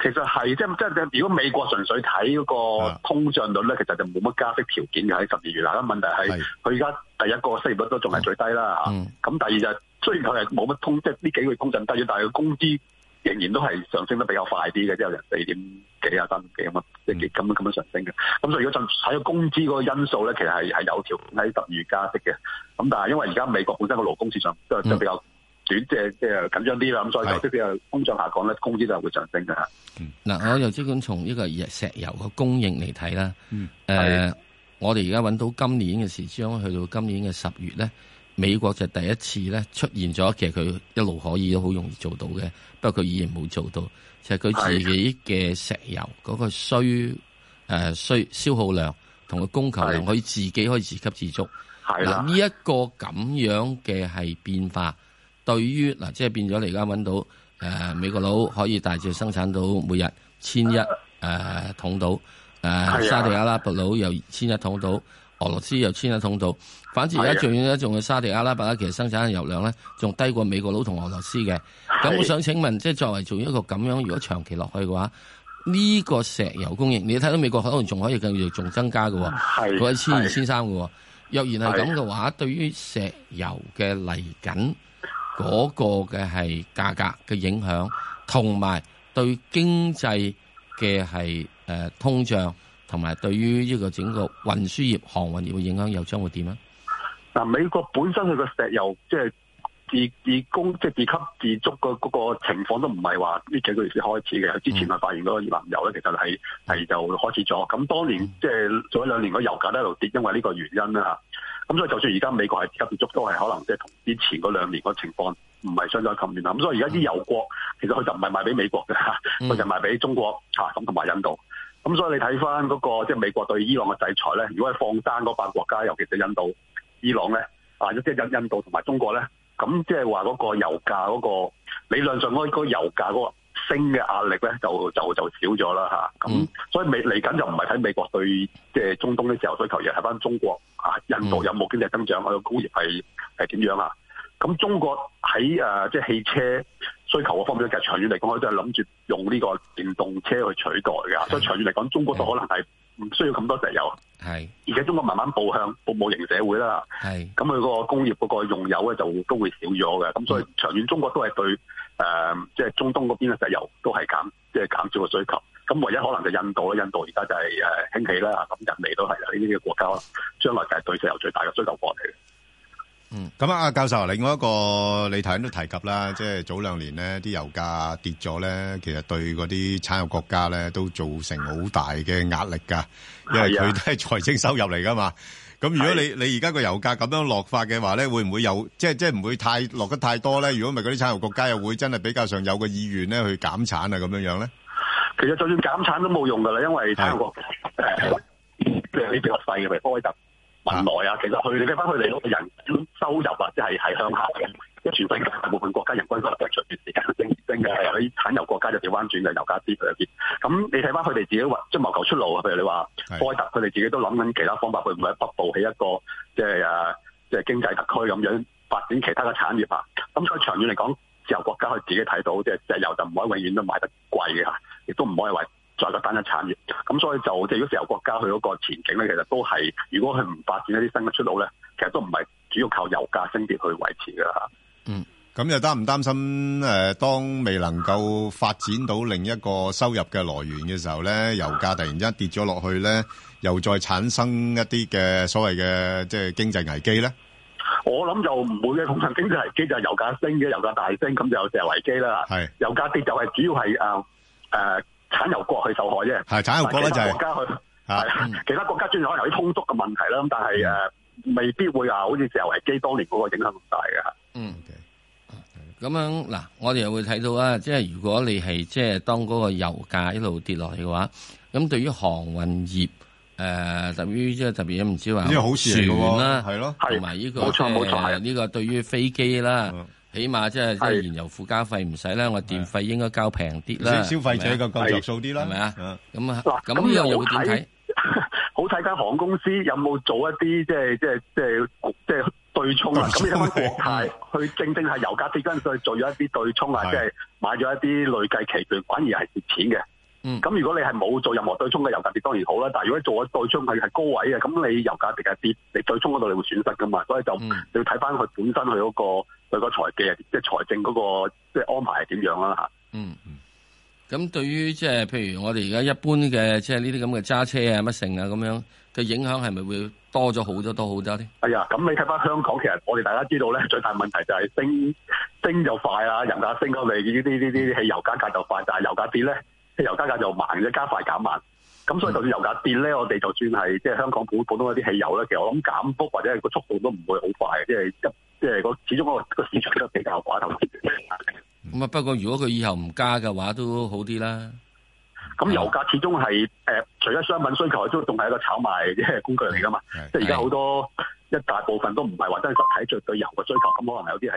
S9: 其實係即係即係，如果美國純粹睇嗰個通脹率咧，其實就冇乜加息條件嘅喺十二月啦。咁問題係佢而家第一個失業率都仲係最低啦嚇。咁、第二就係雖然佢係冇乜通，即係呢幾個月通脹低咗，但係佢工資仍然都係上升得比較快啲嘅，即係人四點幾啊、三點幾咁啊，即係咁樣咁樣上升嘅。咁所以如果就睇個工資嗰個因素咧，其實係係有條件喺十二月加息嘅。咁但係因為而家美國本身個勞工市場都係都係比較短，即係即係緊張啲啦，咁所以就即係通脹下降咧，工資就係會上升嘅。
S1: 嗱，我又只管從呢個石油嘅供應嚟睇啦。
S9: 嗯
S1: 誒、我哋而家揾到今年嘅時將去到今年嘅十月咧，美國就第一次咧出現咗，其實佢一路可以都好容易做到嘅，不過佢依然冇做到，就係、佢自己嘅石油嗰個需誒、需消耗量同個供求量，可以自己可以自給自足。
S9: 係啦
S1: 嗱呢一個咁樣嘅係變化，對於嗱，即係變咗你而家揾到誒、呃美國佬可以大致生產到每日千一誒桶到，誒、
S8: 係啊
S1: 沙地阿拉伯佬又千一桶到，俄羅斯又千一桶到，反而而
S8: 係
S1: 家
S8: 啊
S1: 最緊要仲係沙地阿拉伯啦，其實生產嘅油量咧仲低過美國佬同俄羅斯嘅。咁我想請問，即係作為做一個咁樣，如果長期落去嘅話，呢、個石油供應，你睇到美國可能仲可以繼續仲增加嘅喎，佢喺千二千三嘅喎。若然係咁嘅話，對於石油嘅嚟緊嗰個嘅係價格嘅影響，同埋對經濟嘅係誒通脹，同埋對於呢個整個運輸業、航運業嘅影響又將會點啊？
S9: 嗱，美國本身佢個石油即係自自供即係自給自足個嗰個情況都唔係話呢幾個月先開始嘅，佢之前咪發現嗰個頁岩油咧，其實係係就開始咗。咁當年即係早一兩年個油價都喺度跌，因為呢個原因啦嚇。咁所以就算而家美國係自給自足，都係可能即係同之前嗰兩年個情況唔係相差咁遠啦。咁所以而家啲油國其實佢就唔係賣俾美國嘅，
S1: 嗯
S9: 佢就賣俾中國嚇咁同埋印度。咁所以你睇翻嗰個即係美國對伊朗嘅制裁咧，如果係放生嗰班國家，尤其是印度、伊朗咧，啊即係印印度同埋中國咧，咁即係話嗰個油價嗰、個理論上嗰個油價嗰個升嘅壓力咧，就就就少咗啦嚇。咁、所以美嚟緊就唔係睇美國對即係中東啲石油需求，而係睇翻中國啊、印度有冇經濟增長，佢個工業係係點樣啊？咁中國喺誒、呃即係汽車需求嗰方面咧，其實長遠嚟講，佢都係諗住用呢個電動車去取代㗎，所以長遠嚟講，中國都可能係唔需要咁多石油，
S1: 係
S9: 而且中國慢慢步向服務型社會啦。
S1: 係
S9: 咁佢個工業嗰個用油咧就都會少咗嘅，咁所以長遠中國都係對誒，呃即係中東嗰邊嘅石油都係減，即係減少個需求。咁唯一可能就印度啦，印度而家就係誒呃興起啦，咁印尼都係啦，呢啲嘅國家啦，將來就係對石油最大嘅需求國嚟嘅。
S2: 咁啊，阿教授，另外一個你頭先都提及啦，即係早兩年呢啲油價跌咗咧，其實對嗰啲產油國家咧都造成好大嘅壓力㗎，因為
S9: 係 啊
S2: 佢都係財政收入嚟㗎嘛。咁如果你你而家個油價咁樣落法嘅話咧，會唔會有即係即係唔會太落得太多咧？如果唔係嗰啲產油國家又會真係比較上有個意願咧去減產啊咁樣樣咧？
S9: 其實就算減產都冇用㗎啦，因為睇國誒你比較細嘅，譬如開特、文萊啊，其實佢哋睇翻佢哋嗰個人收入啊，即係係向下嘅。即係全世界大部分國家人均收入係隨住時間升升嘅，係啲產油國家就調翻轉嘅，油價跌佢又跌。咁你睇翻佢哋自己話即係謀求出路啊，譬如你話開特，佢哋自己都諗緊其他方法，會唔會喺北部起一個即係誒即係經濟特區咁樣發展其他嘅產業啊？咁所以長遠嚟講，自由國家佢自己睇到，即係石油就唔可以永遠都賣得貴嘅嚇，亦都唔可以為再個單一產業。咁所以就即係如果石油國家佢嗰個前景咧，其實都係如果佢唔發展一啲新嘅出路咧，其實都唔係主要靠油價升跌去維持嘅嚇。
S2: 嗯，咁又擔唔擔心誒？當未能夠發展到另一個收入嘅來源嘅時候咧，油價突然之間跌咗落去咧，又再產生一啲嘅所謂嘅即係經濟危機咧？
S9: 我諗就唔會嘅，通常經濟危機就係油價升嘅，油價大升，咁就有石油危機啦。
S2: 係
S9: 油價跌就係主要係誒誒產油國去受害啫。
S2: 係產油國咧就係啊嗯
S9: 其他國家去係其他國家雖然可能有啲通縮嘅問題啦，咁但係誒未必會話好似石油危機當年嗰個影響咁大嘅。
S1: 嗯，咁樣嗱，我哋又會睇到啊，即係如果你係即係當嗰個油價一路跌落去嘅話，咁對於航運業。誒特別即係特別唔知話
S2: 呢個好事嚟嘅喎
S1: 船啦，
S2: 係咯
S1: 同埋呢個
S9: 冇錯冇錯
S1: 即係
S9: 係
S1: 呢個對於飛機啦，
S2: 嗯
S1: 起碼即係即係燃油附加費唔使啦，我電費應該交平啲啦，
S2: 消費者夠夠着數啲啦，嗯
S1: 係咪啊？咁啊，
S9: 嗱，
S1: 咁呢樣又會點睇？？
S9: 好睇間航空公司有冇做一啲即係即係即係即係對沖啊？咁你睇翻國泰，佢正正係油價跌嗰陣時，啊做咗一啲對沖啊，
S2: 係
S9: 即係買咗一啲累計期權，反而係蝕錢嘅。咁、如果你係冇做任何對沖嘅油價跌當然好啦，但係如果做咗對沖係係高位嘅，咁你油價跌嘅跌，你對沖嗰度你會損失噶嘛，所以就、你要睇翻佢本身佢嗰、個佢個財技啊，即係財政嗰、個即係安排係點樣啊啦嚇。
S1: 嗯，咁對於即係譬如我哋而家一般嘅即係呢啲咁嘅揸車啊乜剩啊咁樣嘅影響係咪會多咗好多多好多咧？
S9: 哎呀，咁你睇翻香港，其實我哋大家知道咧，最大問題就係升升就快啦，油價升我哋呢啲呢啲汽油加價就快，但係油價跌咧，汽油加價就慢啫，加快減慢。咁所以就算油價跌咧，我哋就算係即係香港普普通一啲汽油咧，其實我諗減幅或者係個速度都唔會好快嘅，即係一即係個始終嗰個個市場都比較寡頭。
S1: 咁啊，不過如果佢以後唔加嘅話，都好啲啦。
S9: 咁油價始終係誒、呃除咗商品需求，都仲係一個炒賣即係工具嚟噶嘛。即係而家好多一大部分都唔係話真係實體對對油嘅需求，咁可能有啲係